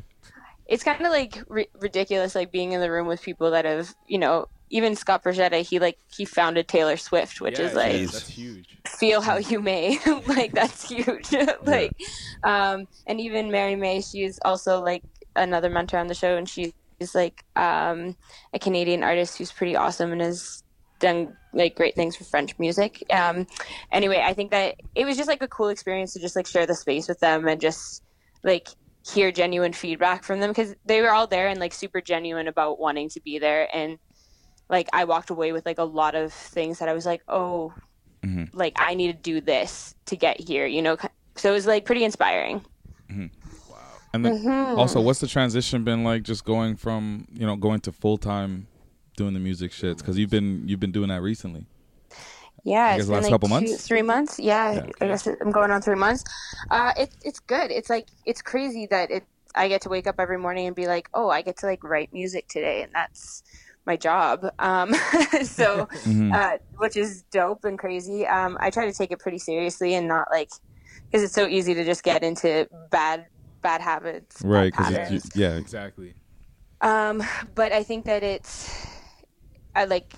Speaker 11: it's kind of like ri- ridiculous like being in the room with people that have you know even Scott Borgetta he like he founded Taylor Swift which
Speaker 5: Yeah,
Speaker 11: is like
Speaker 5: jeez, that's huge.
Speaker 11: feel how you may like that's huge like um and even mary may she's also like another mentor on the show and she's like um a canadian artist who's pretty awesome and has done like great things for french music um anyway i think that it was just like a cool experience to just like share the space with them and just like hear genuine feedback from them because they were all there and like super genuine about wanting to be there and like i walked away with like a lot of things that i was like oh
Speaker 2: Hmm.
Speaker 11: like I need to do this to get here, you know. So it was like pretty inspiring.
Speaker 2: And then
Speaker 11: Mhm.
Speaker 2: also, what's the transition been like? Just going from you know going to full time doing the music shits because you've been you've been doing that recently.
Speaker 11: Yeah,
Speaker 2: I
Speaker 11: it's
Speaker 2: guess
Speaker 11: been
Speaker 2: last
Speaker 11: like
Speaker 2: couple
Speaker 11: two-
Speaker 2: months?
Speaker 11: three months. Yeah, I guess I'm going on three months. Uh, it's it's good. It's like it's crazy that it. I get to wake up every morning and be like, oh, I get to like write music today, and that's my job. Um, so,
Speaker 12: Mhm.
Speaker 11: uh, which is dope and crazy. Um, I try to take it pretty seriously and not like because it's so easy to just get into bad bad habits, bad
Speaker 2: Right, 'cause you-
Speaker 11: patterns.
Speaker 2: you- yeah.
Speaker 5: exactly.
Speaker 11: Um, but I think that it's, I like,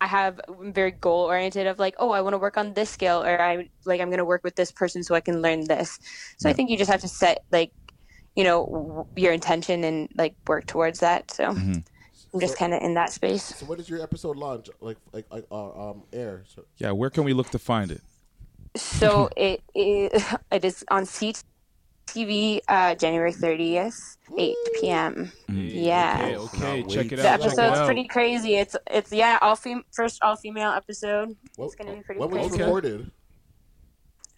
Speaker 11: I have I'm very goal oriented of like, oh, I want to work on this skill, or I like I'm going to work with this person so I can learn this. So I
Speaker 2: Yeah.
Speaker 11: think you just have to set like, you know, w- your intention and like work towards that. So
Speaker 2: Mhm.
Speaker 11: I'm just kind of in that space.
Speaker 4: So when does your episode launch? Like like like, uh, um air. So
Speaker 2: Yeah, where can we look to find it?
Speaker 11: So
Speaker 5: Mm-hmm.
Speaker 11: it is, it is on CTV uh, January 30th, 8 p.m. Yeah.
Speaker 5: Mm, Okay, okay,
Speaker 9: Cannot wait.
Speaker 5: check it
Speaker 11: the
Speaker 5: out. check it
Speaker 11: episode's
Speaker 5: out.
Speaker 11: pretty crazy. It's it's yeah, all fem- first all female episode. it's gonna be pretty
Speaker 4: when was
Speaker 11: crazy.
Speaker 4: this recorded?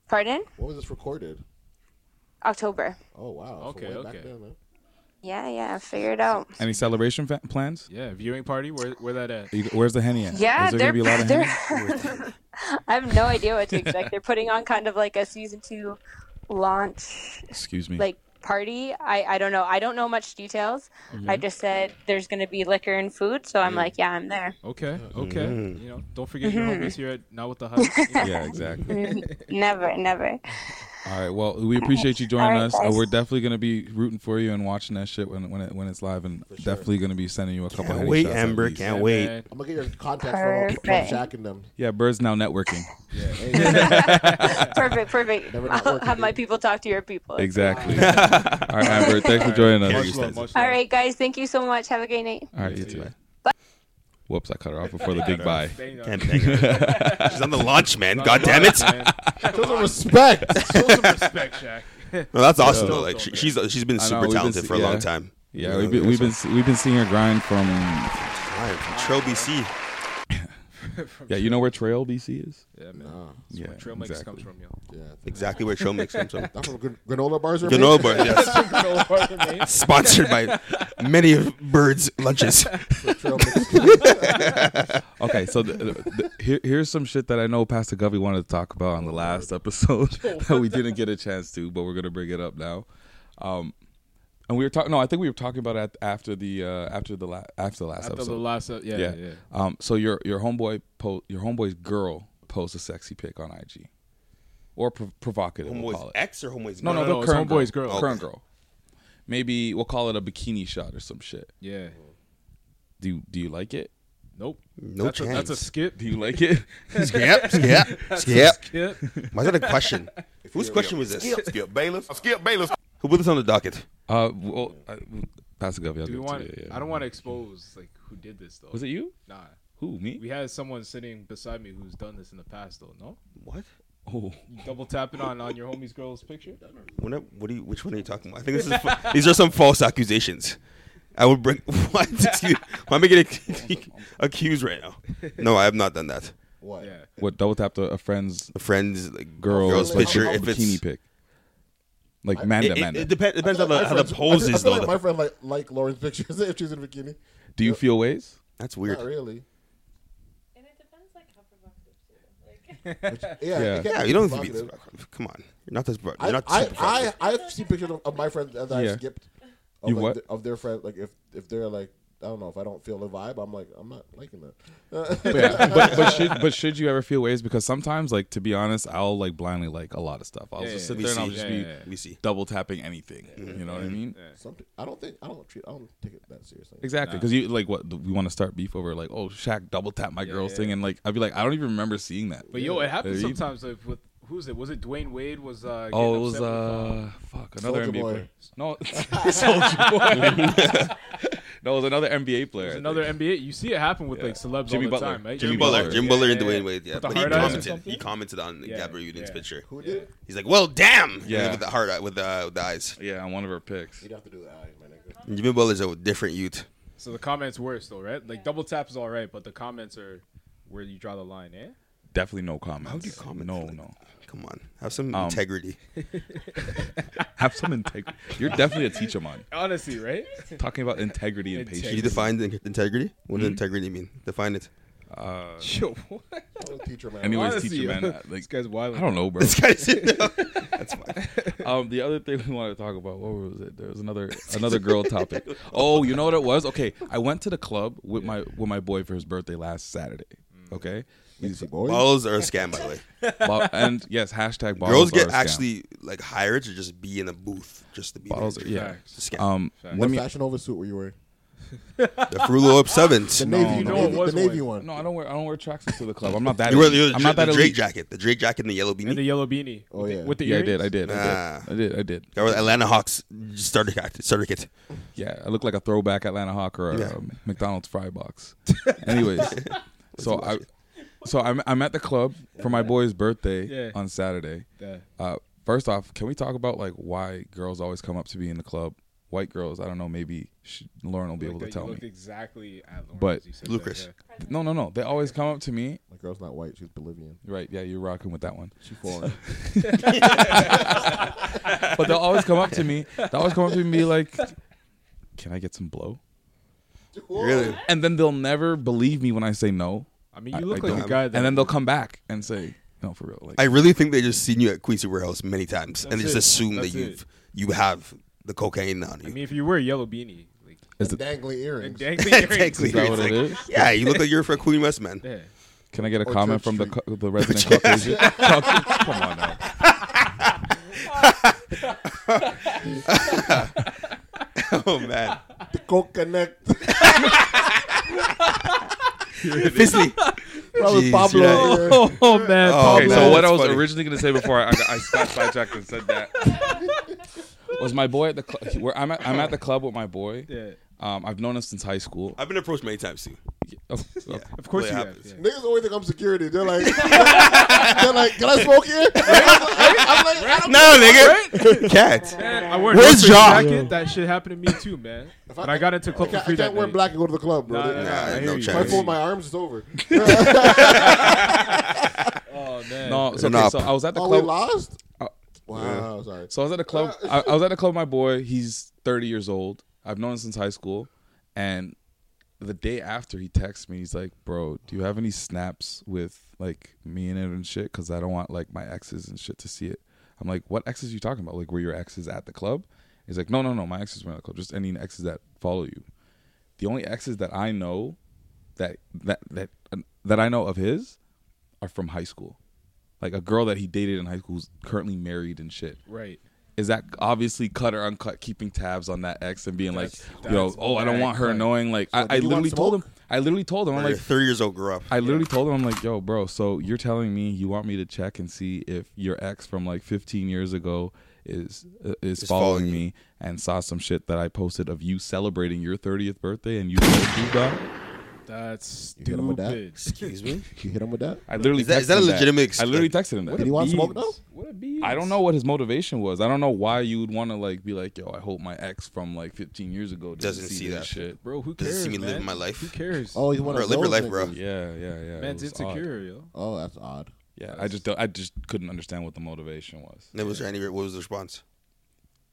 Speaker 11: Pardon?
Speaker 4: When was this recorded?
Speaker 11: October.
Speaker 4: Oh wow.
Speaker 5: Okay,
Speaker 4: so way
Speaker 5: okay.
Speaker 4: Back then, man.
Speaker 11: Yeah, yeah, figure it out.
Speaker 2: Any celebration fa- plans?
Speaker 5: Yeah, viewing party. Where where that at?
Speaker 2: Are you- where's the henny at?
Speaker 11: Yeah,
Speaker 2: Is there
Speaker 11: they're,
Speaker 2: gonna be a lot of
Speaker 11: they're
Speaker 2: henny?
Speaker 11: I have no idea what to expect. they're putting on kind of like a season two launch
Speaker 2: Excuse me.
Speaker 11: like party. I I don't know. I don't know much details. I
Speaker 2: Mm-hmm.
Speaker 5: Mhm.
Speaker 11: just said there's gonna be liquor and food, so I'm like, yeah, I'm there.
Speaker 5: Okay, okay.
Speaker 2: Mhm.
Speaker 5: You know, don't forget your
Speaker 11: Mhm.
Speaker 5: homies here at Not with the Hype.
Speaker 2: Mm-hmm. Oh, Yeah, exactly.
Speaker 11: Mm, never, never.
Speaker 2: All right. Well, we appreciate you joining
Speaker 11: All right,
Speaker 2: us. Uh,
Speaker 11: guys.
Speaker 2: we're definitely going to be rooting for you and watching that shit when when, it, when it's live, and definitely going to be sending you a couple.
Speaker 3: Can't
Speaker 2: Henny
Speaker 3: wait,
Speaker 2: shots at
Speaker 3: Amber,
Speaker 2: least.
Speaker 3: can't Yeah, wait. man.
Speaker 4: I'm gonna get your contact from, from
Speaker 11: Perfect.
Speaker 4: Shaq and them.
Speaker 2: Yeah, Bird's now networking.
Speaker 11: perfect, perfect.
Speaker 4: Never not
Speaker 11: I'll
Speaker 4: working,
Speaker 11: have my people talk to your people.
Speaker 2: Exactly. All right, Amber. Thanks for joining us.
Speaker 5: Much love, much
Speaker 11: All right, guys. Thank you so much. Have a great night.
Speaker 2: All right, you too. Whoops, I cut her off before the
Speaker 3: Yeah,
Speaker 2: big
Speaker 3: no,
Speaker 2: bye.
Speaker 3: stay on. Can't thank her. She's on the launch, man.
Speaker 5: Not
Speaker 3: God
Speaker 5: the
Speaker 3: damn
Speaker 5: launch,
Speaker 3: it.
Speaker 5: man.
Speaker 4: Show some respect.
Speaker 5: Show some respect, Shaq.
Speaker 3: No, that's awesome
Speaker 2: Yeah.
Speaker 3: though. Like she, she's uh, she's been
Speaker 2: I know,
Speaker 3: super
Speaker 2: we've
Speaker 3: talented
Speaker 2: se-
Speaker 3: for a
Speaker 2: yeah.
Speaker 3: long time.
Speaker 2: Yeah,
Speaker 3: You
Speaker 2: we've
Speaker 3: know,
Speaker 2: been, we've been
Speaker 3: that's
Speaker 2: se- we've been seeing her grind from.
Speaker 3: fine. From Trail BC.
Speaker 2: Yeah, you know where Trail BC is?
Speaker 5: Yeah, man.
Speaker 4: Nah.
Speaker 5: That's where
Speaker 2: Yeah,
Speaker 5: trail mix
Speaker 2: exactly.
Speaker 5: comes from, yo.
Speaker 4: Yeah.
Speaker 3: Exactly where Trail Mix comes from.
Speaker 4: That's what gran- granola bars are. made?
Speaker 3: Granola bar, yes.
Speaker 5: Granola bars are made.
Speaker 3: Sponsored by many of Bird's lunches.
Speaker 4: Trail mix.
Speaker 2: okay, so the, the, the- here, here's some shit that I know Pastor Govey wanted to talk about on the last episode that we didn't get a chance to, but we're gonna bring it up now. Um, and we were talking. No, I think we were talking about it after the uh, after the la- after the last
Speaker 5: After the
Speaker 2: episode.
Speaker 5: last e- yeah, yeah.
Speaker 2: Um, so your your homeboy po- your homeboy's girl posts a sexy pic on IG, or prov provocative. we'll
Speaker 3: Homeboy's
Speaker 2: call it.
Speaker 3: ex or homeboy's
Speaker 2: no,
Speaker 3: girl?
Speaker 2: no,
Speaker 3: No,
Speaker 2: no,
Speaker 3: no, it's
Speaker 2: current
Speaker 5: homeboy's
Speaker 2: girl.
Speaker 5: girl.
Speaker 2: Current girl. Maybe we'll call it a bikini shot or some shit.
Speaker 5: Yeah.
Speaker 2: Do you, do you like it?
Speaker 5: Nope.
Speaker 3: No
Speaker 5: that's A, that's a
Speaker 3: chance.
Speaker 5: skip.
Speaker 2: Do you like it?
Speaker 3: Skip, skip,
Speaker 5: That's a
Speaker 3: skip.
Speaker 5: skip.
Speaker 3: Why is that a question? Whose question was this?
Speaker 6: Skip, Skip Bayless. Skip Bayless.
Speaker 3: Who put this on the docket?
Speaker 2: Uh, well, I, Pastor Govey, I'll
Speaker 5: Do we
Speaker 2: give it
Speaker 5: want?
Speaker 2: to you. yeah.
Speaker 5: I don't want to expose like who did this though.
Speaker 2: Was it you?
Speaker 5: Nah.
Speaker 2: Who me?
Speaker 5: We had someone sitting beside me who's done this in the past though. No.
Speaker 3: What?
Speaker 2: Oh,
Speaker 5: You double tapping on on your homie's girl's picture.
Speaker 3: When I- what are you, which one are you talking about? I think this is fa- these are some false accusations. I would bring what? Excuse- Why am I getting accused right now? No, I have not done that.
Speaker 4: What?
Speaker 5: Yeah.
Speaker 2: What double tapped a, a friend's
Speaker 3: A friend's like
Speaker 2: girl
Speaker 3: girl's picture.
Speaker 2: Like,
Speaker 3: If it's
Speaker 2: bikini pic, like Manda
Speaker 3: it, it,
Speaker 2: Manda.
Speaker 3: it depends. Depends
Speaker 4: I
Speaker 3: on
Speaker 4: feel like
Speaker 3: the,
Speaker 4: my
Speaker 3: how the
Speaker 4: friends- I
Speaker 3: pose
Speaker 4: feel- I
Speaker 3: is
Speaker 4: feel
Speaker 3: though.
Speaker 4: like my friend like like Lauren's pictures if she's in a bikini.
Speaker 2: Do you feel ways?
Speaker 3: That's weird.
Speaker 4: Not really. yeah, it can
Speaker 3: Yeah,
Speaker 4: be
Speaker 3: you don't have to be.
Speaker 4: provocative.
Speaker 3: Come on, you're not this. You're
Speaker 4: I,
Speaker 3: not
Speaker 4: I,
Speaker 3: super
Speaker 4: I, I've seen pictures of, of my friends that I
Speaker 3: Yeah.
Speaker 4: skipped. Of
Speaker 3: You
Speaker 4: like
Speaker 3: what?
Speaker 4: th- of their friend, like if if they're like, I don't know, if I don't feel the vibe, I'm like, I'm not liking that.
Speaker 2: yeah, but but should but should you ever feel ways? Because sometimes, like to be honest, I'll like blindly like a lot of stuff. I'll
Speaker 4: Yeah,
Speaker 2: just
Speaker 4: yeah,
Speaker 2: sit
Speaker 4: yeah.
Speaker 2: there and I'll
Speaker 4: We
Speaker 2: just
Speaker 4: see,
Speaker 2: be
Speaker 4: yeah, yeah,
Speaker 3: we see.
Speaker 2: double tapping anything. You know what I mean?
Speaker 4: Something, I don't think I don't treat I don't take it that seriously.
Speaker 2: Exactly, because you like what we want to start beef over, like oh Shaq double tap my girls thing, and like I'd be like I don't even remember seeing that.
Speaker 5: But yo, it happens
Speaker 2: Like,
Speaker 5: sometimes. Like with who's it? Was it Dwayne Wade? Was uh, getting
Speaker 2: Oh, it was
Speaker 5: upset with,
Speaker 2: uh, fuck another
Speaker 5: Soulja
Speaker 2: NBA
Speaker 5: Boy.
Speaker 2: player. No, Soulja Boy. no, it was another NBA player.
Speaker 5: There's
Speaker 2: I
Speaker 5: another NBA. You see it happen with like celebs
Speaker 2: Jimmy
Speaker 5: all the
Speaker 2: Butler.
Speaker 5: time, right?
Speaker 3: Jimmy Butler, Jimmy Butler, and Dwayne
Speaker 5: yeah.
Speaker 3: Wade, yeah.
Speaker 5: With the
Speaker 3: But he
Speaker 5: hard eyes or
Speaker 3: commented.
Speaker 5: something?
Speaker 3: He commented on Gabrielle Union's picture. Who
Speaker 4: did?
Speaker 3: He's like, "Well, damn!"
Speaker 2: Yeah.
Speaker 3: Yeah, with the hard eye, with the with the eyes.
Speaker 2: Yeah, on one of her picks.
Speaker 4: You'd have to do that, my nigga.
Speaker 3: Jimmy Butler's a different youth.
Speaker 5: So the comments worse though, right? Like double tap is all right, but the comments are where you draw the line, eh?
Speaker 2: Definitely no comments. How do you comment? No, no. Um,
Speaker 3: Come on, have some integrity.
Speaker 2: have some integrity. You're definitely a teacher, man.
Speaker 5: Honestly, right?
Speaker 2: Talking about integrity and
Speaker 3: Can you
Speaker 2: patience.
Speaker 3: define the integrity? What does
Speaker 2: Hmm?
Speaker 3: integrity mean? Define it.
Speaker 2: Uh,
Speaker 5: Yo, what?
Speaker 4: teacher man.
Speaker 2: Anyways, teacher man,
Speaker 3: uh,
Speaker 2: I- like,
Speaker 5: this guy's wild.
Speaker 2: I don't know, bro.
Speaker 5: This guy's
Speaker 2: that's fine. Um, the other thing we wanted to talk about, what was it? There was another another girl topic. Oh, you know what it was? Okay, I went to the club with my with my boy for his birthday last Saturday. Okay,
Speaker 4: These
Speaker 3: Balls are a scam, by the way.
Speaker 2: Bo- and yes, hashtag balls
Speaker 3: Girls
Speaker 2: are
Speaker 3: get
Speaker 2: a scam.
Speaker 3: actually like hired to just be in a booth, just to be
Speaker 2: Balls
Speaker 3: there.
Speaker 2: are- yeah.
Speaker 3: It's a scam.
Speaker 2: Um,
Speaker 4: What
Speaker 2: let me-
Speaker 4: fashion over suit were you wearing?
Speaker 3: the Frulo up sevens.
Speaker 4: The Navy, the Navy, the Navy one.
Speaker 2: No, I don't wear I don't wear tracksuits to the club. I'm not that.
Speaker 3: You were,
Speaker 2: elite.
Speaker 3: you were the,
Speaker 2: I'm not that
Speaker 3: the Drake
Speaker 2: elite.
Speaker 3: jacket, the Drake jacket, and the yellow beanie,
Speaker 5: And the yellow beanie.
Speaker 4: Oh yeah,
Speaker 5: with the
Speaker 2: yeah, I
Speaker 5: earrings?
Speaker 2: did, I did, I
Speaker 3: Nah.
Speaker 2: did, I did, I did.
Speaker 3: Or Atlanta Hawks starter kit. Starter kit.
Speaker 2: Yeah, I look like a throwback Atlanta Hawk or a
Speaker 3: Yeah.
Speaker 2: um, McDonald's fry box. Anyways, so I, so I'm I'm at the club for my boy's birthday
Speaker 5: Yeah.
Speaker 2: on Saturday.
Speaker 5: Yeah.
Speaker 2: Uh, first off, can we talk about like why girls always come up to me in the club? White girls, I don't know. Maybe she, Lauren will be able to
Speaker 5: you
Speaker 2: tell me.
Speaker 5: looked exactly at Lauren
Speaker 2: But
Speaker 5: as you said that,
Speaker 2: Lucas,
Speaker 5: yeah.
Speaker 2: no, no, no. They always come up to me.
Speaker 4: My girl's not white; she's Bolivian.
Speaker 2: Right? Yeah, you're rocking with that one.
Speaker 4: She foreign.
Speaker 2: but they'll always come up to me. They'll always come up to me and be like, "Can I get some blow?"
Speaker 3: Really?
Speaker 2: And then they'll never believe me when I say no.
Speaker 5: I mean, you look like a
Speaker 2: don't.
Speaker 5: guy that-
Speaker 2: And then they'll come back and say, "No, for real." Like,
Speaker 3: I really think they just seen you at Queens Warehouse many times and they
Speaker 5: That's
Speaker 3: just
Speaker 5: it.
Speaker 3: assume
Speaker 5: That's
Speaker 3: that you've you have the cocaine on
Speaker 5: I
Speaker 3: you.
Speaker 5: mean, if you wear a yellow beanie, like
Speaker 2: Is it-
Speaker 4: dangly earrings.
Speaker 5: And dangly earrings.
Speaker 3: Exactly.
Speaker 2: Is that
Speaker 3: It's
Speaker 2: what it
Speaker 3: like,
Speaker 2: is?
Speaker 3: Yeah, you look like you're from Queen West, man.
Speaker 5: Yeah.
Speaker 2: Can I get a
Speaker 3: Or
Speaker 2: comment
Speaker 3: Church
Speaker 2: from the
Speaker 3: Street.
Speaker 2: co- the resident Caucasian? Cauc- Come on now.
Speaker 3: oh man.
Speaker 4: The coconut.
Speaker 3: Fisley.
Speaker 4: Probably
Speaker 3: Jeez,
Speaker 4: Pablo.
Speaker 3: right.
Speaker 4: here.
Speaker 5: Oh, oh, man,
Speaker 3: Oh,
Speaker 2: okay,
Speaker 3: man,
Speaker 2: so what
Speaker 3: that's
Speaker 2: I was
Speaker 3: funny.
Speaker 2: originally going to say before I, I got sidetracked and said that was my boy at the club. Where I'm at, I'm at the club with my boy.
Speaker 5: Yeah.
Speaker 2: Um, I've known him since high school.
Speaker 3: I've been approached many times too.
Speaker 2: Of, of-
Speaker 5: Of course
Speaker 3: Well,
Speaker 5: you
Speaker 3: it
Speaker 5: have.
Speaker 3: happens.
Speaker 5: yeah.
Speaker 4: Niggas always think I'm security. They're like, they're like, can I smoke here? I'm like, I don't
Speaker 3: No, nigga. Cat.
Speaker 5: Man, I wear
Speaker 3: Where's
Speaker 5: Where's
Speaker 3: Ja?
Speaker 5: jacket. That shit happened to me too, man. When I, got into
Speaker 4: I
Speaker 5: club for
Speaker 4: can't,
Speaker 5: free
Speaker 4: I
Speaker 5: that
Speaker 4: can't wear
Speaker 5: night.
Speaker 4: black and go to the club, bro.
Speaker 5: Nah, nah,
Speaker 4: If
Speaker 5: nah, I
Speaker 3: no
Speaker 5: hear you.
Speaker 4: I
Speaker 3: chance.
Speaker 4: fold my arms, it's over.
Speaker 5: Oh man.
Speaker 2: no, so,
Speaker 3: Turn
Speaker 2: okay,
Speaker 3: up.
Speaker 2: so I was at the
Speaker 4: oh, we
Speaker 2: club.
Speaker 4: lost?
Speaker 2: Uh,
Speaker 4: wow, Oh, sorry.
Speaker 2: So I was at a club. I, I was at a club with my boy. He's 30 years old. I've known him since high school. And the day after, he texts me. He's like, "Bro, do you have any snaps with like me in it and shit? Because I don't want like my exes and shit to see it." I'm like, "What exes you talking about? Like, were your exes at the club?" He's like, "No, no, no. My exes were at the club. Just any exes that follow you. The only exes that I know that that that that I know of his are from high school." Like a girl that he dated in high school who's currently married and shit
Speaker 5: Right.
Speaker 2: is that obviously cut or uncut keeping tabs on that ex and being like
Speaker 5: That's-
Speaker 2: yo
Speaker 5: that's
Speaker 2: oh i don't
Speaker 5: bad
Speaker 2: want her
Speaker 5: cut.
Speaker 2: knowing like I,
Speaker 4: do
Speaker 2: I
Speaker 4: you want
Speaker 2: literally told him
Speaker 4: smoke?
Speaker 2: i literally told him i'm
Speaker 3: Like
Speaker 2: like
Speaker 3: thirty years old grew up.
Speaker 2: i literally told him i'm like yo bro so you're telling me you want me to check and see if your ex from like 15 years ago is uh, is
Speaker 3: Is
Speaker 2: following
Speaker 3: following you.
Speaker 2: me and saw some shit that i posted of you celebrating your 30th birthday and you you got
Speaker 5: That's
Speaker 4: hit him with that?
Speaker 5: stupid.
Speaker 3: Excuse me?
Speaker 4: You hit him with that?
Speaker 2: i literally
Speaker 3: Is that-
Speaker 2: texted
Speaker 3: is that a
Speaker 2: him
Speaker 3: legitimate ex-
Speaker 2: i literally
Speaker 3: like-
Speaker 2: texted him that
Speaker 4: Did he want smoke though?
Speaker 5: What a beast.
Speaker 2: I don't know what his motivation was. I don't know why you would want to like be like, yo, I hope my ex from like 15 years ago doesn't, see, that shit.
Speaker 5: Bro, who
Speaker 3: Doesn't
Speaker 5: cares?
Speaker 3: see me
Speaker 5: man?
Speaker 3: living my life.
Speaker 5: Who cares?
Speaker 4: Oh, he's one
Speaker 3: Bro,
Speaker 4: of
Speaker 3: live your
Speaker 4: those
Speaker 3: life, bro.
Speaker 4: niggas.
Speaker 2: Yeah, yeah, yeah. it
Speaker 5: Man's
Speaker 2: was odd.
Speaker 5: insecure, yo.
Speaker 4: Oh, that's odd.
Speaker 2: Yeah, I just don't, I just couldn't understand what the motivation was.
Speaker 3: That was any what was the response?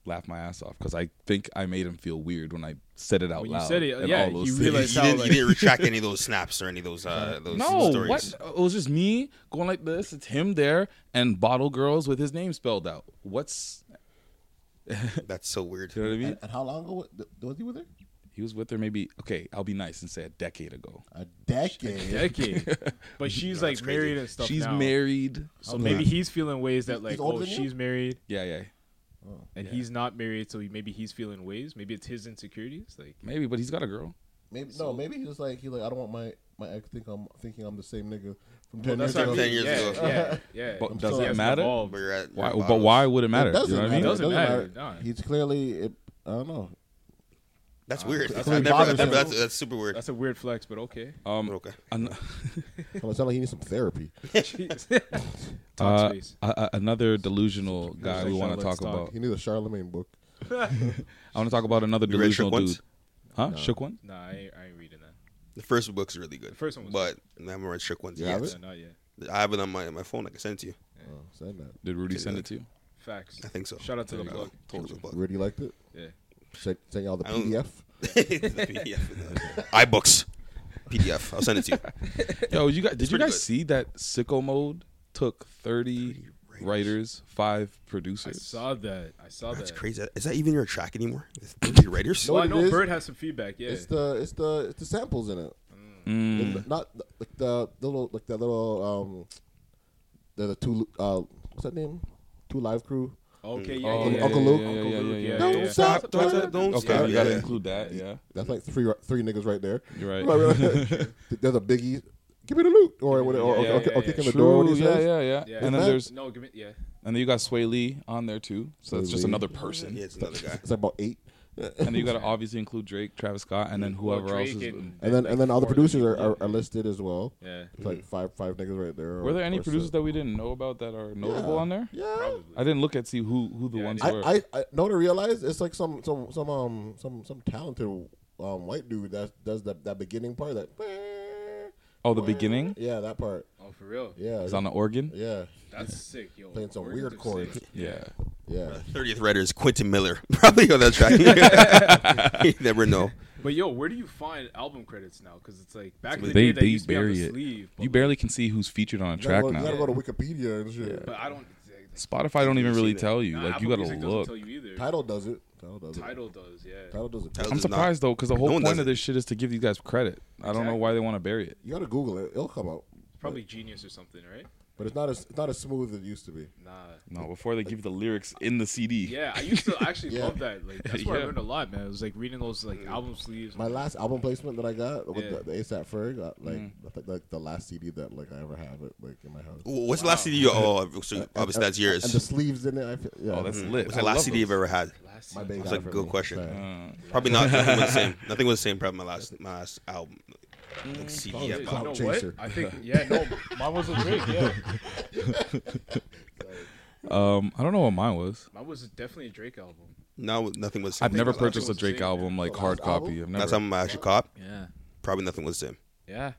Speaker 2: laugh my ass off because I think I made him feel weird when I said it out
Speaker 5: When you
Speaker 2: loud.
Speaker 5: said it,
Speaker 2: and
Speaker 5: yeah,
Speaker 2: all those
Speaker 5: you
Speaker 2: things.
Speaker 5: realized
Speaker 3: You didn't, you didn't retract any of those snaps or any of those uh, those
Speaker 2: no,
Speaker 3: stories.
Speaker 2: what? It was just me going like this. It's him there and bottle girls with his name spelled out. What's
Speaker 3: that's so weird.
Speaker 2: You know what I mean?
Speaker 4: And, and how long ago wa- th- was he with her?
Speaker 2: He was with her maybe okay. I'll be nice and say a decade ago.
Speaker 4: A decade.
Speaker 5: Decade. But she's like married and stuff.
Speaker 2: She's
Speaker 5: now.
Speaker 2: married.
Speaker 5: so maybe he's feeling ways that like,
Speaker 4: older
Speaker 5: oh,
Speaker 4: than you?
Speaker 5: she's married
Speaker 2: Yeah, yeah.
Speaker 4: Oh.
Speaker 5: and
Speaker 2: Yeah.
Speaker 5: he's not married, so he- maybe he's feeling ways. Maybe it's his insecurities. Like
Speaker 2: Maybe, but he's got a girl.
Speaker 4: Maybe no. Maybe he was like he like I don't want my my ex think I'm thinking I'm the same nigga from
Speaker 5: Well,
Speaker 4: ten years
Speaker 5: that's
Speaker 4: ago.
Speaker 5: what I mean. 10 years Yeah, ago. yeah, yeah.
Speaker 2: But
Speaker 4: I'm
Speaker 2: does
Speaker 4: sorry.
Speaker 2: it matter?
Speaker 5: evolved.
Speaker 3: But you're at-
Speaker 2: Why,
Speaker 3: you're
Speaker 2: but why would it matter?
Speaker 4: It doesn't
Speaker 2: you know what I mean?
Speaker 4: matter.
Speaker 5: Doesn't
Speaker 4: It
Speaker 5: matter. No.
Speaker 4: He's clearly it, I don't know.
Speaker 3: That's weird.
Speaker 4: That's
Speaker 3: That's, I
Speaker 4: what
Speaker 3: never, I
Speaker 4: bothers
Speaker 3: never,
Speaker 4: him.
Speaker 3: that's, that's super weird.
Speaker 5: that's a weird flex, but okay. Oh,
Speaker 2: Um,
Speaker 3: okay.
Speaker 2: an-
Speaker 4: It sounds like he needs some therapy.
Speaker 5: Talk
Speaker 2: uh,
Speaker 5: space.
Speaker 2: a- a- another delusional guy we want to
Speaker 5: Let's
Speaker 2: talk
Speaker 5: talk.
Speaker 2: about.
Speaker 4: He needs a Charlemagne book.
Speaker 2: I want to talk about another
Speaker 3: You read
Speaker 2: delusional
Speaker 3: Shook Ones?
Speaker 2: dude. Huh? Shook one?
Speaker 5: Nah, I ain't, I ain't reading that.
Speaker 3: The first book's really good. The
Speaker 5: first one was
Speaker 3: but I haven't read Shook ones
Speaker 4: You
Speaker 3: yet.
Speaker 4: have
Speaker 5: No, not yet.
Speaker 3: I have it on my my phone. I can send it to you.
Speaker 4: Oh, said that.
Speaker 2: Did Rudy
Speaker 3: Did
Speaker 2: send
Speaker 3: it.
Speaker 2: it to you?
Speaker 5: Facts.
Speaker 3: I think so.
Speaker 5: Shout out to the book.
Speaker 3: Told you.
Speaker 4: Really liked it.
Speaker 5: Yeah.
Speaker 4: Send, send y'all the
Speaker 3: I don't-
Speaker 4: PDF.
Speaker 3: iBooks, PDF. I'll send it to you.
Speaker 2: Yo, you guys, did you
Speaker 3: pretty
Speaker 2: guys
Speaker 3: good.
Speaker 2: see that Sicko Mode took 30
Speaker 3: writers.
Speaker 2: writers, five
Speaker 5: I
Speaker 2: producers?
Speaker 5: saw that. I saw
Speaker 3: That's
Speaker 5: that.
Speaker 3: crazy. Is that even your track anymore? Is it your writers?
Speaker 5: Well, I
Speaker 4: What it
Speaker 5: know
Speaker 4: is-
Speaker 5: Bird has some feedback. Yeah.
Speaker 4: It's the Uh, it's the it's the samples in it.
Speaker 2: Mm.
Speaker 4: Like, Not the- like the, the little like the little um the, the two uh what's that name? Two live crew.
Speaker 5: Okay. Yeah.
Speaker 2: Oh,
Speaker 5: yeah, yeah,
Speaker 4: Uncle
Speaker 2: yeah,
Speaker 4: Luke?
Speaker 2: yeah,
Speaker 5: Uncle
Speaker 2: yeah, yeah,
Speaker 5: Luke,
Speaker 2: yeah,
Speaker 5: yeah,
Speaker 2: yeah,
Speaker 4: Don't
Speaker 2: yeah.
Speaker 4: stop.
Speaker 3: Stop,
Speaker 4: don't-
Speaker 3: don't
Speaker 4: don't
Speaker 3: stop.
Speaker 2: Okay,
Speaker 4: stop.
Speaker 2: we gotta
Speaker 3: Yeah.
Speaker 2: include that. Yeah,
Speaker 4: That's like three three niggas right there.
Speaker 2: you're right.
Speaker 4: There's a biggie. Give me the loot, or what? Or, or,
Speaker 5: Yeah,
Speaker 4: or,
Speaker 5: yeah,
Speaker 4: or
Speaker 5: yeah.
Speaker 4: kick in the door. What
Speaker 2: True.
Speaker 4: he
Speaker 2: Yeah,
Speaker 4: says.
Speaker 2: yeah, yeah,
Speaker 5: Yeah.
Speaker 2: And then
Speaker 4: That-
Speaker 2: there's
Speaker 5: No, give me. Yeah.
Speaker 2: and then you got Sway Lee on there too. So that's
Speaker 4: Sway
Speaker 2: just
Speaker 4: Lee.
Speaker 2: another person.
Speaker 3: Yeah, it's another guy.
Speaker 4: It's like about eight,
Speaker 2: and then you got to obviously include Drake, Travis Scott, and then
Speaker 5: Well,
Speaker 2: whoever
Speaker 5: Drake
Speaker 2: else is.
Speaker 4: and then and then all the
Speaker 5: four
Speaker 4: producers
Speaker 5: other
Speaker 4: are,
Speaker 5: people,
Speaker 4: are, are listed as well.
Speaker 5: Yeah.
Speaker 4: It's like five five niggas right there. or-
Speaker 2: Mm-hmm. Were there any
Speaker 4: or
Speaker 2: producers that
Speaker 4: so.
Speaker 2: we didn't know about that are notable on there?
Speaker 4: Yeah,
Speaker 2: I didn't look at see who who the ones were.
Speaker 4: I, I I know to realize it's like some some some um some some talented um white dude that does that that beginning part that.
Speaker 2: oh, the beginning.
Speaker 4: Yeah, that part.
Speaker 5: Oh, for real.
Speaker 4: Yeah,
Speaker 2: It's on the organ.
Speaker 4: yeah,
Speaker 5: That's sick, yo.
Speaker 4: playing some
Speaker 5: Bird
Speaker 4: weird
Speaker 5: is
Speaker 4: chords.
Speaker 5: sick.
Speaker 2: Yeah.
Speaker 4: Yeah,
Speaker 3: Thirtieth writer is Quentin Miller. Probably on that track. you never know.
Speaker 5: But yo, where do you find album credits now? Because it's like back in the
Speaker 2: They
Speaker 5: day, that
Speaker 2: they
Speaker 5: used to be on
Speaker 2: bury
Speaker 5: the
Speaker 2: it.
Speaker 5: sleeve. but
Speaker 2: You
Speaker 5: like-
Speaker 2: barely can see who's featured on a
Speaker 4: you gotta,
Speaker 2: track
Speaker 4: go, you gotta
Speaker 2: now.
Speaker 4: go to Wikipedia and shit.
Speaker 5: But I don't.
Speaker 2: Spotify don't even really
Speaker 3: that.
Speaker 2: tell you.
Speaker 5: nah,
Speaker 2: Like you
Speaker 5: Apple
Speaker 2: gotta
Speaker 5: Music doesn't
Speaker 2: look.
Speaker 5: Tell you either.
Speaker 4: Title does it. Title does it.
Speaker 5: Title does, yeah.
Speaker 4: Title does it.
Speaker 3: Title
Speaker 2: I'm
Speaker 3: does not-
Speaker 2: surprised though, because the whole
Speaker 3: one
Speaker 2: point
Speaker 3: does
Speaker 2: of
Speaker 3: it.
Speaker 2: this shit is to give you guys credit. I don't know why they want to bury it.
Speaker 4: You gotta Google it. It'll come out.
Speaker 5: Probably Genius or something, right?
Speaker 4: But it's not as it's not as smooth as it used to be.
Speaker 5: Nah.
Speaker 2: No, before they give you the lyrics in the CD.
Speaker 5: Yeah, I used to actually
Speaker 4: Yeah.
Speaker 5: love that. Like that's where I
Speaker 2: Yeah. Mm.
Speaker 5: learned a lot, man. It was like reading those like album sleeves.
Speaker 4: My last album placement that I got with
Speaker 5: Yeah. Mm-hmm.
Speaker 4: the, the ASAP Ferg, uh, like I think, like the last CD that like I ever have it like in my house.
Speaker 3: What's the last CD? You, oh, so obviously that's
Speaker 4: Uh,
Speaker 3: yours. Mm-hmm.
Speaker 4: And the sleeves in it. I feel, yeah.
Speaker 2: Oh, that's lit.
Speaker 3: What's
Speaker 2: I
Speaker 3: the
Speaker 2: love
Speaker 3: last CD you've
Speaker 2: those.
Speaker 3: ever had?
Speaker 5: last
Speaker 4: my baby.
Speaker 3: That's
Speaker 4: got
Speaker 3: a
Speaker 4: it for
Speaker 3: good
Speaker 4: me.
Speaker 3: question.
Speaker 4: Sorry.
Speaker 5: Mm.
Speaker 3: Probably not. Nothing was the same. Nothing was the same. Probably my last my last album. Like CD.
Speaker 5: Yeah,
Speaker 3: I
Speaker 5: Mm, you
Speaker 3: bought.
Speaker 5: know
Speaker 4: chaser.
Speaker 5: what? I think yeah, no, mine was a Drake. Yeah,
Speaker 2: Um, I don't know what mine was.
Speaker 5: mine was definitely a Drake album.
Speaker 3: No, nothing was. the
Speaker 2: I've
Speaker 3: same.
Speaker 2: never
Speaker 5: that's what
Speaker 2: purchased a
Speaker 5: I'm
Speaker 2: Drake
Speaker 5: saying.
Speaker 2: album like
Speaker 4: The
Speaker 2: hard
Speaker 4: last album?
Speaker 2: copy. I've
Speaker 3: Last
Speaker 2: never.
Speaker 3: time I actually caught,
Speaker 5: Yeah,
Speaker 3: probably nothing was the same.
Speaker 5: yeah.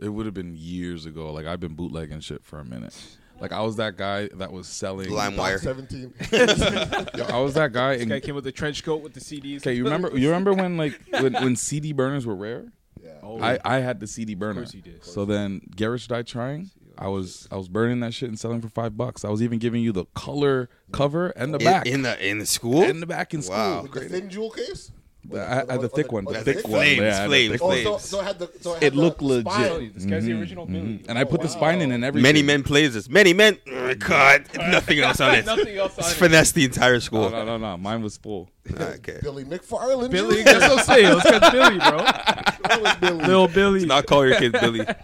Speaker 2: It would have been years ago. Like I've been bootlegging shit for a minute. Like I was that guy that was selling.
Speaker 3: LimeWire.
Speaker 4: Seventeen.
Speaker 2: Yo, I was that guy.
Speaker 5: Guy
Speaker 2: In,
Speaker 5: came with the trench coat with the CDs.
Speaker 2: okay, you remember? You remember when like when, when CD burners were rare?
Speaker 4: yeah.
Speaker 5: Oh,
Speaker 2: I, I had the CD burner.
Speaker 5: course you did.
Speaker 2: So then Garage died trying. I was I was burning that shit and selling for five bucks. I was even giving you the color cover and the
Speaker 3: In,
Speaker 2: back
Speaker 3: in the in the school.
Speaker 2: and the back in school.
Speaker 3: Wow.
Speaker 4: The thin jewel case.
Speaker 2: The- I, I had the
Speaker 4: Or
Speaker 2: thick one,
Speaker 4: or
Speaker 2: the
Speaker 4: the
Speaker 2: thick
Speaker 4: thin-
Speaker 2: one.
Speaker 3: Flames,
Speaker 2: yeah, I had the
Speaker 3: flames,
Speaker 2: thick one.
Speaker 4: Oh,
Speaker 3: flaves.
Speaker 4: so, so it had the. So it
Speaker 2: It
Speaker 4: had
Speaker 2: looked
Speaker 4: the
Speaker 2: legit. Mm-hmm.
Speaker 5: Tell
Speaker 4: spine.
Speaker 5: you, Oh, this guy's the original Oh, Billy.
Speaker 2: And I put the spine in and everything.
Speaker 3: Many men plays this. Many men. Oh, God, nothing else on it.
Speaker 5: Nothing else on
Speaker 3: Just
Speaker 5: it. Oh,
Speaker 3: finesse the entire school.
Speaker 2: No, no, no, no. Mine was full.
Speaker 3: Okay.
Speaker 4: Billy McFarland.
Speaker 5: Billy, that's what I'm saying. Let's get Billy, bro.
Speaker 4: Billy.
Speaker 5: Little Billy.
Speaker 3: Not call your kid Billy.
Speaker 5: Damn,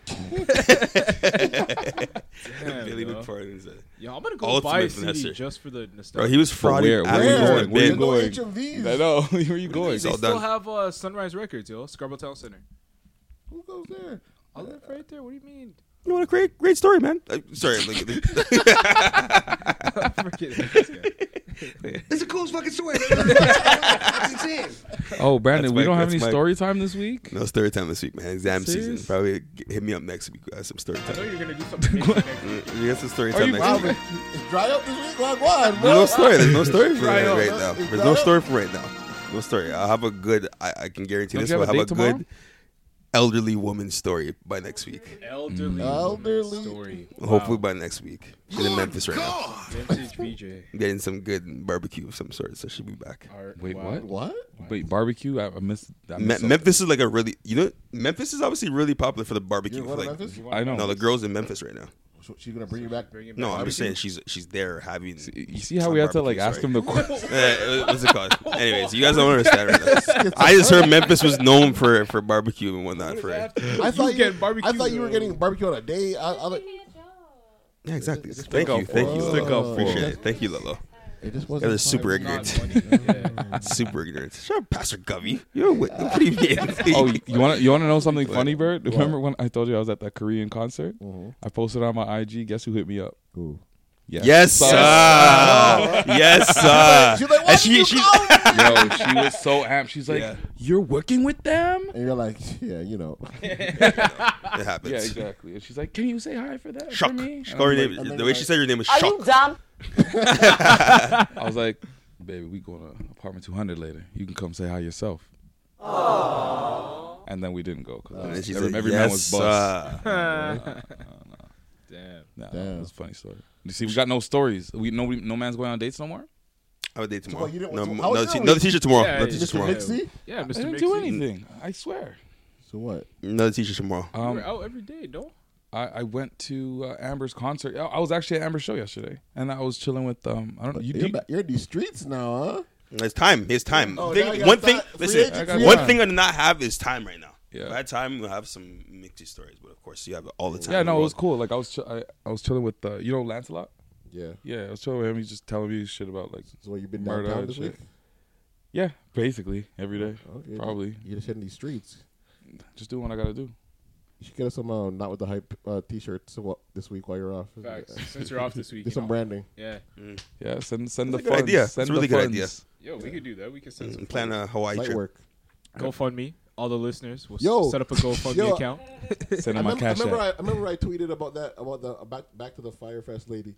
Speaker 3: Billy
Speaker 5: bro.
Speaker 3: McFarland's a-
Speaker 5: Yo, I'm gonna go
Speaker 3: Ultimate
Speaker 5: buy a CD
Speaker 3: finesse.
Speaker 5: just for the nostalgia.
Speaker 3: Bro, he was frauding.
Speaker 2: where- where
Speaker 3: Alex
Speaker 2: you
Speaker 3: in the
Speaker 2: going? Where you
Speaker 3: bin.
Speaker 2: going? going.
Speaker 4: No HMVs.
Speaker 2: I know. Where you going?
Speaker 3: He's
Speaker 5: They
Speaker 3: all
Speaker 5: still
Speaker 3: done.
Speaker 5: have uh, Sunrise Records, yo. Scarborough Town Center.
Speaker 4: Who goes there?
Speaker 5: I live right there. What do you mean?
Speaker 3: You want a great, great story, man. Uh, sorry, like,
Speaker 5: I'm forgetting this guy.
Speaker 12: It's a cool fucking story. That's insane.
Speaker 2: Oh, Brandon,
Speaker 3: That's
Speaker 2: we
Speaker 3: my-
Speaker 2: don't have
Speaker 3: that's
Speaker 2: any
Speaker 3: my-
Speaker 2: story time this week.
Speaker 3: No story time this week, man. Exam
Speaker 2: Serious?
Speaker 3: season. Probably g- hit me up next week. Uh, some story time.
Speaker 5: know you're gonna do something big next
Speaker 3: Mm, We got some story
Speaker 4: Are
Speaker 3: time
Speaker 4: you
Speaker 3: next
Speaker 4: wow,
Speaker 3: week.
Speaker 4: It's dry up this week. Like, why?
Speaker 3: There's
Speaker 4: bro?
Speaker 3: no story. There's no story for
Speaker 4: Dry
Speaker 3: right,
Speaker 4: up,
Speaker 3: right
Speaker 4: bro.
Speaker 3: now.
Speaker 4: It's
Speaker 3: There's
Speaker 4: dry
Speaker 3: no
Speaker 4: up.
Speaker 3: story for right now. No story. I'll have a good. I, I can guarantee
Speaker 2: Don't
Speaker 3: this.
Speaker 2: you have
Speaker 3: I'll
Speaker 2: a
Speaker 3: have
Speaker 2: date
Speaker 3: a
Speaker 2: tomorrow?
Speaker 3: good elderly woman story by next week.
Speaker 2: Mm.
Speaker 5: Elderly
Speaker 4: Elderly.
Speaker 5: story.
Speaker 3: Hopefully by next week. She's in Memphis right now.
Speaker 5: Vintage BJ.
Speaker 3: Getting some good barbecue of some sort, so she'll be back.
Speaker 2: Wait, what?
Speaker 4: What?
Speaker 2: Wait, barbecue? I, I missed. I
Speaker 3: Me-
Speaker 2: missed something.
Speaker 3: Memphis is like a really you know Memphis is obviously really popular for the barbecue.
Speaker 4: You
Speaker 3: for
Speaker 4: want
Speaker 3: like,
Speaker 4: Memphis?
Speaker 2: I know.
Speaker 3: No, the girls in Memphis right now.
Speaker 4: So she's gonna bring you back. Bring
Speaker 3: No, I'm just saying she's she's there having.
Speaker 2: you see how we have to, like, ask him the question?
Speaker 3: Eh, what's it called? Anyways, you guys don't understand. Right now. I just heard Memphis was known for for barbecue and whatnot. For
Speaker 4: I thought you,
Speaker 5: getting barbecue,
Speaker 4: I thought you were
Speaker 5: though.
Speaker 4: getting barbecue on a day. I, I like,
Speaker 3: yeah, exactly. Thank
Speaker 2: up
Speaker 3: you, thank you,
Speaker 2: for- Stick up
Speaker 3: Lolo.
Speaker 2: for-
Speaker 3: Appreciate it. Thank you, Lolo.
Speaker 4: It just
Speaker 3: You
Speaker 4: wasn't
Speaker 3: guys are
Speaker 4: five
Speaker 3: super ignorant.
Speaker 5: Yeah.
Speaker 3: super ignorant. Shut up, Pastor Govey. You're what, what do you mean?
Speaker 2: oh, you want to you want to know something funny, Bert?
Speaker 4: What?
Speaker 2: Remember when I told you I was at that Korean concert? I posted on my IG. Guess Mm-hmm. who hit me up?
Speaker 4: Who?
Speaker 2: Yes,
Speaker 3: Yes, sir. Yes, sir.
Speaker 2: Uh,
Speaker 4: She's like, "Why
Speaker 3: And
Speaker 4: did you call me?"
Speaker 2: Yo, she was so amped. She's like,
Speaker 3: Yeah.
Speaker 2: "You're working with them."
Speaker 4: And you're like, yeah, you know.
Speaker 3: it happens.
Speaker 2: Yeah, exactly. And she's like, "Can you say hi for that
Speaker 3: Shock.
Speaker 2: for me?"
Speaker 3: She
Speaker 2: And I
Speaker 3: called
Speaker 2: was
Speaker 3: your
Speaker 2: like-
Speaker 3: name. The way she said your name was
Speaker 9: Are
Speaker 3: Shock.
Speaker 9: you dumb?
Speaker 2: I was like, "Baby, we going to apartment 200 later. You can come say hi yourself." And then we didn't go
Speaker 3: And then
Speaker 2: because
Speaker 3: she
Speaker 2: every,
Speaker 3: said,
Speaker 2: every man was
Speaker 3: "Yes,
Speaker 2: bust.
Speaker 5: Damn.
Speaker 2: Nah, it was a funny story. You see, we got no stories. We no no man's going on dates no more.
Speaker 3: I would date tomorrow.
Speaker 4: you didn't-
Speaker 3: no,
Speaker 4: so
Speaker 3: m-
Speaker 4: how
Speaker 3: no,
Speaker 4: was
Speaker 3: t-
Speaker 4: your
Speaker 3: another
Speaker 4: week?
Speaker 3: teacher tomorrow.
Speaker 5: Yeah,
Speaker 3: another
Speaker 5: yeah,
Speaker 3: teacher
Speaker 5: yeah.
Speaker 3: tomorrow.
Speaker 4: Mixie?
Speaker 5: Yeah,
Speaker 2: I
Speaker 5: Mr.
Speaker 2: didn't
Speaker 5: Mixie.
Speaker 2: do anything. I swear.
Speaker 4: So what?
Speaker 3: Another teacher tomorrow.
Speaker 5: You
Speaker 2: Um,
Speaker 5: were out every day, no?
Speaker 2: I, I went to uh, Amber's concert. I, I was actually at Amber's show yesterday, and I was chilling with um. I don't know. You,
Speaker 4: You're,
Speaker 2: do,
Speaker 4: ba- you're in these streets now, huh?
Speaker 3: It's time. It's time.
Speaker 4: Oh,
Speaker 3: Thing-
Speaker 4: now you got
Speaker 3: one
Speaker 4: ti-
Speaker 3: thing.
Speaker 4: free
Speaker 3: Listen.
Speaker 4: agent,
Speaker 2: I got
Speaker 3: One
Speaker 2: time.
Speaker 3: thing I do not have is time right now.
Speaker 2: Yeah.
Speaker 3: Yeah. By time we'll have some mixy stories, but of course you have it all the time.
Speaker 2: yeah,
Speaker 3: in the
Speaker 2: no, it was
Speaker 3: world.
Speaker 2: cool. Like I was, ch- I, I was chilling with uh, you know Lancelot.
Speaker 4: Yeah.
Speaker 2: Yeah, I was chilling with him. He's just telling me shit about like
Speaker 4: So what, you been
Speaker 2: Murder
Speaker 4: downtown
Speaker 2: and
Speaker 4: this
Speaker 2: shit.
Speaker 4: week? Oh,
Speaker 2: yeah, basically every day,
Speaker 4: Okay.
Speaker 2: probably
Speaker 4: You just hitting these streets.
Speaker 2: just doing what I gotta do.
Speaker 4: You should get us some uh, not with the hype uh, t-shirts so what, this week while you're off.
Speaker 5: Facts. Since you're off this week.
Speaker 4: Do
Speaker 5: you
Speaker 4: some
Speaker 5: know.
Speaker 4: branding.
Speaker 5: Yeah.
Speaker 2: Yeah, send send
Speaker 3: That's
Speaker 2: the
Speaker 3: a good
Speaker 2: funds.
Speaker 3: idea.
Speaker 2: Send
Speaker 3: That's a really
Speaker 2: the
Speaker 3: good
Speaker 2: funds.
Speaker 3: idea.
Speaker 5: Yo, we could do that. We could send some
Speaker 3: And Mm, plan a Hawaii
Speaker 4: Light
Speaker 3: trip.
Speaker 4: work.
Speaker 5: GoFundMe. All the listeners will
Speaker 4: Yo.
Speaker 5: set up a GoFundMe
Speaker 4: Yo.
Speaker 5: account.
Speaker 2: Send
Speaker 4: I
Speaker 2: him my
Speaker 4: remember, I,
Speaker 2: cash
Speaker 4: remember
Speaker 2: app.
Speaker 4: I, I remember I tweeted about that about the back back to the Firefest lady.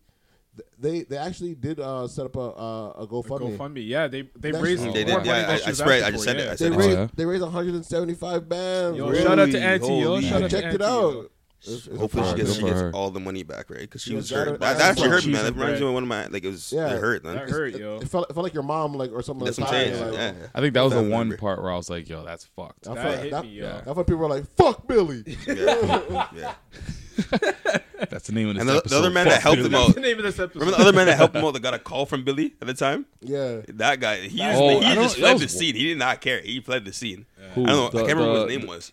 Speaker 4: Th- They they actually did uh, set up a uh, a GoFundMe.
Speaker 5: GoFundMe. Yeah, they they
Speaker 4: That's-
Speaker 5: raised
Speaker 3: Mm,
Speaker 5: more
Speaker 3: They
Speaker 5: money
Speaker 3: did.
Speaker 5: than
Speaker 3: Yeah, I,
Speaker 5: she
Speaker 3: I
Speaker 5: was
Speaker 3: spread.
Speaker 5: asking
Speaker 3: I just
Speaker 5: for,
Speaker 3: sent it.
Speaker 5: yeah.
Speaker 3: I
Speaker 4: They
Speaker 3: sent
Speaker 2: ra-
Speaker 3: it.
Speaker 4: raised
Speaker 2: yeah.
Speaker 4: they raised 175 bands.
Speaker 5: Yo,
Speaker 3: Really?
Speaker 5: shout out to Auntie. Yo,
Speaker 3: Holy
Speaker 5: shout
Speaker 4: I
Speaker 5: out to
Speaker 4: checked
Speaker 5: Auntie.
Speaker 4: it out. It's- it's
Speaker 3: Hopefully
Speaker 2: Good
Speaker 3: she gets,
Speaker 2: for
Speaker 3: she gets
Speaker 2: her.
Speaker 3: all the money back, right? Because she
Speaker 4: Yeah,
Speaker 3: was
Speaker 4: that- that-
Speaker 3: hurt. That, that actually
Speaker 4: that's
Speaker 3: hurt
Speaker 5: cheese
Speaker 3: me, man. That
Speaker 5: and
Speaker 3: reminds
Speaker 5: bread.
Speaker 3: me of one of my like it was
Speaker 4: Yeah.
Speaker 3: it hurt, man.
Speaker 5: That hurt,
Speaker 4: it,
Speaker 5: yo.
Speaker 4: it felt it felt like your mom like or something.
Speaker 3: That's
Speaker 4: like
Speaker 3: what I'm saying.
Speaker 4: that.
Speaker 3: Yeah, yeah.
Speaker 2: I think that was the
Speaker 3: Family
Speaker 2: one
Speaker 3: member.
Speaker 2: part where I was like, "Yo, that's fucked."
Speaker 4: That,
Speaker 5: That hit
Speaker 4: that,
Speaker 5: me, yo.
Speaker 4: that's why people were like, "Fuck Billy."
Speaker 3: Yeah. yeah.
Speaker 2: That's the name of this
Speaker 3: And the,
Speaker 2: episode.
Speaker 3: the other man that helped him
Speaker 5: That's
Speaker 3: out.
Speaker 5: the name of this episode.
Speaker 3: Remember the other man that helped him out that got a call from Billy at the time?
Speaker 4: yeah.
Speaker 3: That guy, he, just,
Speaker 2: Oh, I
Speaker 3: he
Speaker 2: don't-
Speaker 3: just
Speaker 2: that
Speaker 3: fled
Speaker 2: was-
Speaker 3: the scene. He did not care. He fled the scene.
Speaker 2: Who?
Speaker 3: I don't know.
Speaker 2: The-
Speaker 3: I can't remember
Speaker 2: the-
Speaker 3: what his name was.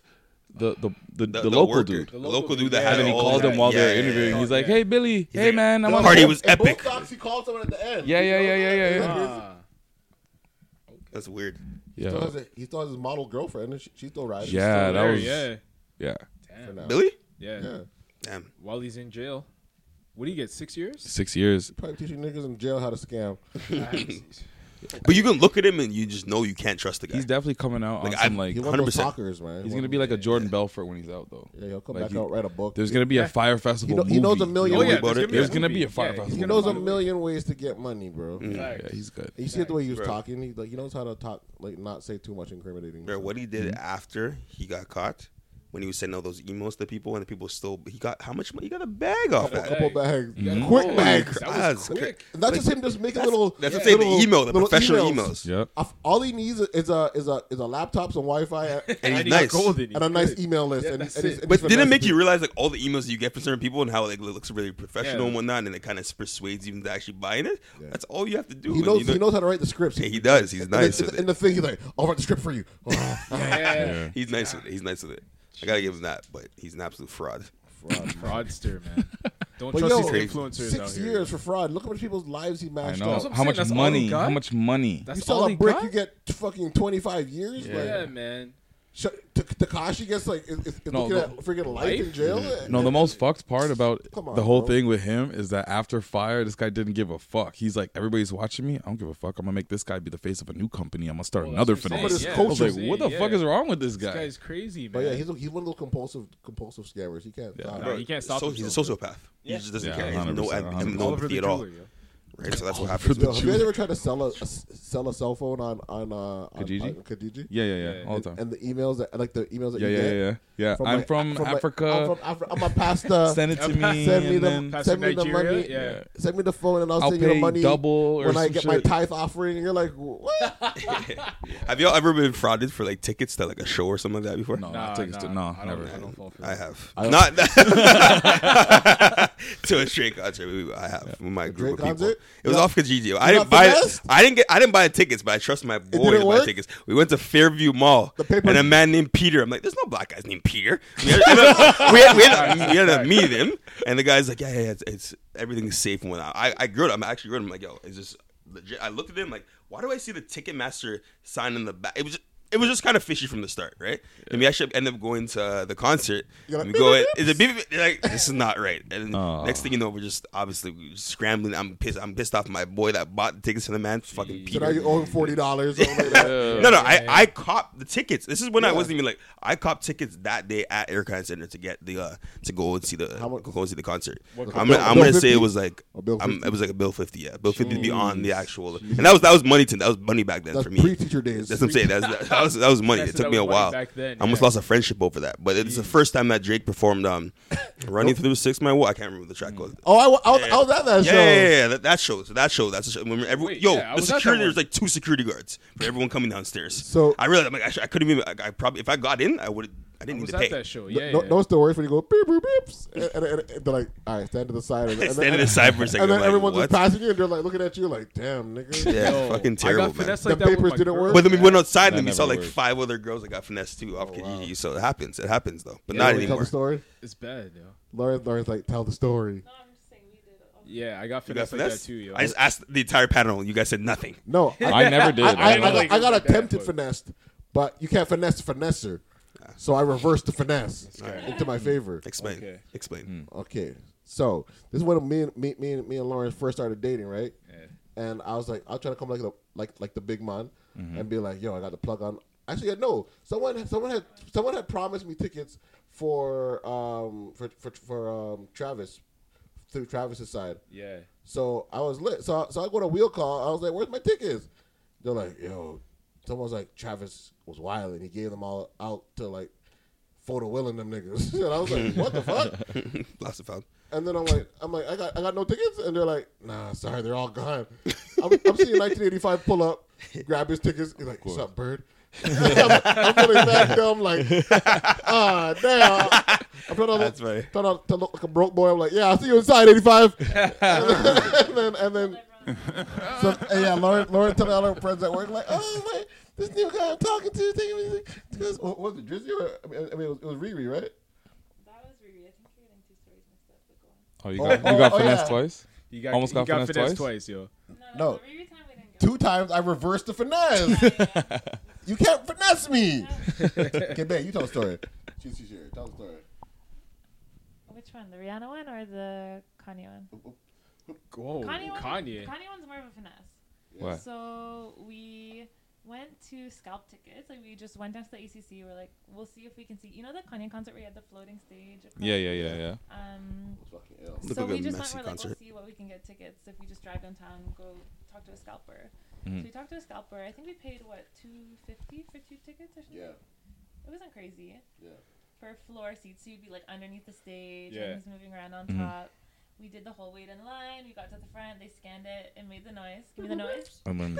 Speaker 2: the the the,
Speaker 3: The,
Speaker 2: the local
Speaker 3: worker.
Speaker 2: dude.
Speaker 3: The
Speaker 5: local
Speaker 3: local
Speaker 5: dude,
Speaker 3: dude
Speaker 5: yeah.
Speaker 3: that had
Speaker 2: And then he
Speaker 3: all
Speaker 2: called
Speaker 3: that-
Speaker 2: him while
Speaker 3: yeah,
Speaker 2: they were
Speaker 3: yeah, yeah.
Speaker 2: interviewing. He's like, "Hey, Billy. Hey,
Speaker 3: like,
Speaker 2: man, I'm
Speaker 3: the
Speaker 2: on
Speaker 3: party
Speaker 2: hold."
Speaker 3: was
Speaker 4: And both
Speaker 3: epic.
Speaker 4: times he called someone at the end.
Speaker 2: Yeah, yeah,
Speaker 4: You know,
Speaker 2: yeah, yeah, yeah, yeah.
Speaker 5: Ah.
Speaker 3: That's weird.
Speaker 4: He still,
Speaker 2: Ah. Yeah,
Speaker 4: has a, he still has his model girlfriend, and she, she still rides.
Speaker 2: yeah, that
Speaker 5: There,
Speaker 2: was
Speaker 5: yeah.
Speaker 2: yeah.
Speaker 4: For now.
Speaker 3: Billy?
Speaker 5: Yeah.
Speaker 4: Yeah.
Speaker 3: Damn.
Speaker 5: While he's in jail. What do you get? Six years?
Speaker 2: Six years.
Speaker 4: Probably teaching niggas in jail how to scam.
Speaker 3: But you can look at him and you just know you can't trust the guy.
Speaker 2: He's definitely coming out on
Speaker 3: Like,
Speaker 2: some
Speaker 3: I-
Speaker 2: like
Speaker 4: He one of those
Speaker 3: 100%.
Speaker 4: talkers, man.
Speaker 2: He's gonna be like a Jordan Belfort when he's out, though.
Speaker 4: Yeah, he'll come
Speaker 2: Like,
Speaker 4: back
Speaker 2: he-
Speaker 4: out, write a book.
Speaker 2: There's gonna be a fire festival.
Speaker 4: He know- he knows
Speaker 2: movie.
Speaker 4: a million
Speaker 2: You know
Speaker 4: ways
Speaker 2: about
Speaker 3: to
Speaker 2: it?
Speaker 3: do
Speaker 2: There's
Speaker 3: it.
Speaker 2: gonna be a fire
Speaker 5: Yeah, he's
Speaker 2: festival.
Speaker 4: he
Speaker 5: gonna
Speaker 4: knows a
Speaker 5: find a way.
Speaker 4: million ways to get money, bro.
Speaker 3: Mm.
Speaker 2: movie.
Speaker 5: Facts.
Speaker 2: Yeah, he's good.
Speaker 4: You see the way he was
Speaker 3: Bro.
Speaker 4: talking. He like he knows how to talk, like not say too much incriminating.
Speaker 3: Bro, what he did
Speaker 4: Mm-hmm.
Speaker 3: after he got caught, when he was sending all those emails to people, and the people still he got how much money? He got a bag off
Speaker 4: a
Speaker 3: that.
Speaker 4: couple bags,
Speaker 5: Mhm.
Speaker 4: quick
Speaker 5: Oh,
Speaker 4: bags.
Speaker 5: that
Speaker 3: That's
Speaker 5: was quick.
Speaker 4: And That's just him just making little.
Speaker 3: That's what I'm saying.
Speaker 4: little-
Speaker 3: The email, the
Speaker 4: little
Speaker 3: professional
Speaker 4: emails.
Speaker 3: emails.
Speaker 2: Yep.
Speaker 4: Off- All he needs is a is a is a laptop, some Wi-Fi,
Speaker 3: And
Speaker 5: I
Speaker 3: he's
Speaker 5: need
Speaker 3: nice.
Speaker 5: gold in
Speaker 4: and a
Speaker 5: it.
Speaker 4: nice email list.
Speaker 5: Yeah,
Speaker 4: and,
Speaker 5: that's
Speaker 4: and he's-
Speaker 5: it.
Speaker 4: and
Speaker 3: But
Speaker 4: he's
Speaker 3: didn't it make
Speaker 4: finessing
Speaker 3: you realize like all the emails you get from certain people and how like it looks really professional
Speaker 5: Yeah.
Speaker 3: and whatnot, and it kind of persuades you into actually buying it? That's all you have to
Speaker 4: people.
Speaker 3: do.
Speaker 4: He
Speaker 3: and
Speaker 4: knows
Speaker 3: you know-
Speaker 4: he knows how to write the scripts.
Speaker 3: Yeah, he does. He's
Speaker 4: And then-
Speaker 3: nice
Speaker 4: and,
Speaker 3: with it.
Speaker 4: the thing he's like, I'll write the script for you.
Speaker 5: Yeah.
Speaker 3: He's nice with it. He's nice with it. I gotta give him that, but he's an absolute fraud.
Speaker 5: Fraudster, man. Don't
Speaker 4: But
Speaker 5: trust
Speaker 4: yo,
Speaker 5: these influencers out
Speaker 4: Six
Speaker 5: here.
Speaker 4: years for fraud. Look how many people's lives he
Speaker 2: I
Speaker 4: mashed
Speaker 2: know.
Speaker 4: up.
Speaker 5: what I'm
Speaker 2: How
Speaker 5: saying,
Speaker 2: much
Speaker 5: that's all he
Speaker 2: money?
Speaker 5: got?
Speaker 2: How much money?
Speaker 5: That's
Speaker 4: You
Speaker 5: all
Speaker 4: sell a
Speaker 5: he
Speaker 4: brick,
Speaker 5: got?
Speaker 4: you get fucking twenty five years.
Speaker 5: Yeah,
Speaker 4: Like,
Speaker 5: man.
Speaker 4: Takashi gets like is, is
Speaker 2: No,
Speaker 4: looking
Speaker 2: the-
Speaker 4: at freaking life in jail.
Speaker 2: No, the most fucked part about
Speaker 4: Come on,
Speaker 2: the whole
Speaker 4: bro.
Speaker 2: thing with him is that after Fire, this guy didn't give a fuck. He's like, everybody's watching me. I don't give a fuck. I'm gonna make this guy be the face of a new company. I'm gonna start another
Speaker 4: what I'm
Speaker 2: phenomenon.
Speaker 4: saying,
Speaker 2: I
Speaker 4: yeah.
Speaker 2: was
Speaker 4: That's what I'm
Speaker 2: like, what the
Speaker 4: saying,
Speaker 2: fuck
Speaker 4: yeah.
Speaker 2: is wrong with this
Speaker 4: This
Speaker 2: guy?
Speaker 4: guy's
Speaker 5: crazy,
Speaker 4: But yeah,
Speaker 5: man.
Speaker 4: he's, he's one of those compulsive compulsive scammers. He can't. stop.
Speaker 3: Bro, so- He's a sociopath. He just doesn't
Speaker 2: Yeah,
Speaker 3: care. He has
Speaker 2: 100%,
Speaker 3: no, em-
Speaker 2: 100%.
Speaker 3: no
Speaker 2: Oliver
Speaker 3: empathy
Speaker 2: the
Speaker 3: at all.
Speaker 2: Jeweler, yeah.
Speaker 3: Right, so that's what
Speaker 4: Yo,
Speaker 3: happens.
Speaker 4: Oh, have you guys ever tried to sell a, a s- sell a cell phone on on uh, on-
Speaker 2: Kijiji?
Speaker 4: on Kijiji?
Speaker 2: Yeah, yeah, yeah, all the
Speaker 4: And-
Speaker 2: time.
Speaker 4: And, the emails that like the emails that
Speaker 2: Yeah,
Speaker 4: you
Speaker 2: yeah,
Speaker 4: get
Speaker 2: yeah, yeah. Yeah, I'm
Speaker 4: like,
Speaker 2: from
Speaker 4: like,
Speaker 2: Africa.
Speaker 4: I'm from Africa. I'm a pastor.
Speaker 2: Send it to me,
Speaker 4: Send me
Speaker 2: and
Speaker 4: the
Speaker 2: then-
Speaker 4: send me the
Speaker 5: Nigeria?
Speaker 4: money.
Speaker 5: Yeah.
Speaker 4: Send me the phone, and I'll,
Speaker 2: I'll
Speaker 4: send you the
Speaker 2: pay
Speaker 4: money
Speaker 2: double or
Speaker 4: when I
Speaker 2: some
Speaker 4: get my
Speaker 2: shit.
Speaker 4: tithe offering. And you're like, what?
Speaker 3: Have y'all ever been frauded for like tickets to like a show or something like that before? No,
Speaker 2: Nah, tickets to- nah, nah, I don't- never. I
Speaker 3: I,
Speaker 2: don't fall for that.
Speaker 3: have.
Speaker 2: I don't-
Speaker 3: Not that. to a straight concert. we- I have with my
Speaker 4: Drake
Speaker 3: group of people.
Speaker 4: concert?
Speaker 3: It was
Speaker 4: Yeah.
Speaker 3: off Kijiji.
Speaker 4: You
Speaker 3: I
Speaker 4: got
Speaker 3: didn't buy.
Speaker 4: finessed?
Speaker 3: I didn't get. I didn't buy the tickets, but I trust my boy
Speaker 4: didn't
Speaker 3: to buy
Speaker 4: work?
Speaker 3: tickets. We went to Fairview Mall,
Speaker 4: paper-
Speaker 3: and a man named Peter. I'm like, there's no black guys named Peter. We had, we had, we had, we had to meet him, and the guy's like, yeah, yeah, yeah, it's, it's everything's safe. And whatnot. I, I grilled him. I actually grilled him. like, yo, is this legit? I looked at him like, why do I see the Ticketmaster sign in the back? It was. Just, it was just kind of fishy from the start, right? And we actually end up going to the concert.
Speaker 4: You're like,
Speaker 3: and we go,
Speaker 4: "Beep,
Speaker 3: in,
Speaker 4: beep, Oh.
Speaker 3: is it beep, beep, beep?" They're like this is not right? And next thing you know, we're just obviously we're just scrambling. I'm pissed. I'm pissed off. My boy that bought the tickets to the man,
Speaker 4: So
Speaker 3: fucking Peter.
Speaker 4: now you owe him forty dollars.
Speaker 3: No, no, I, I copped the tickets. This is when I wasn't even like I copped tickets that day at Aircon Center to get the uh to go and see the go and see the concert.
Speaker 4: What
Speaker 3: I'm,
Speaker 4: bill-
Speaker 3: gonna, I'm
Speaker 4: bill
Speaker 3: gonna say
Speaker 4: 50?
Speaker 3: it was like
Speaker 4: A bill
Speaker 3: I'm,
Speaker 4: 50?
Speaker 3: it was like a bill fifty, yeah, bill fifty to be on the actual, and that was that was money to that was money back then
Speaker 4: That's
Speaker 3: for me.
Speaker 4: pre-teacher days.
Speaker 3: That's what I'm saying. That was that was, that was money.
Speaker 5: That's-
Speaker 3: It took
Speaker 5: that
Speaker 3: me a
Speaker 5: was money
Speaker 3: while.
Speaker 5: back then,
Speaker 3: I almost
Speaker 5: yeah.
Speaker 3: lost a friendship over that. But it's the first time that Drake performed um, "Running Through Six Mile Wall." I can't remember what the
Speaker 5: Mm.
Speaker 3: track was.
Speaker 4: Oh, I, wa- I, was, I was at that
Speaker 3: Yeah,
Speaker 4: show.
Speaker 3: yeah, yeah, yeah, That, that show. So that show. That's a show. When every,
Speaker 5: Wait,
Speaker 3: yo,
Speaker 5: yeah, I
Speaker 3: the
Speaker 5: was at that
Speaker 3: security.
Speaker 5: one.
Speaker 3: There's like two security guards for everyone coming downstairs.
Speaker 4: So-
Speaker 3: So I realized I'm like, I, sh- I couldn't even. I, I probably if I got in, I would. I
Speaker 5: I
Speaker 3: didn't need
Speaker 5: was
Speaker 3: to
Speaker 5: at
Speaker 3: pay.
Speaker 5: that show. Yeah,
Speaker 4: No,
Speaker 5: yeah.
Speaker 4: Notice the words when you go beep beep beeps, and, and, and, and they're like, "All right, stand to the side." And, and
Speaker 3: Stand to the side for a second,
Speaker 4: And then
Speaker 3: like,
Speaker 4: everyone's
Speaker 3: what?
Speaker 4: just passing you, and they're like looking at you, like, "Damn, nigga."
Speaker 3: Yeah,
Speaker 5: Yo,
Speaker 3: fucking
Speaker 5: I
Speaker 3: terrible,
Speaker 5: got
Speaker 3: man.
Speaker 5: finessed like
Speaker 4: The
Speaker 5: that with
Speaker 4: papers
Speaker 5: my
Speaker 4: didn't
Speaker 5: girl.
Speaker 4: work? Oh,
Speaker 3: But then we went outside
Speaker 2: That
Speaker 3: and we
Speaker 2: never
Speaker 3: saw like
Speaker 2: worked.
Speaker 3: five other girls that got finessed too off Kijiji. So it happens. It happens though, but
Speaker 4: You
Speaker 3: not
Speaker 4: wanna Tell the
Speaker 3: anymore.
Speaker 4: story.
Speaker 5: It's bad, yo.
Speaker 4: Lauren, Lauren's like, "Tell the story."
Speaker 5: Yeah, I got
Speaker 3: You got
Speaker 5: finessed like that
Speaker 3: finessed?
Speaker 5: too, yo.
Speaker 3: I just asked the entire panel. You guys said nothing.
Speaker 4: No,
Speaker 2: I never did.
Speaker 4: I, I,
Speaker 2: I
Speaker 4: I,
Speaker 2: don't
Speaker 4: got,
Speaker 5: know.
Speaker 4: I got
Speaker 5: Like that,
Speaker 4: attempted
Speaker 5: but-
Speaker 4: finesse, but you can't finesse the finesser. So I reversed the finesse into my favor.
Speaker 3: Mm-hmm. Explain.
Speaker 5: Okay.
Speaker 3: Explain.
Speaker 4: Okay, so this is when me and me, me, and- me and Lauren first started dating, right? And I was like, I'll try to come like the like like the big man and be like, yo, I got the plug on. Actually, yeah, no, someone someone had someone had promised me tickets for um for for, for um Travis through Travis's side.
Speaker 5: Yeah.
Speaker 4: So I was lit. So so I go to wheel call. I was like, "Where's my tickets?" They're like, "Yo," someone's like, "Travis was wild and he gave them all out to like photo willing them niggas." and I was like, "What the fuck?"
Speaker 3: Lost and found.
Speaker 4: And then I'm like, "I'm like, I got I got no tickets," and they're like, "Nah, sorry, they're all gone." I'm, I'm seeing 1985 pull up, grab his tickets. He's like, "What's up, bird?" I'm, I'm feeling back dumb, like, ah, damn. I'm trying to,
Speaker 3: That's
Speaker 4: look,
Speaker 3: funny.
Speaker 4: trying to, to look like a broke boy. I'm like, yeah, I'll see you inside, 85. and then, and then so and yeah, Lauren, Lauren telling all her friends at work, like, oh my, this new guy I'm talking to, thinking, me- because what was it, Drizzy or I mean, I mean it, was, it was Riri, right?
Speaker 2: Oh, you got,
Speaker 4: Oh,
Speaker 2: you got
Speaker 4: oh, oh,
Speaker 2: finessed
Speaker 4: yeah.
Speaker 2: twice.
Speaker 5: He got,
Speaker 2: Almost
Speaker 5: he
Speaker 2: got,
Speaker 5: got
Speaker 2: finessed, twice.
Speaker 5: yo.
Speaker 4: No, two times I reversed the finesse. you can't finesse me. okay, babe, you tell the story. She- she- she- Tell the story.
Speaker 13: Which one, the Rihanna one or the Kanye one?
Speaker 4: oh,
Speaker 5: Whoa, Kanye.
Speaker 13: one- Kanye one's more of a finesse.
Speaker 2: Why?
Speaker 13: So we went to scalp tickets. Like we just went down to the ACC. We're like, we'll see if we can see. You know the Kanye concert where you had the floating stage. across?
Speaker 2: Yeah, yeah, yeah, yeah.
Speaker 13: Um,
Speaker 3: Look
Speaker 13: so
Speaker 3: like a
Speaker 13: we just went.
Speaker 3: messy
Speaker 13: We're like, we'll
Speaker 3: concert.
Speaker 13: see what we can get tickets. If we just drive downtown, go talk to a scalper.
Speaker 2: Mhm.
Speaker 13: So we talked to a scalper. I think we paid what two fifty for two tickets or something.
Speaker 4: Yeah.
Speaker 13: It wasn't crazy.
Speaker 4: Yeah.
Speaker 13: For floor seats, so you'd be like underneath the stage,
Speaker 5: Yeah.
Speaker 13: and he's moving around on
Speaker 2: Mhm.
Speaker 13: top. We did the whole wait in line. We got to the front. They scanned it and made the noise. Give me the noise.
Speaker 2: And then-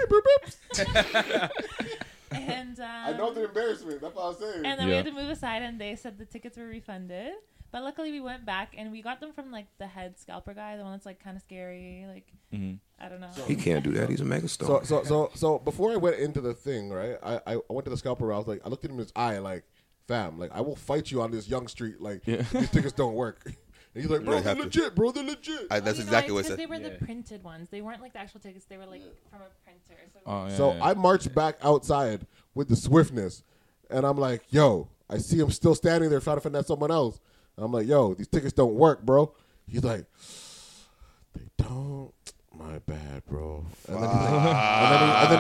Speaker 13: and um,
Speaker 4: I know the embarrassment. That's what I was saying.
Speaker 13: and then we
Speaker 2: Yeah.
Speaker 13: had to move aside, and they said the tickets were refunded. But luckily, we went back and we got them from like the head scalper guy, the one that's like kind of scary. Like
Speaker 2: Mhm.
Speaker 13: I don't know.
Speaker 8: He can't do that. He's a megastar.
Speaker 4: So so so so before I went into the thing, right? I I, I went to the scalper. I was like, I looked at him in his eye, like, fam, like I will fight you on this young street. Like these tickets don't work. And he's like, bro,
Speaker 3: don't
Speaker 4: they're
Speaker 3: have
Speaker 4: legit, bro, they're legit.
Speaker 3: I, that's
Speaker 13: You know,
Speaker 3: exactly
Speaker 13: it's
Speaker 3: what I
Speaker 13: 'cause
Speaker 3: said.
Speaker 13: They were the printed ones. They weren't like the actual tickets. They were like from a printer. So
Speaker 2: Oh, yeah,
Speaker 4: so
Speaker 2: yeah.
Speaker 4: I marched back outside with the swiftness. And I'm like, yo, I see him still standing there trying to finesse someone else. And I'm like, yo, these tickets don't work, bro. He's like, they don't. My bad, bro. And then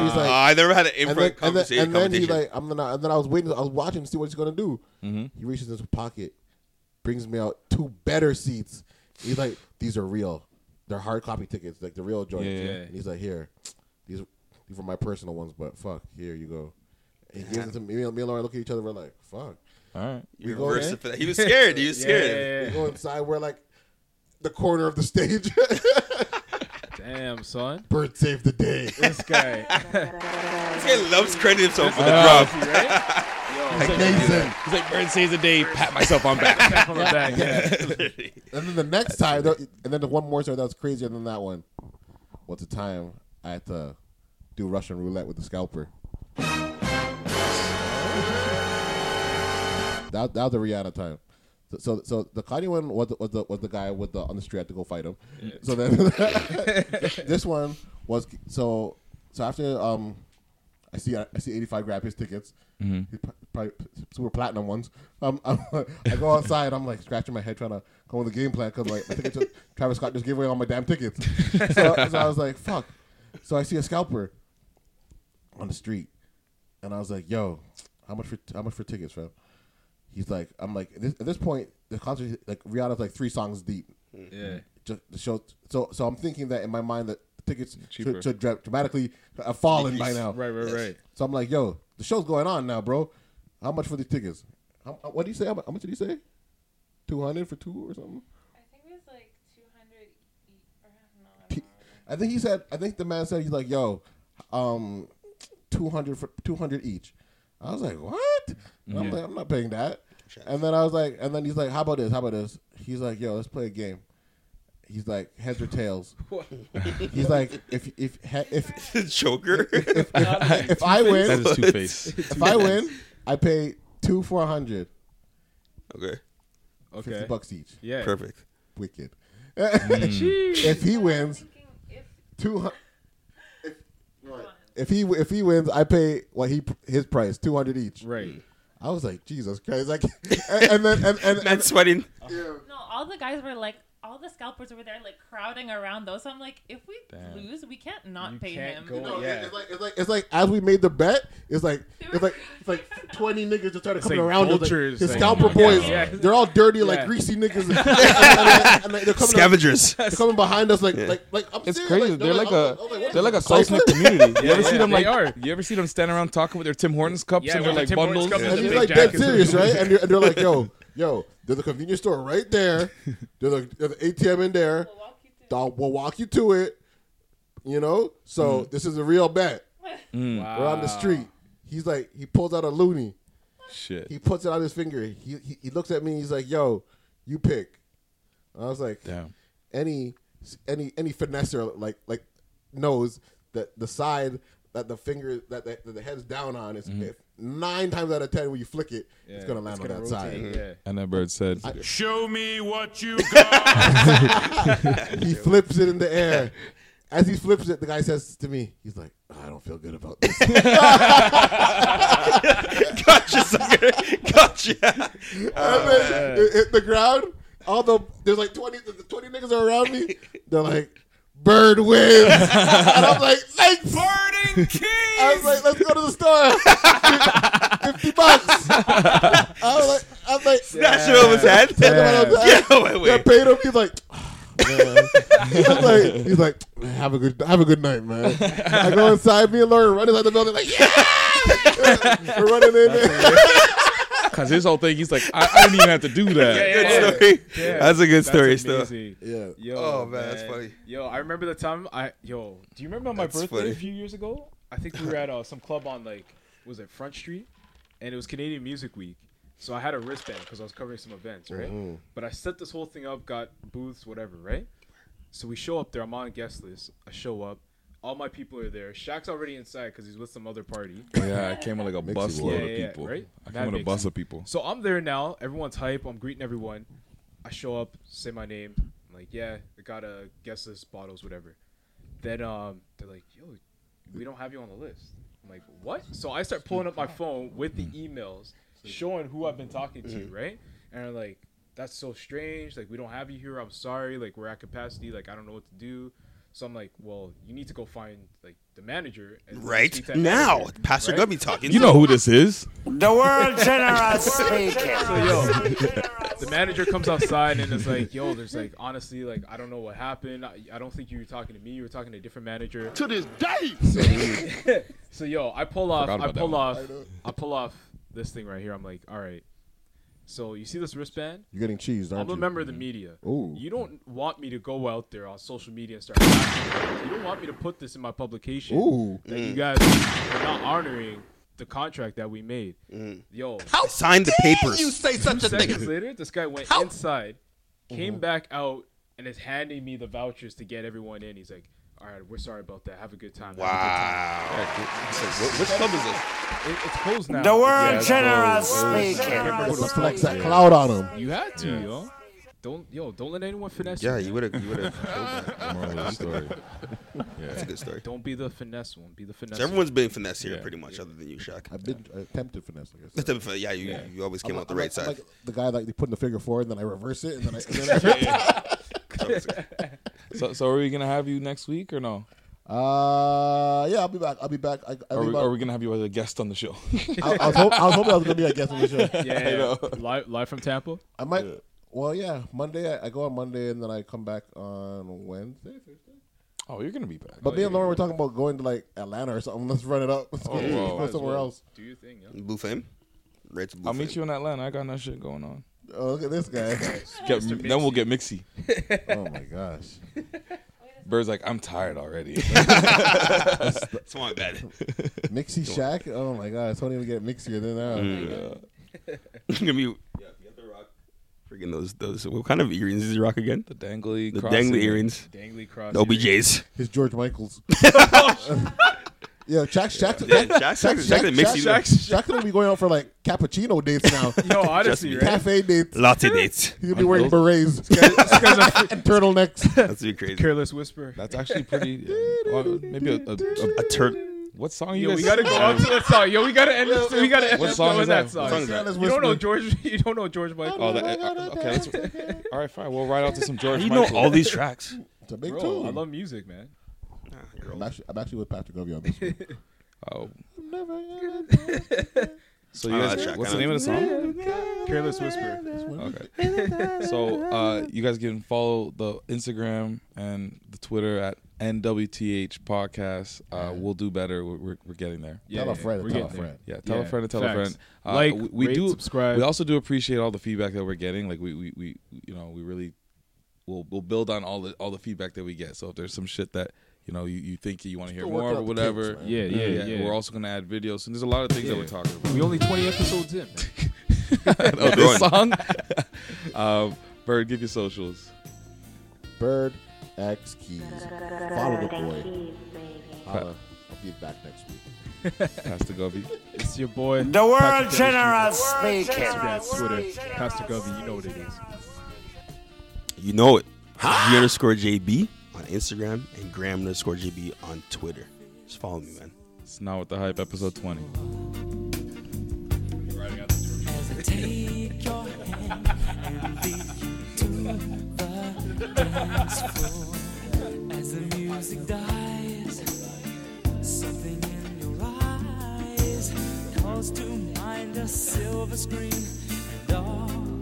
Speaker 4: he's like, and then, he- and then he's like,
Speaker 3: Fuck. Ah, I never had an
Speaker 4: and
Speaker 3: input
Speaker 4: then- and then-
Speaker 3: conversation-
Speaker 4: And then he like,
Speaker 3: competition.
Speaker 4: I'm not. And then I was waiting. I was watching to see what he's gonna do.
Speaker 2: Mm-hmm.
Speaker 4: He reaches into his pocket, brings me out two better seats. He's like, these are real. They're hard copy tickets, like the real joints.
Speaker 2: Yeah, yeah.
Speaker 4: And he's like, here, these these were my personal ones, but fuck, here you go. And he gives it to me. Me and me and Lauren look at each other. We're like, fuck.
Speaker 2: All right.
Speaker 3: You reversed it for that. He was scared, he was scared.
Speaker 4: We go inside. We're like the corner of the stage.
Speaker 5: Damn, son.
Speaker 4: Bird saved the day.
Speaker 5: This guy.
Speaker 3: This guy loves crediting himself for the
Speaker 5: I
Speaker 3: drop.
Speaker 5: know, right?
Speaker 3: Like,
Speaker 4: Amazing.
Speaker 2: He's like, Bird saves the day, pat myself on back.
Speaker 5: Pat on the back,
Speaker 4: and then the next time, though- and then the one more story that was crazier than that one was the time I had to do Russian roulette with the scalper. That, that was the Rihanna time. So, so, so the Kanye one was the, was the was the guy with the on the street had to go fight him. So then this one was so so after um I see I see eighty five grab his tickets,
Speaker 2: Mhm.
Speaker 4: He pr- probably super platinum ones. Um, I'm, I go outside. I'm like scratching my head trying to come up with a game plan because like my tickets, Travis Scott just gave away all my damn tickets. So, so I was like, fuck. So I see a scalper on the street, and I was like, "Yo, how much for how much for tickets, fam?" He's like, "I'm like at this, at this point, the concert like Rihanna's like three songs deep."
Speaker 5: Yeah.
Speaker 4: Just the show. So so I'm thinking that in my mind that tickets
Speaker 5: Cheaper.
Speaker 4: should, should dra- dramatically have fallen by now.
Speaker 5: Right, right, Yes. right.
Speaker 4: So I'm like, "Yo, the show's going on now, bro. How much for the tickets? How, how- what do you say? How, mu- how much did he say? Two hundred for two or something?" I think he said. I think the man said he's like, "Yo, um, two hundred for two hundred each." I was like, "What?" And I'm
Speaker 2: Yeah.
Speaker 4: like, "I'm not paying that." And then I was like, and then he's like, "How about this? How about this?" He's like, "Yo, let's play a game." He's like, "Heads or tails." he's like, "If if he- if
Speaker 3: Joker,
Speaker 4: if, if, if- if I win,
Speaker 2: That is Two-Face.
Speaker 4: If I win, I pay two four hundred.
Speaker 3: Okay.
Speaker 5: Okay.
Speaker 4: 50 bucks each.
Speaker 5: Yeah.
Speaker 3: Perfect.
Speaker 4: Wicked.
Speaker 5: Mm.
Speaker 4: if he wins, two hundred. If he if he wins, I pay what he his price two hundred each.
Speaker 5: Right.
Speaker 4: I was like Jesus Christ, like, and then and and, and
Speaker 3: Man's sweating.
Speaker 13: No, all the guys were like, all the scalpers were there, like crowding around those. So I'm like, if we
Speaker 2: Damn.
Speaker 13: lose, we can't not pay
Speaker 5: can't
Speaker 13: him.
Speaker 5: go-
Speaker 13: Like,
Speaker 5: yeah.
Speaker 4: It's like, it's like it's like as we made the bet, it's like it's like it's like twenty niggas just started
Speaker 5: It's
Speaker 4: coming
Speaker 5: like
Speaker 4: around. us, Like,
Speaker 5: vultures,
Speaker 4: his
Speaker 5: like-
Speaker 4: scalper
Speaker 5: Yeah,
Speaker 4: boys,
Speaker 5: yeah.
Speaker 4: they're all dirty like
Speaker 5: Yeah.
Speaker 4: greasy niggas. and, and, and, and, like, they're coming
Speaker 3: Scavengers.
Speaker 4: they're coming behind us like
Speaker 3: Yeah.
Speaker 4: like like I'm
Speaker 2: It's
Speaker 4: serious,
Speaker 2: crazy.
Speaker 4: like,
Speaker 2: They're like
Speaker 4: I'm
Speaker 2: a
Speaker 4: I'm what
Speaker 2: they're
Speaker 4: is
Speaker 2: like a
Speaker 4: this,
Speaker 2: close knit
Speaker 4: culture?
Speaker 2: community. You
Speaker 5: Yeah,
Speaker 2: ever see
Speaker 5: yeah,
Speaker 2: them
Speaker 5: they
Speaker 2: like
Speaker 5: are.
Speaker 2: you ever see them standing around talking with their Tim Hortons cups
Speaker 5: Yeah,
Speaker 2: and their
Speaker 5: with
Speaker 2: like
Speaker 5: their Tim
Speaker 2: bundles?
Speaker 5: Hortons cups and
Speaker 4: And
Speaker 5: the
Speaker 4: you're
Speaker 5: big
Speaker 4: like dead
Speaker 5: jackets.
Speaker 4: serious, right? And, you're, and they're like, yo, yo, there's a convenience store right there. There's a there's an ATM in there. I'll- We'll walk you to it. You know, so this is a real bet. We're on the
Speaker 5: Hmm. Wow.
Speaker 4: street. He's like, he pulls out a loony.
Speaker 2: Shit.
Speaker 4: He puts it on his finger. He he, he looks at me. He's like, yo, you pick. And I was like,
Speaker 2: Damn.
Speaker 4: any any any finesser like like knows that the side that the finger that the, that the head's down on is
Speaker 2: Mm-hmm.
Speaker 4: if nine times out of ten when you flick it, it's gonna land on that side.
Speaker 2: And that bird said,
Speaker 9: Show me what you got.
Speaker 4: he flips it in the air. As he flips it, the guy says to me, he's like, "Oh, I don't feel good about this.
Speaker 3: gotcha, sucker. Gotcha. Oh,
Speaker 4: And then it hit the ground. All the there's like 20, the 20 niggas are around me. They're like, Bird wins. and I'm like, thanks.
Speaker 9: Burning
Speaker 4: I
Speaker 9: keys.
Speaker 4: was like, let's go to the store. 50 bucks. I was like, I'm like,
Speaker 3: Snatch it over his head.
Speaker 4: Tell him what I'm
Speaker 3: Yeah,
Speaker 4: saying.
Speaker 3: wait,
Speaker 4: Yeah,
Speaker 3: wait.
Speaker 4: paid him. He's like, man. he's like, he's like, "Man, have a good, have a good night, man. I go inside, me and Lauren run inside the building, like, yeah, we're running in.
Speaker 2: because his whole thing, he's like, I, I didn't even have to do that.
Speaker 3: Good story. That's a good story still.
Speaker 5: amazing.
Speaker 4: Yeah.
Speaker 5: Yo,
Speaker 3: Oh, man, that's funny.
Speaker 5: Yo, I remember the time I yo. Do you remember my
Speaker 3: That's
Speaker 5: birthday
Speaker 3: funny.
Speaker 5: a few years ago? I think we were at uh, some club on like was it Front Street, and it was Canadian Music Week. So I had a wristband because I was covering some events, right?
Speaker 3: Mm-hmm.
Speaker 4: Mhm.
Speaker 5: But I set this whole thing up, got booths, whatever, right? So we show up there. I'm on a guest list. I show up. All my people are there. Shaq's already inside because he's with some other party.
Speaker 2: Yeah, I came with like a
Speaker 4: Makes you
Speaker 2: busload
Speaker 5: Yeah, yeah,
Speaker 2: of people.
Speaker 5: right?
Speaker 2: I
Speaker 5: That
Speaker 2: came with a
Speaker 5: makes
Speaker 2: bus
Speaker 5: sense.
Speaker 2: of people.
Speaker 5: So I'm there now. Everyone's hype. I'm greeting everyone. I show up, say my name. I'm like, yeah, I got a guest list, bottles, whatever. Then um, they're like, yo, we don't have you on the list. I'm I'm like, what? So I start pulling up my phone with the emails showing who I've been talking to,
Speaker 3: Mm-hmm.
Speaker 5: right? And I'm like, that's so strange. Like, we don't have you here. I'm sorry. Like, we're at capacity. Like, I don't know what to do. So I'm like, well, you need to go find like the manager. And
Speaker 3: Right
Speaker 5: speak to that
Speaker 3: now,
Speaker 5: manager,
Speaker 3: Pastor
Speaker 5: right?
Speaker 3: Gubby talking.
Speaker 2: You know who this is?
Speaker 3: The
Speaker 5: world
Speaker 3: generous
Speaker 5: So yo, the manager comes outside and is like, "Yo, there's like honestly, like I don't know what happened. I, I don't think you were talking to me. You were talking to a different manager."
Speaker 6: To this day.
Speaker 5: So, so, yo, I pull off.
Speaker 2: Forgot
Speaker 5: I
Speaker 2: about that
Speaker 5: pull
Speaker 2: one.
Speaker 5: off.
Speaker 2: I know.
Speaker 5: I pull off this thing right here. I'm like, all right. So you see this wristband?
Speaker 4: You're getting cheesed,
Speaker 5: I'm
Speaker 4: aren't
Speaker 5: a
Speaker 4: you?
Speaker 5: member of the media.
Speaker 4: Ooh.
Speaker 5: You don't want me to go out there on social media and start. harassing you. you don't want me to put this in my publication
Speaker 4: Ooh.
Speaker 5: that
Speaker 4: Mm.
Speaker 5: you guys are not honoring the contract that we made. Yo,
Speaker 3: Mm. How Sign the dare papers. you say
Speaker 5: Two
Speaker 3: such a thing?
Speaker 5: seconds later, this guy went inside, came back out, and is handing me the vouchers to get everyone in. He's like, "All right, we're sorry about that. Have a good time." Have a good time."
Speaker 3: Wow. Which club is this?
Speaker 5: It- it's closed now.
Speaker 3: The world
Speaker 5: it's
Speaker 3: generous
Speaker 5: closed.
Speaker 3: speaking.
Speaker 5: I can't remember what it was
Speaker 4: Let's flex
Speaker 5: called.
Speaker 4: that cloud on 'em.
Speaker 5: You had to,
Speaker 4: Yeah.
Speaker 5: yo. Don't yo, don't let anyone finesse
Speaker 3: Yeah,
Speaker 5: you.
Speaker 3: you would've- you would've killed that. Moral of the story. That's a good story.
Speaker 5: Don't be the finesse one. Be the finesse.
Speaker 3: So everyone's
Speaker 5: one.
Speaker 3: been finesse here,
Speaker 5: Yeah.
Speaker 3: pretty much, other than you, Shaq.
Speaker 4: I've been attempted finesse. Like I said.
Speaker 3: Attempted finesse, yeah, you- you always came
Speaker 4: I'm
Speaker 3: out the
Speaker 4: I'm
Speaker 3: right
Speaker 4: I'm
Speaker 3: side.
Speaker 4: like the guy that they put in the figure four, and then I reverse it, and then I. And then I
Speaker 2: So, so are we gonna have you next week or no?
Speaker 4: Uh, yeah, I'll be back. I'll be back. I, I'll
Speaker 2: Are
Speaker 4: be
Speaker 2: we,
Speaker 4: back.
Speaker 2: are we gonna have you as a guest on the show?
Speaker 4: I, I was hope, I was hoping I was gonna be a guest on the show.
Speaker 5: Yeah, yeah. live live from Tampa.
Speaker 4: I might. Well, yeah, Monday. I, I go on Monday, and then I come back on Wednesday. Thursday.
Speaker 2: Oh, you're gonna be back.
Speaker 4: But me and Lauren were talking about going to like Atlanta or something. Let's run it up. Let's
Speaker 2: Oh,
Speaker 4: go,
Speaker 2: wow.
Speaker 4: go somewhere else.
Speaker 5: Do you think?
Speaker 3: Blue Flame. Right to Blue
Speaker 2: I'll
Speaker 3: Flame.
Speaker 2: meet you in Atlanta. I got no shit going on.
Speaker 4: Oh, look at this guy.
Speaker 2: Get,
Speaker 4: Mr.
Speaker 2: then we'll get Mixie.
Speaker 4: oh my gosh.
Speaker 2: Bird's like, I'm tired already.
Speaker 3: It's my bad.
Speaker 4: Mixie Shack. Oh my god, it's only gonna get mixier than that.
Speaker 3: Gonna be- yeah, get the rock. Freaking those those. What kind of earrings is he rock again? The
Speaker 2: dangly,
Speaker 3: the
Speaker 2: cross
Speaker 3: dangly
Speaker 2: earring.
Speaker 3: earrings.
Speaker 5: Dangly cross
Speaker 3: The OBJs.
Speaker 4: His George Michaels. yeah, Shaq. Shaq.
Speaker 3: Yeah, Shaq- Shaq- Shaq that makes you-
Speaker 4: Shaq- Shaq's gonna be going out for like cappuccino dates now.
Speaker 5: Yo, honestly, right?
Speaker 4: cafe dates,
Speaker 3: Latte dates.
Speaker 4: He'll be wearing berets and turtlenecks.
Speaker 3: That's be crazy.
Speaker 5: Careless whisper.
Speaker 2: That's actually pretty. uh, uh, maybe a a, a,
Speaker 3: turn.
Speaker 2: What song? Oh, you
Speaker 5: Yo, we
Speaker 2: guys-
Speaker 5: gotta go out to that song. Yo, we gotta end this. We gotta end
Speaker 2: What
Speaker 5: this
Speaker 2: song
Speaker 5: with
Speaker 2: is
Speaker 5: that,
Speaker 2: that?
Speaker 5: song.
Speaker 2: What song is that?
Speaker 5: You don't know George. You don't know George Michael.
Speaker 2: Oh, that, uh, okay. Let's, all right, fine. We'll ride out to some George.
Speaker 3: You know
Speaker 2: Michael.
Speaker 3: all these tracks.
Speaker 4: It's a big
Speaker 5: Bro,
Speaker 4: tune.
Speaker 5: I love music, man.
Speaker 4: I'm actually, I'm actually with Patrick Govey on this. One.
Speaker 2: oh, so
Speaker 5: So
Speaker 2: you
Speaker 3: I know
Speaker 2: guys,
Speaker 3: Oh, that track.
Speaker 2: what's
Speaker 3: I
Speaker 2: the name
Speaker 3: know
Speaker 2: of the song?
Speaker 5: Careless Whisper.
Speaker 2: Okay. so uh, you guys can follow the Instagram and the Twitter at NWTH Podcast. Uh, we'll do better. We're, we're, we're getting there.
Speaker 5: Yeah, Tell a yeah, friend to we're tell a getting there. friend.
Speaker 2: Yeah, tell a
Speaker 5: Yeah,
Speaker 2: friend to tell
Speaker 5: facts.
Speaker 2: a friend.
Speaker 5: Like,
Speaker 2: w- we
Speaker 5: rate,
Speaker 2: do
Speaker 5: subscribe.
Speaker 2: We also do appreciate all the feedback that we're getting. Like we we, we you know we really we'll we'll build on all the all the feedback that we get. So if there's some shit that you know you, you think you want to hear
Speaker 5: Still work
Speaker 2: more or
Speaker 5: out the
Speaker 2: whatever,
Speaker 5: kinks, man. Yeah, yeah, yeah.
Speaker 2: We're also gonna add videos and there's a lot of things that
Speaker 5: Yeah.
Speaker 2: we're talking about.
Speaker 5: We only 20 episodes in.
Speaker 2: I know
Speaker 5: We're
Speaker 2: this song.
Speaker 5: growing.
Speaker 2: Oh, um, Bird, give your socials.
Speaker 4: Bird X Keys. Follow the boy. Holla. I'll be back next week.
Speaker 2: Pastor Govey.
Speaker 5: It's your boy.
Speaker 2: The
Speaker 5: Patrick
Speaker 2: world
Speaker 5: Dempsey.
Speaker 2: generous
Speaker 5: Instagram,
Speaker 2: speaking.
Speaker 5: Twitter, Pastor Govey, you know what it is.
Speaker 3: You know it. G underscore JB on Instagram and Graham underscore JB on Twitter. Just follow me, man.
Speaker 2: It's not with the hype. Episode twenty.
Speaker 14: Take your hand and lead to the dance floor. As the music dies, something in your eyes calls to mind a silver screen and all Oh,